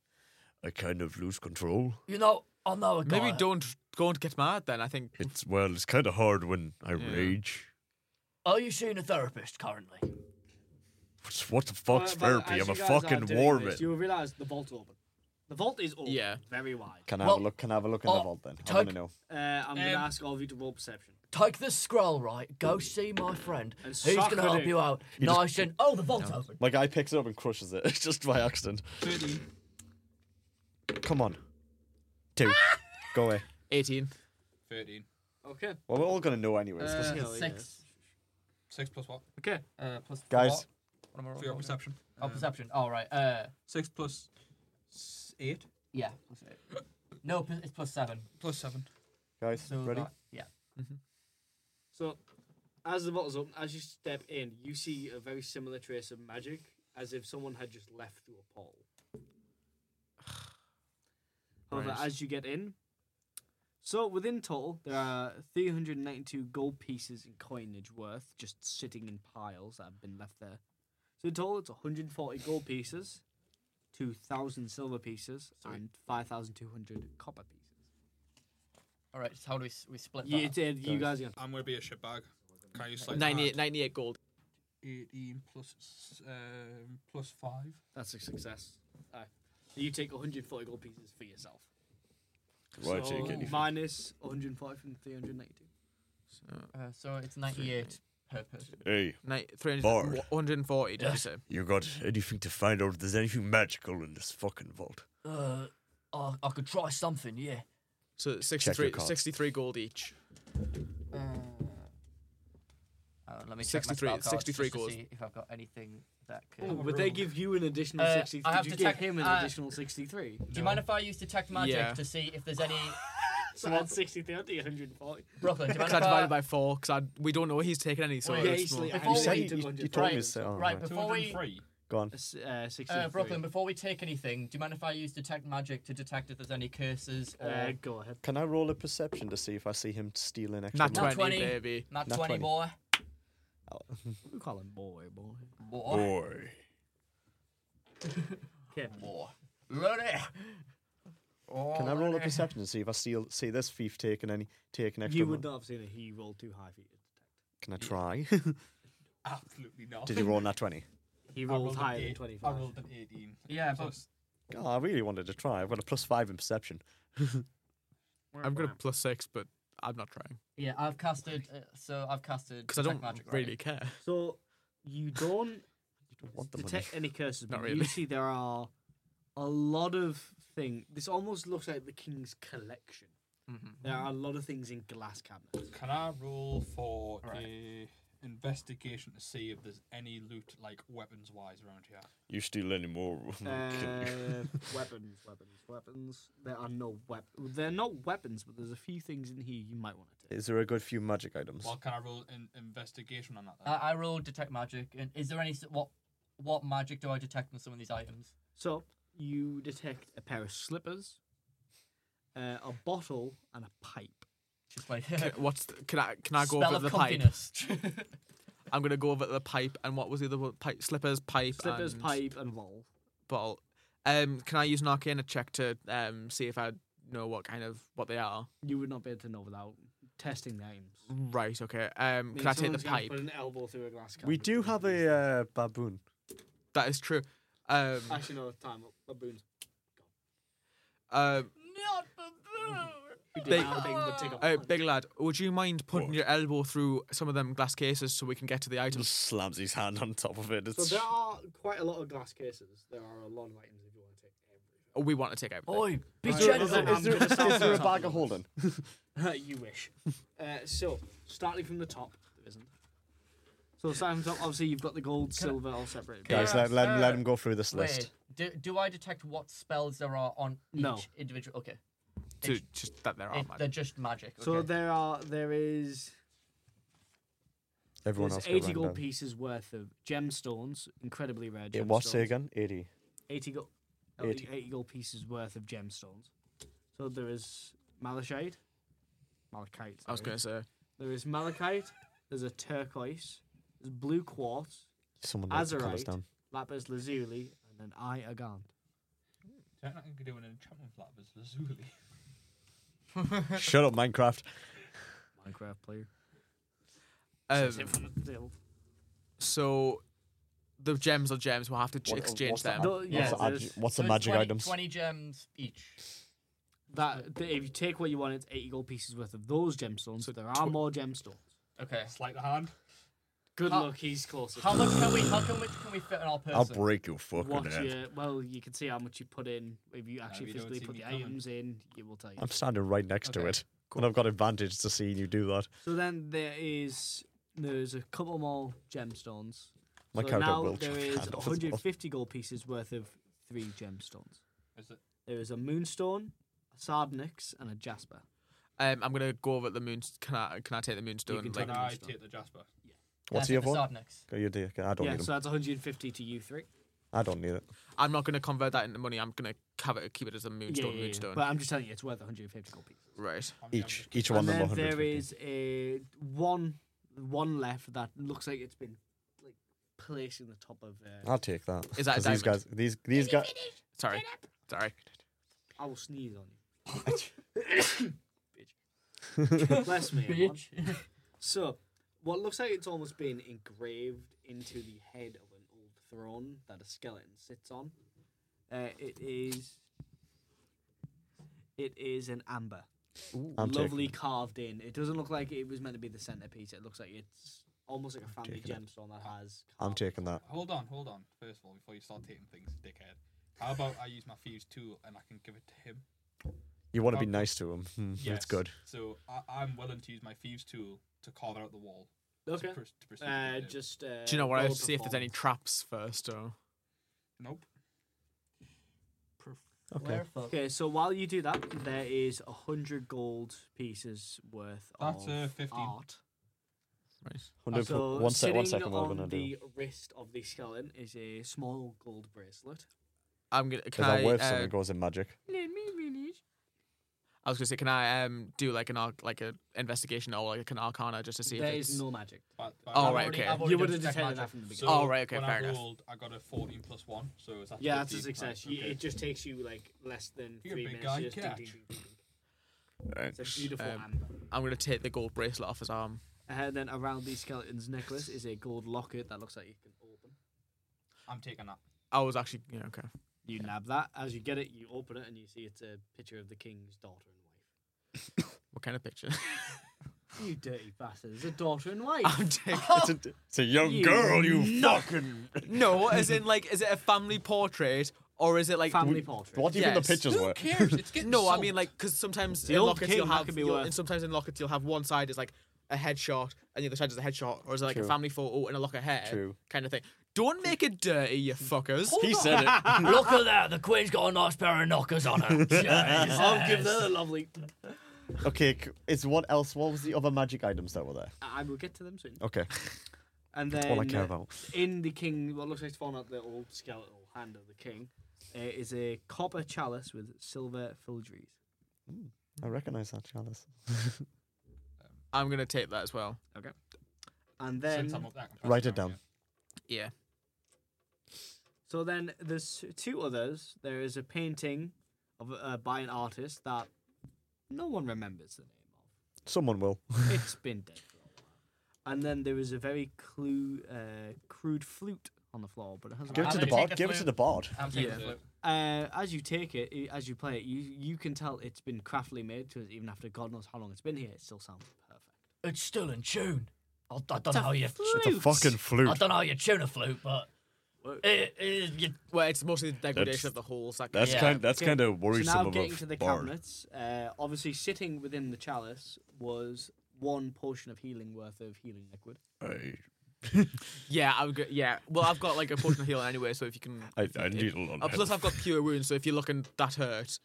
Speaker 2: I kind of lose control.
Speaker 1: You know, I know a guy.
Speaker 3: Maybe don't go and get mad. Then I think
Speaker 2: It's well, it's kind of hard when I
Speaker 3: Yeah.
Speaker 2: rage.
Speaker 1: Are you seeing a therapist currently?
Speaker 2: What's- What the fuck's
Speaker 5: But- but
Speaker 2: therapy?
Speaker 5: as
Speaker 2: I'm
Speaker 5: you
Speaker 2: a
Speaker 5: guys are
Speaker 2: fucking
Speaker 5: doing
Speaker 2: warman.
Speaker 5: this, You'll realise the vault's open. The vault is open.
Speaker 3: Yeah.
Speaker 5: Very wide.
Speaker 2: Can I
Speaker 1: Well,
Speaker 2: have a look? Can I have a look in
Speaker 1: oh,
Speaker 2: the vault then? I
Speaker 1: tug-
Speaker 2: want to know.
Speaker 5: Uh, I'm going to
Speaker 4: Um,
Speaker 5: ask all of you to roll perception.
Speaker 1: Take the scroll, right? Go see my friend.
Speaker 5: And
Speaker 1: He's
Speaker 5: suck
Speaker 1: gonna
Speaker 5: her
Speaker 1: help
Speaker 5: dick.
Speaker 1: you out. nice and oh, the vault's open.
Speaker 2: My guy picks it up and crushes it just by accident.
Speaker 4: 13.
Speaker 2: Come on, two, go away.
Speaker 3: eighteen.
Speaker 4: 13.
Speaker 5: Okay.
Speaker 2: Well, we're all gonna know anyways. 'cause-
Speaker 5: Hell
Speaker 1: six.
Speaker 4: 6 plus what?
Speaker 5: Okay.
Speaker 1: Uh, plus
Speaker 2: Guys.
Speaker 1: What am I
Speaker 4: For your perception.
Speaker 1: Oh, perception. All right. Uh,
Speaker 4: 6 plus 8.
Speaker 1: yeah. Plus eight. No, pl- it's plus seven.
Speaker 4: Plus 7.
Speaker 2: guys,
Speaker 1: So
Speaker 2: ready?
Speaker 1: that- yeah.
Speaker 5: So, as the vault is open, as you step in, you see a very similar trace of magic, as if someone had just left through a portal. However,
Speaker 3: Right.
Speaker 5: as you get in, so within total, there are 392 gold pieces in coinage worth just sitting in piles that have been left there. So in total, it's 140 gold pieces, 2,000 silver pieces, and 5,200 copper pieces.
Speaker 1: All right. So how do we s- we split that?
Speaker 5: You, did, you guys are gonna
Speaker 4: I'm going to be a shitbag. Can I use like
Speaker 3: 98, 98 gold.
Speaker 4: 18 plus, s- um, plus 5.
Speaker 5: That's a success. Aye. So you take 140 gold pieces for yourself.
Speaker 2: Do I
Speaker 5: so
Speaker 2: take anything?
Speaker 5: minus 140 from 392.
Speaker 1: Uh, so it's ninety-eight per person.
Speaker 2: Hey,
Speaker 3: Ni- 300,
Speaker 2: Bard.
Speaker 3: 140, did you say?
Speaker 2: you got anything to find out if there's anything magical in this fucking vault?
Speaker 1: Uh, I, I could try something. Yeah.
Speaker 3: So
Speaker 2: your
Speaker 3: 63,
Speaker 2: cards.
Speaker 3: 63 gold each.
Speaker 1: Uh, hang on, Uh, let me check my
Speaker 3: 63
Speaker 1: spell cards
Speaker 3: 63
Speaker 1: just to
Speaker 3: goals.
Speaker 1: see if I've got anything that
Speaker 5: Oh,
Speaker 1: could.
Speaker 5: would they give you an additional
Speaker 1: Uh,
Speaker 5: 63?
Speaker 1: I have
Speaker 5: Did
Speaker 1: to
Speaker 5: you give
Speaker 1: check-
Speaker 5: him an
Speaker 1: uh,
Speaker 5: additional 63?
Speaker 1: Do you mind if I use detect magic
Speaker 3: Yeah.
Speaker 1: to see if there's any?
Speaker 5: So that's 63 out of the 140.
Speaker 1: Brooklyn, do you mind
Speaker 3: Because I
Speaker 1: if I?
Speaker 3: divided by four, because we don't know he's taken any, so
Speaker 5: Well, yeah,
Speaker 3: it's
Speaker 5: he's like-
Speaker 3: more.
Speaker 5: I
Speaker 1: Before
Speaker 2: You
Speaker 1: we
Speaker 2: said
Speaker 1: do-
Speaker 2: you, you,
Speaker 5: hundred
Speaker 2: you
Speaker 5: and
Speaker 2: told
Speaker 1: thirty.
Speaker 2: me so. oh,
Speaker 1: right,
Speaker 2: right.
Speaker 1: before we
Speaker 4: 203.
Speaker 2: Go on.
Speaker 5: That's, Uh, 63.
Speaker 1: uh, Brooklyn, before we take anything, do you mind if I use detect magic to detect if there's any curses or
Speaker 5: Uh, go ahead.
Speaker 2: Can I roll a perception to see if I see him stealing extra
Speaker 3: Not
Speaker 2: money?
Speaker 3: 20,
Speaker 1: 20.
Speaker 3: baby.
Speaker 1: not
Speaker 2: Nat
Speaker 1: 20
Speaker 2: 20.
Speaker 1: boy?
Speaker 5: We call him boy, boy.
Speaker 1: Boy,
Speaker 5: Okay.
Speaker 1: boy, Ready?
Speaker 2: Can
Speaker 5: Oh,
Speaker 2: I roll a perception to see if I steal, see this thief taking any taking extra
Speaker 5: You would
Speaker 2: money?
Speaker 5: not have seen it. He rolled too high for you to detect.
Speaker 2: Can I try?
Speaker 4: Absolutely not.
Speaker 2: Did you roll that 20?
Speaker 5: He
Speaker 4: I
Speaker 5: rolled,
Speaker 4: an
Speaker 5: higher than
Speaker 4: eight-
Speaker 5: 25.
Speaker 4: I rolled an 18.
Speaker 1: Yeah, but
Speaker 4: Plus,
Speaker 2: God, Oh, I really wanted to try. I've got a plus five in perception.
Speaker 3: I've got a plus six, but I'm not trying.
Speaker 1: yeah, I've casted. Uh, so I've casted
Speaker 3: Because I
Speaker 1: detect
Speaker 3: don't
Speaker 1: magic. right?
Speaker 3: really care.
Speaker 5: So you don't
Speaker 2: You don't want the money.
Speaker 5: detect any curses, but
Speaker 3: Not
Speaker 5: you
Speaker 3: really.
Speaker 5: see there are a lot of thing. This almost looks like the king's collection.
Speaker 1: Mhm.
Speaker 3: Mm-hmm.
Speaker 5: There are a lot of things in glass cabinets.
Speaker 4: can I roll for
Speaker 1: Right.
Speaker 4: a investigation to see if there's any loot, like weapons wise, around here.
Speaker 2: You steal any more? we'll
Speaker 3: Mm-hmm.
Speaker 2: kill you.
Speaker 5: Uh, weapons, weapons, weapons. There are no weapons. They're not weapons, but there's a few things in here you might want to take.
Speaker 2: Is there a good few magic items?
Speaker 4: Well, can I roll an investigation on that? Then?
Speaker 1: I, I roll detect magic, and is there any s- what what magic do I detect in some of these items?
Speaker 5: So you detect a pair of slippers, uh, a bottle, and a pipe.
Speaker 1: Just like
Speaker 3: Can- What's the, can I can I go
Speaker 1: spell
Speaker 3: over
Speaker 1: of
Speaker 3: the pipe?
Speaker 1: cockiness.
Speaker 3: I'm gonna go over the pipe and what was the other one? pipe? Slippers, pipe,
Speaker 5: Slippers,
Speaker 3: and
Speaker 5: pipe, and roll.
Speaker 3: bottle. Um, can I use an arcana check to um see if I know what kind of what they are?
Speaker 5: You would not be able to know without testing names.
Speaker 3: Right. Okay. Um, can I take the pipe?
Speaker 8: Put an elbow through a glass
Speaker 2: we do have a uh, baboon.
Speaker 3: That is true. Um,
Speaker 8: Actually, no. Time. Baboon's
Speaker 3: um,
Speaker 1: Not baboon.
Speaker 3: Big-
Speaker 8: nothing but take up.
Speaker 3: Uh, big lad, would you mind putting your elbow through some of them glass cases so we can get to the items?
Speaker 2: Just slams his hand on top of it.
Speaker 8: So
Speaker 2: It's
Speaker 8: there are quite a lot of glass cases. There are a lot of items if you want to take everything.
Speaker 3: We want to take everything.
Speaker 6: Oi, be
Speaker 8: Right.
Speaker 2: Is there-
Speaker 6: generous.
Speaker 2: is there-
Speaker 8: I'm gonna
Speaker 2: is there a
Speaker 8: sound
Speaker 2: bag of holding?
Speaker 8: you wish. Uh, so, starting from the top, there isn't.
Speaker 5: So, Simon, so obviously, you've got the gold, silver, all separated.
Speaker 1: Yeah,
Speaker 2: Guys, let, let, him, let
Speaker 1: uh,
Speaker 2: him go through this list.
Speaker 1: Wait, do, do I detect what spells there are on each
Speaker 5: No.
Speaker 1: individual? Okay,
Speaker 3: To, just that there are
Speaker 1: It-
Speaker 3: magic.
Speaker 1: they're just magic. Okay.
Speaker 5: So there are there is
Speaker 2: Everyone
Speaker 5: there's
Speaker 2: else. go
Speaker 5: 80
Speaker 2: round
Speaker 5: gold
Speaker 2: down.
Speaker 5: pieces worth of gemstones, incredibly rare.
Speaker 2: Yeah,
Speaker 5: Gemstones.
Speaker 2: what's it again? Eighty.
Speaker 5: 80 gold,
Speaker 2: 80.
Speaker 5: 80. gold pieces worth of gemstones. So there is malachite, malachite.
Speaker 3: I was
Speaker 5: sorry.
Speaker 3: going to say.
Speaker 5: There is malachite. There's a turquoise. There's blue quartz,
Speaker 2: Someone wrote the colours
Speaker 5: Azurite.
Speaker 2: down.
Speaker 5: lapis lazuli, and an eye agant.
Speaker 4: Technically, I could do an enchantment flap as Lazuli.
Speaker 2: Shut up, Minecraft.
Speaker 5: Minecraft player.
Speaker 3: Um,
Speaker 5: Still.
Speaker 3: so the gems are gems. We'll have to ch-
Speaker 2: What-
Speaker 3: exchange
Speaker 2: what's the
Speaker 3: them.
Speaker 2: ad-
Speaker 5: No, yeah,
Speaker 2: what's the, ad-
Speaker 5: there's-
Speaker 2: what's
Speaker 1: So
Speaker 2: the
Speaker 1: it's
Speaker 2: magic
Speaker 1: 20
Speaker 2: items?
Speaker 1: Twenty gems each.
Speaker 5: That that if you take what you want, it's 80 gold pieces worth of those gemstones.
Speaker 3: So
Speaker 5: there are
Speaker 3: tw-
Speaker 5: more gemstones.
Speaker 1: Okay.
Speaker 4: Slight the hand.
Speaker 8: Good
Speaker 1: How-
Speaker 8: luck, he's closer.
Speaker 1: How much can we? How can we? Can we fit on our person?
Speaker 2: I'll break your
Speaker 5: What
Speaker 2: fucking head.
Speaker 5: you, well, you can see how much you put in. If you actually
Speaker 4: we don't
Speaker 5: physically
Speaker 4: see
Speaker 5: put
Speaker 4: me
Speaker 5: the
Speaker 4: coming.
Speaker 5: items in, it will tell you.
Speaker 2: I'm standing right next to
Speaker 1: Okay,
Speaker 2: it, and I've got advantage to seeing you do that.
Speaker 5: So then there is there's a couple more gemstones.
Speaker 2: My
Speaker 5: so
Speaker 2: character
Speaker 5: now
Speaker 2: will
Speaker 5: there
Speaker 2: chop
Speaker 5: is
Speaker 2: hand off as well.
Speaker 5: 150 gold pieces worth of three gemstones.
Speaker 4: Is it?
Speaker 5: There is a moonstone, a sardonyx, and a jasper.
Speaker 3: Um, I'm going to go over the moon. Can I? Can I take the moonstone?
Speaker 5: can
Speaker 3: Like,
Speaker 5: take
Speaker 4: Can
Speaker 5: Venom
Speaker 4: I
Speaker 5: stuff.
Speaker 4: take the Jasper?
Speaker 2: What's the
Speaker 1: your
Speaker 2: other one?
Speaker 1: Next.
Speaker 2: Go your dear. I don't
Speaker 5: yeah,
Speaker 2: need
Speaker 5: so
Speaker 2: them.
Speaker 5: that's 150 to you three.
Speaker 2: I don't need it.
Speaker 3: I'm not going to convert that into money. I'm going to have it. Keep it as a
Speaker 5: Yeah,
Speaker 3: moonstone.
Speaker 5: yeah, yeah,
Speaker 3: moonstone.
Speaker 5: But I'm just telling you, it's worth 150 gold pieces.
Speaker 3: right.
Speaker 4: I mean, I'm
Speaker 2: Each
Speaker 4: just-
Speaker 2: each one
Speaker 5: and
Speaker 2: of them.
Speaker 5: then there
Speaker 2: 150.
Speaker 5: is a one one left that looks like it's been like placed in the top of. Uh,
Speaker 2: I'll take that.
Speaker 3: Is that
Speaker 2: 'Cause
Speaker 3: a
Speaker 2: these
Speaker 3: diamond?
Speaker 2: guys? These these guys.
Speaker 3: Sorry. Sorry.
Speaker 5: I will sneeze on you. Bitch. Bless me. everyone.
Speaker 1: Bitch.
Speaker 5: So, what looks like it's almost been engraved into the head of an old throne that a skeleton sits on. Uh, it is. It is an amber,
Speaker 2: I'm
Speaker 5: lovely
Speaker 2: taking
Speaker 5: carved in. It doesn't look like it was meant to be the centerpiece. It looks like it's almost like a family
Speaker 2: taking it.
Speaker 5: gemstone that has.
Speaker 2: I'm
Speaker 5: carved-
Speaker 2: taking that.
Speaker 4: Hold on, hold on. First of all, before you start taking things, dickhead. How about I use my fuse tool and I can give it to him?
Speaker 2: You want to be
Speaker 4: Um,
Speaker 2: nice to him. Hmm, That's
Speaker 4: Yes.
Speaker 2: good.
Speaker 4: So I, I'm willing to use my thieves tool to carve out the wall.
Speaker 5: Okay.
Speaker 4: To, pr- to proceed
Speaker 5: Uh,
Speaker 4: to do.
Speaker 5: just. Uh,
Speaker 3: Do you know what? I
Speaker 5: roll
Speaker 3: have to see if there's any
Speaker 5: performance.
Speaker 3: traps first. Or
Speaker 4: Nope.
Speaker 2: Okay.
Speaker 5: Okay, so while you do that, there is a hundred gold pieces worth
Speaker 4: That's,
Speaker 5: of
Speaker 4: uh, 15.
Speaker 5: art.
Speaker 3: right.
Speaker 2: Hundred
Speaker 5: So
Speaker 2: one sec. One
Speaker 5: sitting
Speaker 2: second. We're
Speaker 5: on
Speaker 2: gonna do.
Speaker 5: the wrist of the skeleton is a small gold bracelet.
Speaker 3: I'm gonna. Can
Speaker 2: Is that
Speaker 3: I?
Speaker 2: worth
Speaker 3: uh,
Speaker 2: something? Goes in magic.
Speaker 3: I was gonna say, can I um do like an arc, like a investigation or like an arcana just to see
Speaker 5: There
Speaker 3: if it's
Speaker 5: is no magic.
Speaker 4: But, but
Speaker 3: Oh,
Speaker 4: I've
Speaker 3: right,
Speaker 4: already-
Speaker 3: okay.
Speaker 1: I've already
Speaker 5: You
Speaker 1: done
Speaker 5: would have
Speaker 1: detect magic.
Speaker 5: detected that from the
Speaker 4: So
Speaker 5: beginning.
Speaker 3: Oh, right, okay,
Speaker 4: when
Speaker 3: fair
Speaker 4: I
Speaker 3: enough.
Speaker 4: rolled, I got a 14 plus 1, so is that
Speaker 5: yeah, that's a
Speaker 4: 15?
Speaker 5: success.
Speaker 4: Right,
Speaker 5: You-
Speaker 4: okay.
Speaker 5: It just takes you like less than
Speaker 4: You're a
Speaker 5: three
Speaker 4: big
Speaker 5: minutes.
Speaker 4: guy,
Speaker 5: to just ding,
Speaker 4: catch.
Speaker 5: ding, ding, ding, ding. It's a beautiful
Speaker 3: Um,
Speaker 5: amber.
Speaker 3: I'm gonna take the gold bracelet off his arm.
Speaker 5: And then around the skeleton's necklace is a gold locket that looks like you can open.
Speaker 4: I'm taking that.
Speaker 3: I was actually yeah, okay.
Speaker 5: You nab that. As you get it, you open it and you see it's a picture of the king's daughter and
Speaker 3: What kind of picture?
Speaker 5: wife. You dirty bastard! It's a daughter and wife.
Speaker 3: I'm taking
Speaker 2: It's a, it's a young
Speaker 5: You
Speaker 2: girl. You fucking.
Speaker 3: No, as in like is it a family portrait or is it like
Speaker 5: Family portrait.
Speaker 2: What do you think the
Speaker 3: Yes.
Speaker 2: pictures were?
Speaker 4: cares? It's getting
Speaker 3: No, I mean like because sometimes
Speaker 5: The
Speaker 3: in
Speaker 5: old
Speaker 3: lockets
Speaker 5: king,
Speaker 3: you'll
Speaker 5: that
Speaker 3: have
Speaker 5: could be
Speaker 3: you'll-
Speaker 5: worth-
Speaker 3: and sometimes in lockets you'll have one side is like a headshot and the other side is a headshot, or is it like a
Speaker 2: True.
Speaker 3: family photo and a lock of hair
Speaker 2: True.
Speaker 3: kind of thing? Don't make it dirty, you fuckers.
Speaker 2: He said it.
Speaker 14: Look at that. The Queen's got a nice pair of knockers on her.
Speaker 5: I'll give that a lovely.
Speaker 2: okay, c- it's what else? What was the other magic items that were there?
Speaker 5: I will get to them soon.
Speaker 2: Okay,
Speaker 5: And
Speaker 2: that's
Speaker 5: then
Speaker 2: all I care about.
Speaker 5: in the king, what looks like it's fallen out the old skeletal hand of the king, uh, is a copper chalice with silver filigree.
Speaker 2: I recognize that chalice.
Speaker 3: I'm gonna take that as well.
Speaker 5: And then,
Speaker 4: Since I'm up there, I can pass
Speaker 2: Write it
Speaker 4: around,
Speaker 2: down.
Speaker 3: Yeah.
Speaker 5: so then there's two others. There is a painting of uh, by an artist that no one remembers the name
Speaker 2: Someone will.
Speaker 5: of. It's been dead for a while. And then there is a very clue, uh, crude flute on the floor, but it has.
Speaker 2: Give it
Speaker 1: I'm
Speaker 2: to
Speaker 1: gonna
Speaker 2: the
Speaker 1: take
Speaker 2: bard.
Speaker 1: the
Speaker 2: Give it to
Speaker 1: flute.
Speaker 2: the bard.
Speaker 1: I'm taking the
Speaker 4: Yeah.
Speaker 1: flute.
Speaker 5: Uh, as you take it, i- as you play it, you you can tell it's been craftily made because even after God knows how long it's been here, it still sounds perfect.
Speaker 14: it's still in tune. I, I don't know how you.
Speaker 2: It's a fucking
Speaker 14: I
Speaker 2: flute.
Speaker 14: don't know how you tune a flute, but it, it, you,
Speaker 3: Well, it's mostly the degradation
Speaker 2: That's-
Speaker 3: of the whole sacrifice.
Speaker 2: That's
Speaker 14: Yeah.
Speaker 2: kind. That's
Speaker 5: Okay,
Speaker 2: kind of
Speaker 5: So
Speaker 2: worrisome
Speaker 5: now
Speaker 2: of
Speaker 5: getting
Speaker 2: a
Speaker 5: to the
Speaker 2: bard.
Speaker 5: cabinets, uh, obviously sitting within the chalice was one portion of healing worth of healing liquid.
Speaker 2: I,
Speaker 3: Yeah, I'm good. Yeah, well, I've got like a potion of healing anyway, so if you can.
Speaker 2: I,
Speaker 3: if you-
Speaker 2: I
Speaker 3: if-
Speaker 2: need a lot.
Speaker 3: Oh,
Speaker 2: of
Speaker 3: plus, I've
Speaker 2: health.
Speaker 3: got pure wounds, so if you're looking that hurt,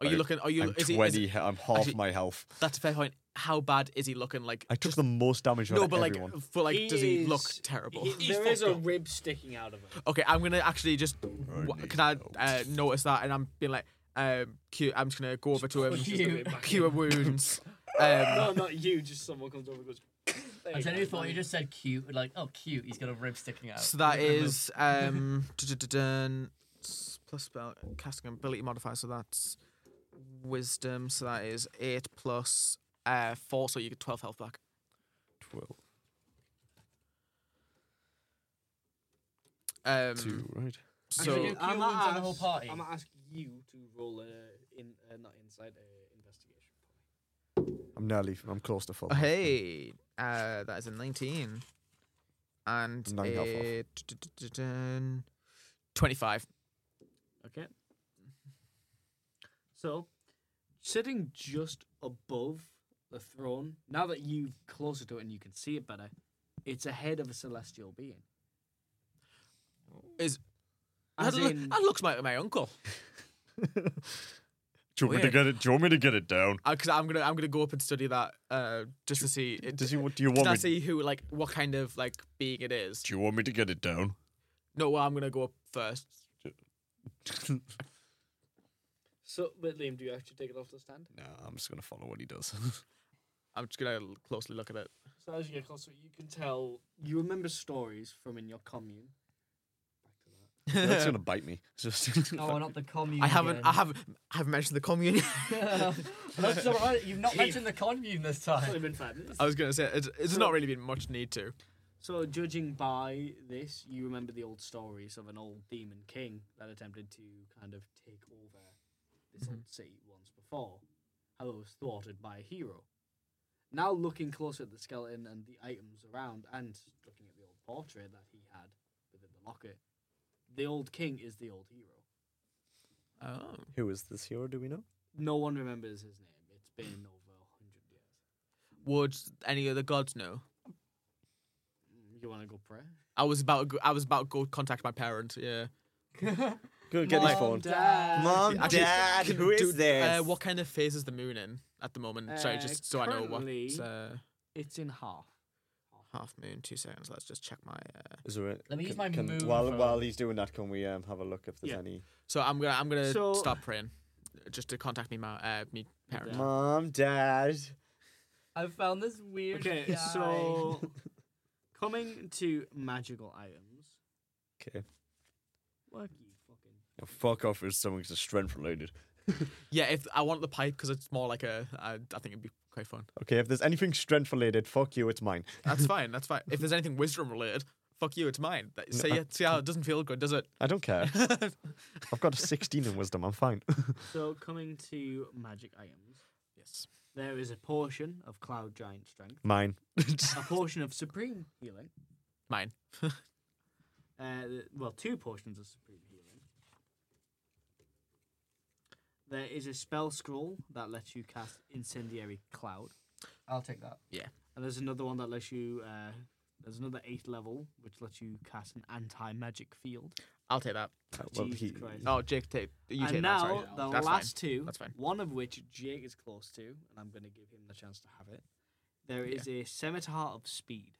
Speaker 3: are
Speaker 2: I-
Speaker 3: you looking? Are you?
Speaker 2: I'm
Speaker 3: is he- is-
Speaker 2: twenty. he- I'm half
Speaker 3: actually-
Speaker 2: my health.
Speaker 3: that's a fair point. How bad is he looking? Like
Speaker 2: I took the most damage out
Speaker 3: no,
Speaker 2: of
Speaker 3: but like,
Speaker 2: everyone.
Speaker 3: for like, does he look
Speaker 5: is-
Speaker 3: terrible?
Speaker 4: He- he's fucked up.
Speaker 5: rib sticking out of it.
Speaker 3: Okay, I'm gonna actually just. wha-
Speaker 2: need
Speaker 3: can I
Speaker 2: help.
Speaker 3: uh, notice that? And I'm being like, um, cute. I'm just gonna go over to him. Cure wounds. Um,
Speaker 5: not you. Just someone comes over and goes.
Speaker 1: I genuinely thought you just said cute. Like, oh, cute. He's got a rib sticking out.
Speaker 3: so that is um du-du-du-dun, s- plus spell casting ability modifier. So that's wisdom. So that is eight plus uh four. So you get twelve health back.
Speaker 2: Twelve,
Speaker 3: Um,
Speaker 2: two, right?
Speaker 3: So
Speaker 1: Actually, Cure wounds
Speaker 5: I'm
Speaker 1: on the
Speaker 5: gonna
Speaker 1: whole
Speaker 5: ask,
Speaker 1: party.
Speaker 5: I'm gonna ask you to roll a in uh, not insight uh, investigation.
Speaker 2: I'm nearly. I'm close to full.
Speaker 3: Oh,
Speaker 2: health.
Speaker 3: hey, uh, that is a 19. And
Speaker 2: Nine health off.
Speaker 3: a d- d- d- dun- 25.
Speaker 5: Okay. So, sitting just above the throne, now that you're closer to it and you can see it better, it's a head of a celestial being.
Speaker 3: Is that,
Speaker 5: As
Speaker 3: loo-
Speaker 5: in,
Speaker 3: that looks like my uncle.
Speaker 2: Do you want me to
Speaker 3: Weird.
Speaker 2: get it? Do you want me to get it down?
Speaker 3: Because I'm gonna I'm gonna go up and study that uh, just to see. it-
Speaker 2: Does he? Do you
Speaker 3: Can
Speaker 2: want
Speaker 3: I
Speaker 2: me?
Speaker 3: see who like what kind of like being it is?
Speaker 2: Do you want me to get it down?
Speaker 3: No, well, I'm gonna go up first.
Speaker 5: so, but Liam, do you actually take it off the stand?
Speaker 2: No, I'm just gonna follow what he does.
Speaker 3: I'm just gonna l- closely look at it.
Speaker 5: So as you get closer, you can tell. You remember stories from in your commune.
Speaker 2: That's gonna bite me. It's Just
Speaker 1: No, not the commune.
Speaker 3: I haven't
Speaker 1: again.
Speaker 3: I haven't I haven't mentioned the commune.
Speaker 1: That's all right. You've not mentioned the commune this
Speaker 5: Only
Speaker 1: time.
Speaker 5: been five minutes.
Speaker 3: I was gonna say it's, it's not really been much need to.
Speaker 5: So, judging by this, you remember the old stories of an old demon king that attempted to kind of take over this old city once before. How it was thwarted by a hero. Now, looking closer at the skeleton and the items around, and looking at the old portrait that he had within the locket, the old king is the old hero.
Speaker 3: Oh.
Speaker 2: Who is this hero? Do we know?
Speaker 5: No one remembers his name. It's been over a hundred years.
Speaker 3: Would any of the gods know?
Speaker 5: Mm, You want to go pray?
Speaker 3: I was about to go, I was about to go contact my parent. Yeah.
Speaker 2: Go get his phone.
Speaker 5: Dad.
Speaker 2: Mom,
Speaker 3: Actually,
Speaker 2: Dad,
Speaker 3: can-
Speaker 2: who is
Speaker 3: do-
Speaker 2: this?
Speaker 3: Uh, what kind of phase is the moon in at the moment? Sorry,
Speaker 5: Uh,
Speaker 3: just so I know what
Speaker 5: currently-
Speaker 3: uh,
Speaker 5: It's in half.
Speaker 3: half moon. Two seconds. Let's just check my. Uh...
Speaker 2: Is there a,
Speaker 1: Let me
Speaker 2: can-
Speaker 1: use my
Speaker 2: can-
Speaker 1: moon
Speaker 2: While
Speaker 1: phone.
Speaker 2: while he's doing that, can we um, have a look if there's
Speaker 5: Yeah.
Speaker 2: any?
Speaker 3: So I'm gonna I'm gonna
Speaker 5: So-
Speaker 3: stop praying, just to contact me my uh, me parent.
Speaker 5: Yeah.
Speaker 2: Mom, Dad.
Speaker 1: I found this weird.
Speaker 5: Okay,
Speaker 1: guy.
Speaker 5: so coming to magical items.
Speaker 2: Okay.
Speaker 5: Work you fucking.
Speaker 2: fuck off if something's strength related.
Speaker 3: Yeah, if I want the pipe because it's more like a I, I think it'd be quite fun.
Speaker 2: Okay, if there's anything strength related, fuck you, it's mine.
Speaker 3: That's fine. That's fine. If there's anything wisdom related, fuck you. It's mine. That, see,
Speaker 2: I-
Speaker 3: see how it doesn't feel good, does it?
Speaker 2: I don't care. I've got a 16 in wisdom. I'm fine.
Speaker 5: So coming to magic items,
Speaker 3: yes.
Speaker 5: there is a portion of cloud giant strength,
Speaker 2: Mine.
Speaker 5: a portion of supreme healing.
Speaker 3: Mine.
Speaker 5: Uh, th- well, two portions of supreme healing. There is a spell scroll that lets you cast incendiary cloud.
Speaker 1: I'll take that.
Speaker 5: And And there's another one that lets you. Uh, there's another eighth level which lets you cast an anti-magic field.
Speaker 3: I'll take that.
Speaker 2: Uh, well,
Speaker 5: Jesus
Speaker 2: he-
Speaker 5: Christ.
Speaker 3: Oh, Jake, take you
Speaker 5: and
Speaker 3: take that.
Speaker 5: now
Speaker 3: Sorry.
Speaker 5: the
Speaker 3: That's fine.
Speaker 5: last two,
Speaker 3: That's fine.
Speaker 5: one of which Jake is close to, and I'm going to give him the chance to have it. There is a scimitar of speed,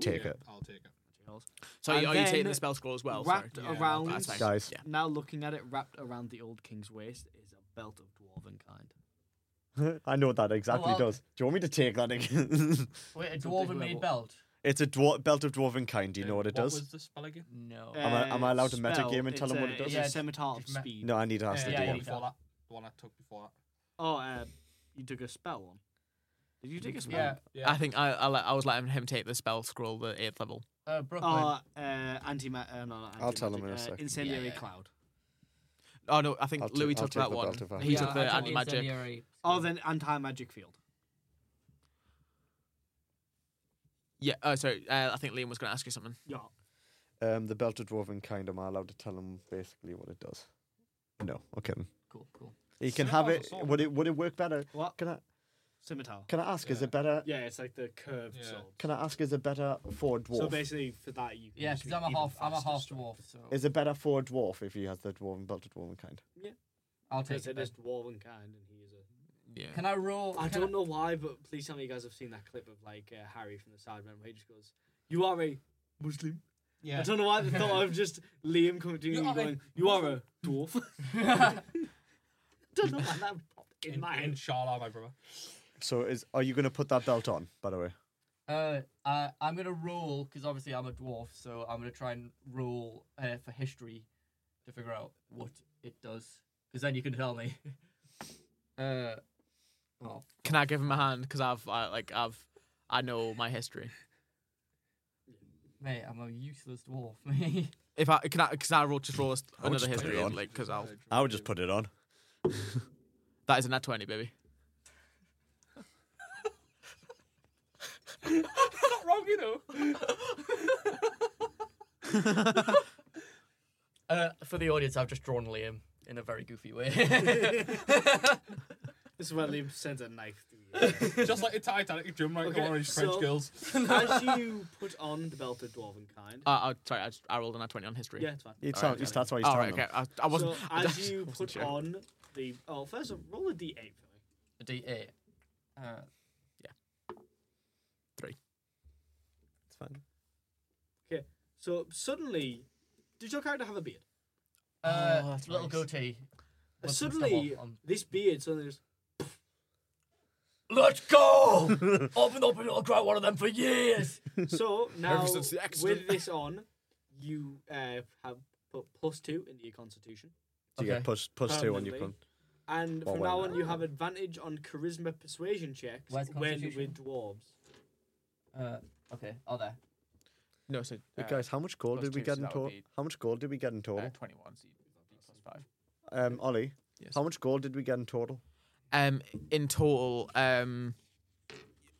Speaker 2: Take
Speaker 4: Yeah,
Speaker 2: it.
Speaker 4: I'll take it.
Speaker 5: Charles.
Speaker 3: So
Speaker 5: And
Speaker 3: you, are you taking
Speaker 5: then
Speaker 3: the spell scroll as well? Sorry.
Speaker 5: wrapped
Speaker 4: Yeah,
Speaker 5: around.
Speaker 4: that's
Speaker 3: fine.
Speaker 2: Guys.
Speaker 3: Yeah.
Speaker 5: Now looking at it, wrapped around the old king's waist is a belt of dwarven kind.
Speaker 2: I know what that exactly
Speaker 1: I'll-
Speaker 2: does. Do you want me to take that again?
Speaker 1: Wait, a
Speaker 5: It's a big
Speaker 1: dwarven made
Speaker 5: level.
Speaker 1: belt?
Speaker 2: it's a dwar- belt of dwarven kind. Do you know
Speaker 4: Uh,
Speaker 2: what it
Speaker 4: What
Speaker 2: does?
Speaker 4: was the spell again?
Speaker 1: No.
Speaker 2: Am I- am I allowed to
Speaker 5: Uh,
Speaker 2: metagame and
Speaker 5: spell,
Speaker 2: tell 'em
Speaker 5: it's
Speaker 2: what
Speaker 5: a-
Speaker 2: it does?
Speaker 5: It's
Speaker 1: Yeah,
Speaker 5: a scimitar of
Speaker 1: just me-
Speaker 5: spead.
Speaker 2: No, I need to ask
Speaker 4: Uh,
Speaker 2: the
Speaker 1: yeah,
Speaker 4: the
Speaker 2: DM.
Speaker 4: one
Speaker 1: you
Speaker 4: before
Speaker 1: can.
Speaker 4: that. The one I took before that.
Speaker 5: Oh, uh, you took a spell one. Did you take a spell?
Speaker 1: Yeah.
Speaker 4: Yeah.
Speaker 3: I think I I, let, I was letting him take the spell scroll the eighth level.
Speaker 1: Uh, Brooklyn.
Speaker 5: Oh, uh, anti ma- uh, no, not
Speaker 2: I'll tell
Speaker 5: antimagic,
Speaker 2: him in a
Speaker 5: uh,
Speaker 2: second.
Speaker 5: Incendiary
Speaker 1: Yeah.
Speaker 5: cloud.
Speaker 3: Oh no, I think
Speaker 2: I'll ta-
Speaker 3: Louis
Speaker 2: I'll
Speaker 3: took
Speaker 2: take
Speaker 3: that
Speaker 2: the
Speaker 3: one.
Speaker 2: belt of
Speaker 3: Oh, He
Speaker 1: Yeah,
Speaker 3: took
Speaker 1: I
Speaker 3: the
Speaker 1: took
Speaker 3: anti magic.
Speaker 1: incendiary.
Speaker 5: Oh, then anti magic field.
Speaker 3: Yeah. Oh, sorry. Uh, I think Liam was going to ask you something.
Speaker 5: Yeah.
Speaker 2: Um, the belt of dwarven kind. Am I allowed to tell him basically what it does? No, okay.
Speaker 1: Cool, cool.
Speaker 2: He can
Speaker 4: Scimitar's
Speaker 2: have
Speaker 4: a
Speaker 2: it.
Speaker 4: sword.
Speaker 2: Would it would it work better?
Speaker 5: What?
Speaker 2: Can I
Speaker 5: Scimitar.
Speaker 2: can I ask? Is
Speaker 4: Yeah.
Speaker 2: it better?
Speaker 5: Yeah, it's like the curved
Speaker 4: Yeah.
Speaker 5: sword.
Speaker 2: Can I ask? Is it better for a dwarf?
Speaker 5: So basically, for that you. Can
Speaker 1: Yeah,
Speaker 5: just
Speaker 1: because
Speaker 5: be
Speaker 1: I'm a
Speaker 5: even
Speaker 1: half, I'm a
Speaker 5: faster
Speaker 1: half
Speaker 5: strike.
Speaker 1: dwarf, so
Speaker 2: Is it better for a dwarf if he has the dwarven belt of dwarven kind?
Speaker 1: I'll take
Speaker 5: Because
Speaker 1: it.
Speaker 5: it
Speaker 1: then.
Speaker 5: is dwarven kind, and he is a.
Speaker 3: Yeah.
Speaker 1: Can I roll?
Speaker 5: I
Speaker 1: can
Speaker 5: don't know why, but please tell me you guys have seen that clip of like uh, Harry from the Sidemen where he just goes, "You are a Muslim." I
Speaker 4: Yeah.
Speaker 5: don't know why the thought of just Liam coming to me
Speaker 4: You
Speaker 5: and
Speaker 4: are a
Speaker 5: going, "You are a dwarf." don't know why that popped in
Speaker 4: In,
Speaker 5: my head.
Speaker 4: Inshallah, my brother.
Speaker 2: So is are you going to put that belt on? By the way,
Speaker 1: Uh, uh, I'm gonna roll because obviously I'm a dwarf, so I'm gonna try and roll uh, for history to figure out what it does, because then you can tell me. uh, oh,
Speaker 3: Can I give him a hand? Because I've I, like I've I know my history.
Speaker 1: mate, I'm a useless dwarf. mate.
Speaker 3: If I can I because I roll just roll us
Speaker 2: would
Speaker 3: another
Speaker 2: just put it
Speaker 3: history
Speaker 2: on.
Speaker 3: like because I'll
Speaker 2: I would just put it on.
Speaker 3: that is a nat twenty baby.
Speaker 4: Not wrong, you know.
Speaker 1: uh, for the audience, I've just drawn Liam in a very goofy way.
Speaker 5: This is where Liam sends a knife through you.
Speaker 4: Just like the Titanic, Jim, like
Speaker 5: Okay,
Speaker 4: one of these
Speaker 5: so-
Speaker 4: French girls.
Speaker 5: As you put on the belt of dwarven kind,
Speaker 3: Uh, oh, sorry, I, just, I rolled a nat twenty on history.
Speaker 5: yeah, it's fine.
Speaker 2: He
Speaker 3: All
Speaker 2: tell-
Speaker 3: right,
Speaker 2: he
Speaker 3: Johnny.
Speaker 2: that's why he's
Speaker 3: Oh,
Speaker 2: telling
Speaker 3: right, okay. I, I wasn't.
Speaker 5: So as you
Speaker 3: wasn't
Speaker 5: put
Speaker 3: sure.
Speaker 5: on the oh, first of all, roll a d8 for me.
Speaker 1: A D8. Uh,
Speaker 2: It's fine.
Speaker 5: So suddenly, did your character have a beard?
Speaker 1: uh,
Speaker 3: that's
Speaker 1: little
Speaker 3: nice.
Speaker 1: goatee.
Speaker 5: Uh,
Speaker 1: What's the stuff
Speaker 5: suddenly,
Speaker 1: on- on-
Speaker 5: this beard suddenly just
Speaker 1: Let's go! I've been hoping I'll try one of them for years.
Speaker 5: So now,
Speaker 3: since the accident.
Speaker 5: with this on, you uh, have put plus two into your constitution,
Speaker 2: So you get
Speaker 1: Okay.
Speaker 2: plus plus two on your con.
Speaker 5: Permanently.
Speaker 3: Uh,
Speaker 5: and
Speaker 2: Well,
Speaker 5: from
Speaker 2: well,
Speaker 5: now on,
Speaker 2: no.
Speaker 5: you have advantage on charisma persuasion checks
Speaker 1: Where's
Speaker 5: when
Speaker 1: constitution?
Speaker 5: with dwarves.
Speaker 1: Uh, okay. Oh, there.
Speaker 3: No, so
Speaker 2: Hey guys, how much gold
Speaker 3: plus
Speaker 2: did we
Speaker 3: two,
Speaker 2: get
Speaker 3: so
Speaker 2: in
Speaker 3: that would
Speaker 2: total?
Speaker 3: be-
Speaker 2: How much gold did we get in total?
Speaker 3: uh, twenty-one. So you plus five.
Speaker 2: Um, Ollie,
Speaker 3: Yes.
Speaker 2: how much gold did we get in total?
Speaker 3: um in total um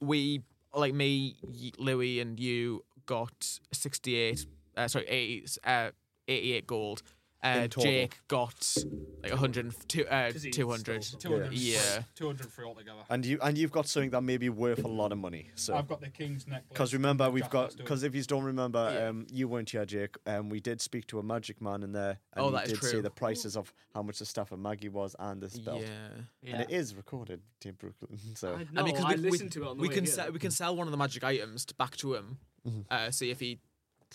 Speaker 3: we like me y- louis and you got 68 uh, sorry 80, uh, 88 gold uh,
Speaker 2: In total.
Speaker 3: jake got like 102 uh,
Speaker 5: 'Cause he
Speaker 3: 200
Speaker 5: stole
Speaker 4: 200,
Speaker 3: Yeah.
Speaker 4: 203 altogether.
Speaker 2: And you and you've got something that may be worth a lot of monmoney. So
Speaker 4: I've got the king's necklace.
Speaker 2: because remember we've
Speaker 4: Jasper's
Speaker 2: got
Speaker 4: doing
Speaker 2: because if you don't remember,
Speaker 3: Yeah.
Speaker 2: um, you weren't here, Jake. Um, we did speak to a magic man in there, and
Speaker 3: Oh,
Speaker 2: he
Speaker 3: that is
Speaker 2: did say
Speaker 3: true.
Speaker 2: the prices of how much the stuff of Maggie was and this
Speaker 3: yeah
Speaker 2: belt. And
Speaker 1: Yeah.
Speaker 2: it is recorded in Brooklyn, so
Speaker 5: I know. I,
Speaker 3: 'cause
Speaker 5: listened to it on the
Speaker 3: we
Speaker 5: way
Speaker 3: can
Speaker 5: here.
Speaker 3: sell we can sell one of the magic items to, back to him
Speaker 2: Mm-hmm.
Speaker 3: uh see if he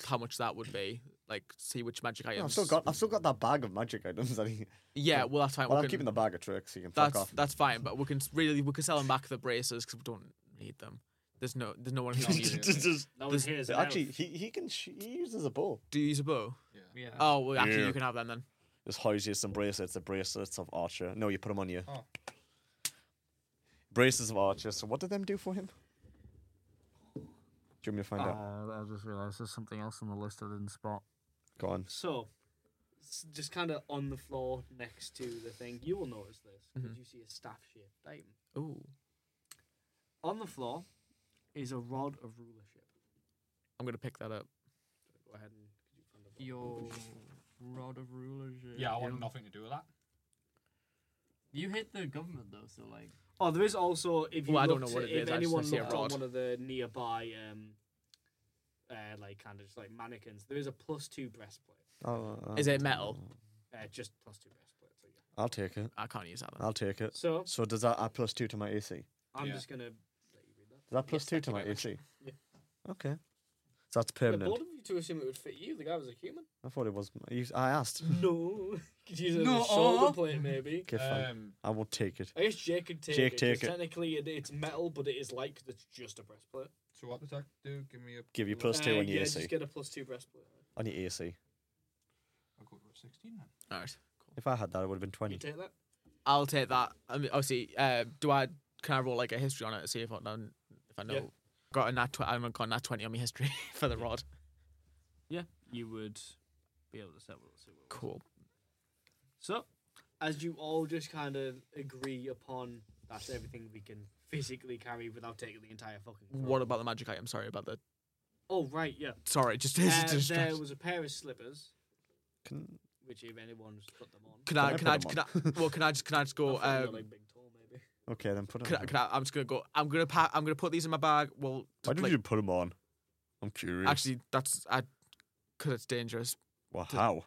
Speaker 3: how much that would be like see which magic items
Speaker 2: No, I've still got I've still got that bag of magic items. That he,
Speaker 3: yeah well that's fine
Speaker 2: well,
Speaker 3: we
Speaker 2: I'm
Speaker 3: can,
Speaker 2: keeping the bag of tricks. You can fuck
Speaker 3: That's
Speaker 2: off.
Speaker 3: that's fine, but we can s- really we can sell them back the braces because we don't need them. There's no there's no one who's using.
Speaker 2: Just- just-
Speaker 5: No one hears it.
Speaker 2: actually, he, he can sh- he uses a bow.
Speaker 3: Do you use a bow?
Speaker 1: Yeah.
Speaker 3: Oh, well, actually,
Speaker 2: Yeah.
Speaker 3: you can have them then.
Speaker 2: Just house you some bracelets. The bracelets of Archer. No, you put them on you.
Speaker 4: Oh.
Speaker 2: Bracelets of Archer. So what did them do for him? Do you want me to find
Speaker 1: Uh,
Speaker 2: out?
Speaker 5: Uh, I just realised there's something else on the list I didn't spot.
Speaker 2: Go on.
Speaker 5: So, s- just kind of on the floor next to the thing, you will notice this because
Speaker 3: Mm-hmm.
Speaker 5: you see a staff shaped item.
Speaker 3: Ooh,
Speaker 5: On the floor is a rod of rulership.
Speaker 3: I'm gonna pick that up.
Speaker 5: Go ahead and could you find the rod?
Speaker 1: Your rod of rulership.
Speaker 4: Yeah, I want nothing to do with that.
Speaker 1: You hate the government though, so like.
Speaker 8: Oh, there is also if you
Speaker 3: Well, I don't
Speaker 8: looked-
Speaker 3: know what it
Speaker 8: if
Speaker 3: is, I just
Speaker 8: anyone
Speaker 3: see it
Speaker 8: looked on
Speaker 3: abroad.
Speaker 8: one of the nearby um, uh, like kind of just like mannequins, there is a plus two breastplate.
Speaker 2: Oh, uh,
Speaker 3: Is it metal?
Speaker 8: Uh, just plus two breastplate. So, yeah.
Speaker 2: I'll take it.
Speaker 3: I can't use that. Then.
Speaker 2: I'll take it.
Speaker 8: so
Speaker 2: So does that add plus two to my AC? Does
Speaker 8: I'm
Speaker 4: Yeah.
Speaker 8: just gonna let you read that.
Speaker 2: that plus
Speaker 8: Yes,
Speaker 2: two
Speaker 8: thank
Speaker 2: to
Speaker 8: you
Speaker 2: my
Speaker 8: very much.
Speaker 2: AC?
Speaker 8: Yeah.
Speaker 2: Okay. So that's
Speaker 8: Yeah,
Speaker 2: permanent.
Speaker 8: both of you to assume it would fit you. The guy was a human.
Speaker 2: I thought it was. you- I asked.
Speaker 5: Mm-hmm.
Speaker 8: No, could use it as
Speaker 4: No,
Speaker 8: a shoulder
Speaker 4: aw.
Speaker 8: plate maybe.
Speaker 2: Okay, fine.
Speaker 4: Um,
Speaker 2: I will take it.
Speaker 8: I guess Jake could take
Speaker 2: Jake,
Speaker 8: it. 'cause
Speaker 2: take it.
Speaker 8: Technically, it, it's metal, but it is like 'cause it's just a breastplate.
Speaker 4: so what does that do? Give me a.
Speaker 2: Give you plus
Speaker 8: Uh,
Speaker 2: two on your
Speaker 8: yeah,
Speaker 2: AC.
Speaker 8: just get a plus two breastplate.
Speaker 2: On your AC.
Speaker 4: I'll go to a 16 then.
Speaker 3: All right.
Speaker 2: If I had that, it would have been
Speaker 8: You
Speaker 2: twenty.
Speaker 8: take that.
Speaker 3: I'll take that. I mean, obviously, uh, do I? Can I roll like a history on it to see if I know? If I know,
Speaker 8: Yeah.
Speaker 3: got a nat. Tw- I haven't got a nat twenty on my history for the rod.
Speaker 5: You would be able to set what it was.
Speaker 3: Cool.
Speaker 8: So, as you all just kind of agree upon, that's everything we can physically carry without taking the entire fucking. throw.
Speaker 3: What about the magic item? Sorry about the.
Speaker 8: Oh right, yeah.
Speaker 3: Sorry, just.
Speaker 8: Uh,
Speaker 3: just distract-
Speaker 8: there was a pair of slippers,
Speaker 2: Can,
Speaker 8: which if anyone's put them on,
Speaker 3: Can I?
Speaker 2: I
Speaker 3: Can I?
Speaker 2: put
Speaker 3: Can
Speaker 2: them
Speaker 3: I? Well, can I just? Can I just
Speaker 8: I
Speaker 3: go?
Speaker 8: thought you were,
Speaker 3: Um,
Speaker 8: like big tall maybe.
Speaker 2: okay, then put it.
Speaker 3: can I,
Speaker 2: on.
Speaker 3: can I, I'm just gonna go. I'm gonna pack. I'm gonna put these in my bag. Well,
Speaker 2: Why did
Speaker 3: like,
Speaker 2: you put them on? I'm curious.
Speaker 3: actually, that's I. Cause it's dangerous.
Speaker 2: well, how?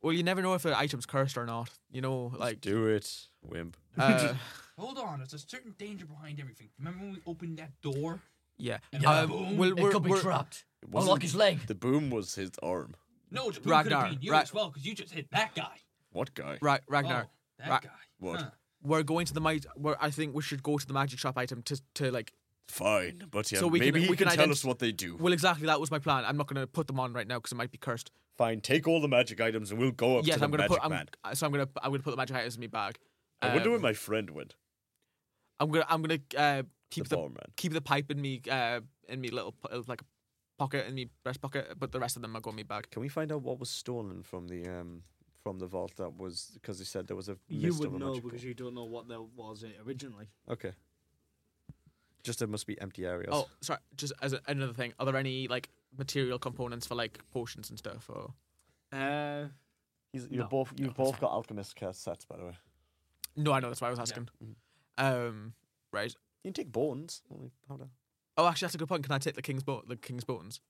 Speaker 3: Well, you never know if an item's cursed or not. You know, like.
Speaker 2: Like, do it, wimp.
Speaker 3: Uh,
Speaker 4: Hold on, there's a certain danger behind everything. Remember when we opened that door?
Speaker 3: yeah.
Speaker 1: Yeah.
Speaker 3: Um,
Speaker 4: Boom.
Speaker 3: well,
Speaker 1: It
Speaker 3: we're-
Speaker 1: could be
Speaker 3: we're-
Speaker 1: trapped.
Speaker 2: It
Speaker 1: Unlock
Speaker 2: wasn't-
Speaker 1: his leg.
Speaker 2: The boom was his arm.
Speaker 4: No, it could
Speaker 3: Ragnar,
Speaker 4: have been you
Speaker 3: Ra-
Speaker 4: as well, because you just hit that guy.
Speaker 2: What guy?
Speaker 3: Right, Ragnar.
Speaker 4: Oh, that
Speaker 3: Ra-
Speaker 4: guy.
Speaker 2: What?
Speaker 4: Huh.
Speaker 3: we're going to the might. Where I think we should go to the magic shop item to to like.
Speaker 2: Fine, but yeah,
Speaker 3: So we can-
Speaker 2: maybe he
Speaker 3: we
Speaker 2: can,
Speaker 3: can
Speaker 2: tell
Speaker 3: ident-
Speaker 2: us what they do.
Speaker 3: Well, exactly. That was my plan. I'm not going to put them on right now because it might be cursed.
Speaker 2: Fine, take all the magic items and we'll go up
Speaker 3: yes,
Speaker 2: to the
Speaker 3: I'm going to
Speaker 2: magic
Speaker 3: put. I'm,
Speaker 2: man.
Speaker 3: uh, So I'm going to. I'm going to put the magic items in my bag.
Speaker 2: I wonder
Speaker 3: Um,
Speaker 2: where my friend went.
Speaker 3: I'm going. to I'm going to uh,
Speaker 2: The,
Speaker 3: keep the,
Speaker 2: barman.
Speaker 3: keep the pipe in me uh, in me little po- uh, like pocket in me breast pocket, but the rest of them are going in my bag.
Speaker 2: Can we find out what was stolen from the um from the vault? That was because he said there was a
Speaker 5: You
Speaker 2: mist of
Speaker 5: would
Speaker 2: a
Speaker 5: know
Speaker 2: magic
Speaker 5: because
Speaker 2: ball.
Speaker 5: you don't know what there was in it originally.
Speaker 2: Okay. Just there must be empty areas.
Speaker 3: Oh, sorry. Just as a, another thing, are there any like material components for like potions and stuff? Or
Speaker 5: Uh,
Speaker 2: He's, you're
Speaker 5: no,
Speaker 2: both you've
Speaker 3: that's
Speaker 2: both got alchemist curse sets by the way.
Speaker 3: no, I know that's why I was asking.
Speaker 2: Mm-hmm.
Speaker 3: Um, right.
Speaker 2: You can take bones. Only powder.
Speaker 3: Oh, actually, that's a good point. Can I take the king's boat? The king's bones.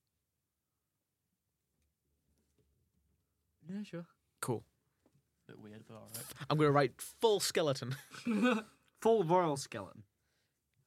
Speaker 5: yeah, sure.
Speaker 3: Cool.
Speaker 1: bit weird, but alright.
Speaker 3: I'm gonna write full skeleton.
Speaker 5: Full royal skeleton.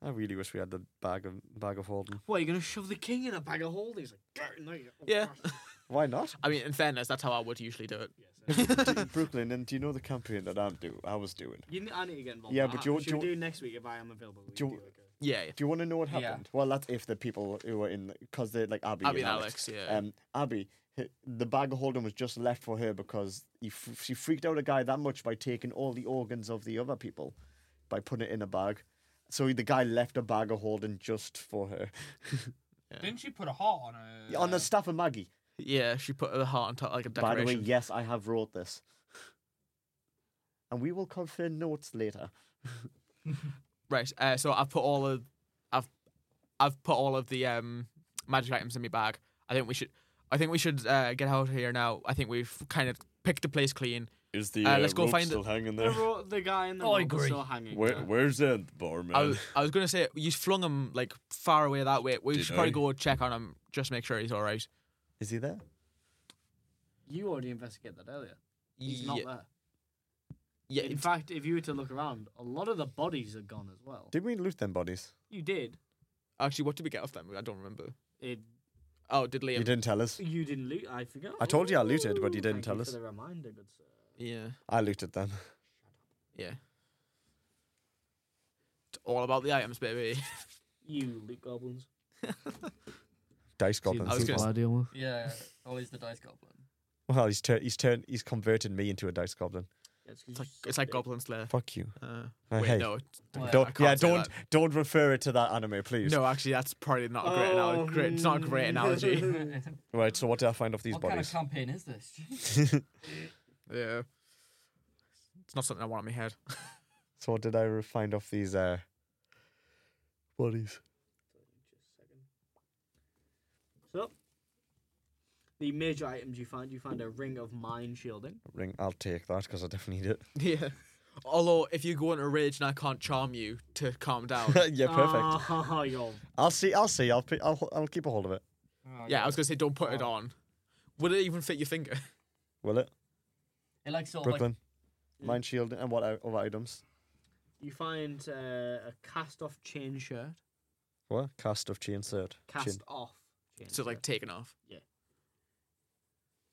Speaker 2: I really wish we had the bag of bag of holding.
Speaker 8: What you're gonna shove the king in a bag of Oh, holding? He's like, "Get in there, you old
Speaker 3: Yeah.
Speaker 8: bastard."
Speaker 2: Why not?
Speaker 3: I mean, in fairness, that's how I would usually do it.
Speaker 8: Yes, uh,
Speaker 2: Do- Brooklyn, and do you know the campaign that I'm do I was doing?
Speaker 8: you, I need to get involved.
Speaker 2: Yeah,
Speaker 8: in
Speaker 2: but
Speaker 8: that.
Speaker 2: you're-
Speaker 8: We should we
Speaker 2: you're-
Speaker 8: do next week if I am available. We
Speaker 2: Do-
Speaker 8: can do like a-
Speaker 3: Yeah. yeah.
Speaker 2: Do you want to know what
Speaker 1: Yeah.
Speaker 2: happened? Well, that's if the people who were in, because they're like Abby,
Speaker 3: Abby
Speaker 2: and
Speaker 3: and
Speaker 2: Alex.
Speaker 3: Alex. Yeah.
Speaker 2: Um, Abby, h- the bag of holding was just left for her because he f- she freaked out a guy that much by taking all the organs of the other people by putting it in a bag. So the guy left a bag of holding just for her
Speaker 4: Didn't she put a heart on a.
Speaker 2: on the staff of Maggie.
Speaker 3: yeah. She put the heart on top like a
Speaker 2: By the
Speaker 3: decoration.
Speaker 2: way, yes, I have wrote this, and we will compare notes later.
Speaker 3: Right. Uh, so I've put all of, I've, I've put all of the um magic items in my bag. I think we should. I think we should uh, get out of here now. I think we've kind of picked the place clean.
Speaker 2: Is the
Speaker 3: Uh, let's uh, go rope find still
Speaker 2: hanging
Speaker 5: The, ro- the guy in the
Speaker 1: I
Speaker 5: rope
Speaker 1: agree.
Speaker 5: was still hanging. there.
Speaker 2: where's the
Speaker 3: I
Speaker 2: barman?
Speaker 3: was, I was gonna say you flung him like far away that way. We
Speaker 2: Did
Speaker 3: should probably
Speaker 2: I?
Speaker 3: go check on him, just make sure he's all right.
Speaker 2: Is he there?
Speaker 5: You already investigated that earlier. He's
Speaker 3: yeah,
Speaker 5: not there.
Speaker 3: yeah,
Speaker 5: In
Speaker 3: it's-
Speaker 5: fact, if you were to look around, a lot of the bodies are gone as well.
Speaker 2: Did we loot them bodies?
Speaker 5: You did.
Speaker 3: actually, what did we get off them? I don't remember.
Speaker 5: It,
Speaker 3: Oh, did Liam?
Speaker 2: You didn't tell us.
Speaker 5: you didn't loot. I forgot.
Speaker 2: I told you I looted, but you
Speaker 5: Ooh,
Speaker 2: didn't
Speaker 5: thank
Speaker 2: tell
Speaker 5: you
Speaker 2: us.
Speaker 5: For the reminder, good sir.
Speaker 3: Yeah,
Speaker 2: I looted them.
Speaker 3: yeah. It's all about the items, baby.
Speaker 5: You loot goblins.
Speaker 2: Dice
Speaker 3: I was
Speaker 2: goblins.
Speaker 3: gonna
Speaker 5: I deal with.
Speaker 1: Yeah, Ollie's the dice goblin.
Speaker 2: Well, he's turned. He's turned. He's converted me into a dice goblin.
Speaker 3: It's like it's like Goblin Slayer.
Speaker 2: Fuck you.
Speaker 3: Uh,
Speaker 2: I
Speaker 3: wait,
Speaker 2: hate-
Speaker 3: no, it's-
Speaker 1: Well,
Speaker 3: I
Speaker 2: don't.
Speaker 3: can't
Speaker 2: Yeah.
Speaker 3: say
Speaker 2: Don't.
Speaker 3: that.
Speaker 2: Don't refer it to that anime, please.
Speaker 3: No, actually, that's probably not a great
Speaker 8: Oh,
Speaker 3: analogy. Great, it's not a great
Speaker 8: hmm.
Speaker 3: analogy.
Speaker 2: Right. So what did I find off these
Speaker 1: what kind of
Speaker 2: bodies?
Speaker 1: campaign is this?
Speaker 3: yeah, it's not something I want in my head.
Speaker 2: so what did I re- find off these uh bodies?
Speaker 8: So, the major items you find, you find a ring of mine shielding.
Speaker 2: Ring. I'll take that because I definitely need it.
Speaker 3: yeah. Although, if you go into a rage and I can't charm you to calm down,
Speaker 2: yeah, perfect.
Speaker 8: Oh, you're-
Speaker 2: I'll see. I'll see. I'll, pi- I'll. I'll keep a hold of it.
Speaker 8: oh,
Speaker 3: yeah, I
Speaker 8: you're-
Speaker 3: was gonna say don't put it on. Would it even fit your finger?
Speaker 2: Will it?
Speaker 1: It like sort of like
Speaker 2: Brooklyn. Mind shield and what o- other items?
Speaker 8: You find uh, a cast-off chain shirt.
Speaker 2: What? Cast of chain shirt. Chin.
Speaker 8: Cast-off. chain
Speaker 3: So like
Speaker 8: shirt.
Speaker 3: taken off.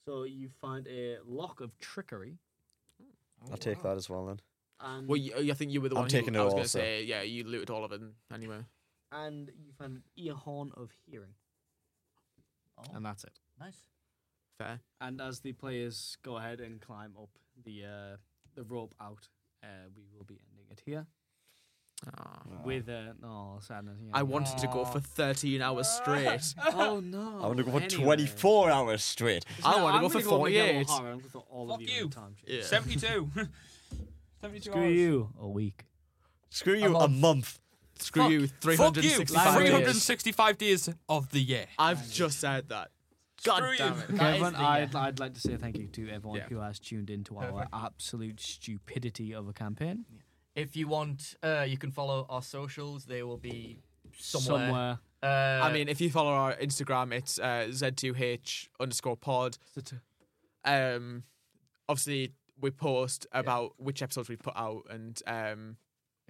Speaker 8: So you find a lock of trickery,
Speaker 2: I'll take that as well then.
Speaker 8: and
Speaker 3: Well, you, I think you were the
Speaker 2: I'm
Speaker 3: one.
Speaker 2: taking it
Speaker 3: who, I was
Speaker 2: all,
Speaker 3: gonna
Speaker 2: so-
Speaker 3: say yeah, you looted all of it anyway.
Speaker 8: and you find an ear horn of hearing.
Speaker 5: and that's it.
Speaker 1: nice.
Speaker 3: Fair.
Speaker 5: And as the players go ahead and climb up the uh, the rope out, uh, we will be ending it here
Speaker 3: Aw.
Speaker 5: with uh, no sadness. yeah.
Speaker 3: I wanted to go for 13 hours straight.
Speaker 5: Oh no!
Speaker 2: I want to go for
Speaker 5: anyway.
Speaker 2: 24 hours straight.
Speaker 3: I
Speaker 5: No,
Speaker 3: want to
Speaker 5: I'm
Speaker 3: go for
Speaker 5: gonna go with yellow
Speaker 3: 48.
Speaker 5: horror. I'm gonna throw all
Speaker 4: Fuck
Speaker 5: of you. in
Speaker 4: you.
Speaker 5: the Time sheet.
Speaker 3: Yeah.
Speaker 4: 72. 72
Speaker 5: Screw
Speaker 4: hours.
Speaker 5: you. A week.
Speaker 2: Screw you, a month.
Speaker 3: Screw
Speaker 4: Fuck.
Speaker 3: you.
Speaker 4: Fuck you.
Speaker 3: 365 days.
Speaker 4: 365 days of the year.
Speaker 3: I've just said that. God
Speaker 4: Screw you.
Speaker 3: damn it.
Speaker 1: That
Speaker 5: Okay,
Speaker 1: is
Speaker 5: everyone,
Speaker 1: the,
Speaker 5: I'd,
Speaker 1: uh,
Speaker 5: I'd like to say thank you to everyone
Speaker 3: Yeah.
Speaker 5: who has tuned into
Speaker 4: Perfect.
Speaker 5: our absolute stupidity of a campaign.
Speaker 1: If you want, uh, you can follow our socials. They will be somewhere.
Speaker 5: Somewhere.
Speaker 1: Uh,
Speaker 3: I mean, if you follow our Instagram, it's uh, Z2H underscore pod. Um, obviously, we post about which episodes we put out, and um,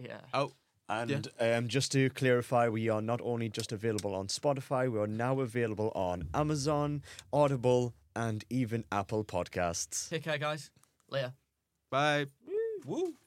Speaker 1: yeah.
Speaker 3: oh,
Speaker 2: And um, just to clarify, we are not only just available on Spotify, we are now available on Amazon, Audible, and even Apple Podcasts.
Speaker 1: Take care, guys. Later.
Speaker 3: bye.
Speaker 4: Woo.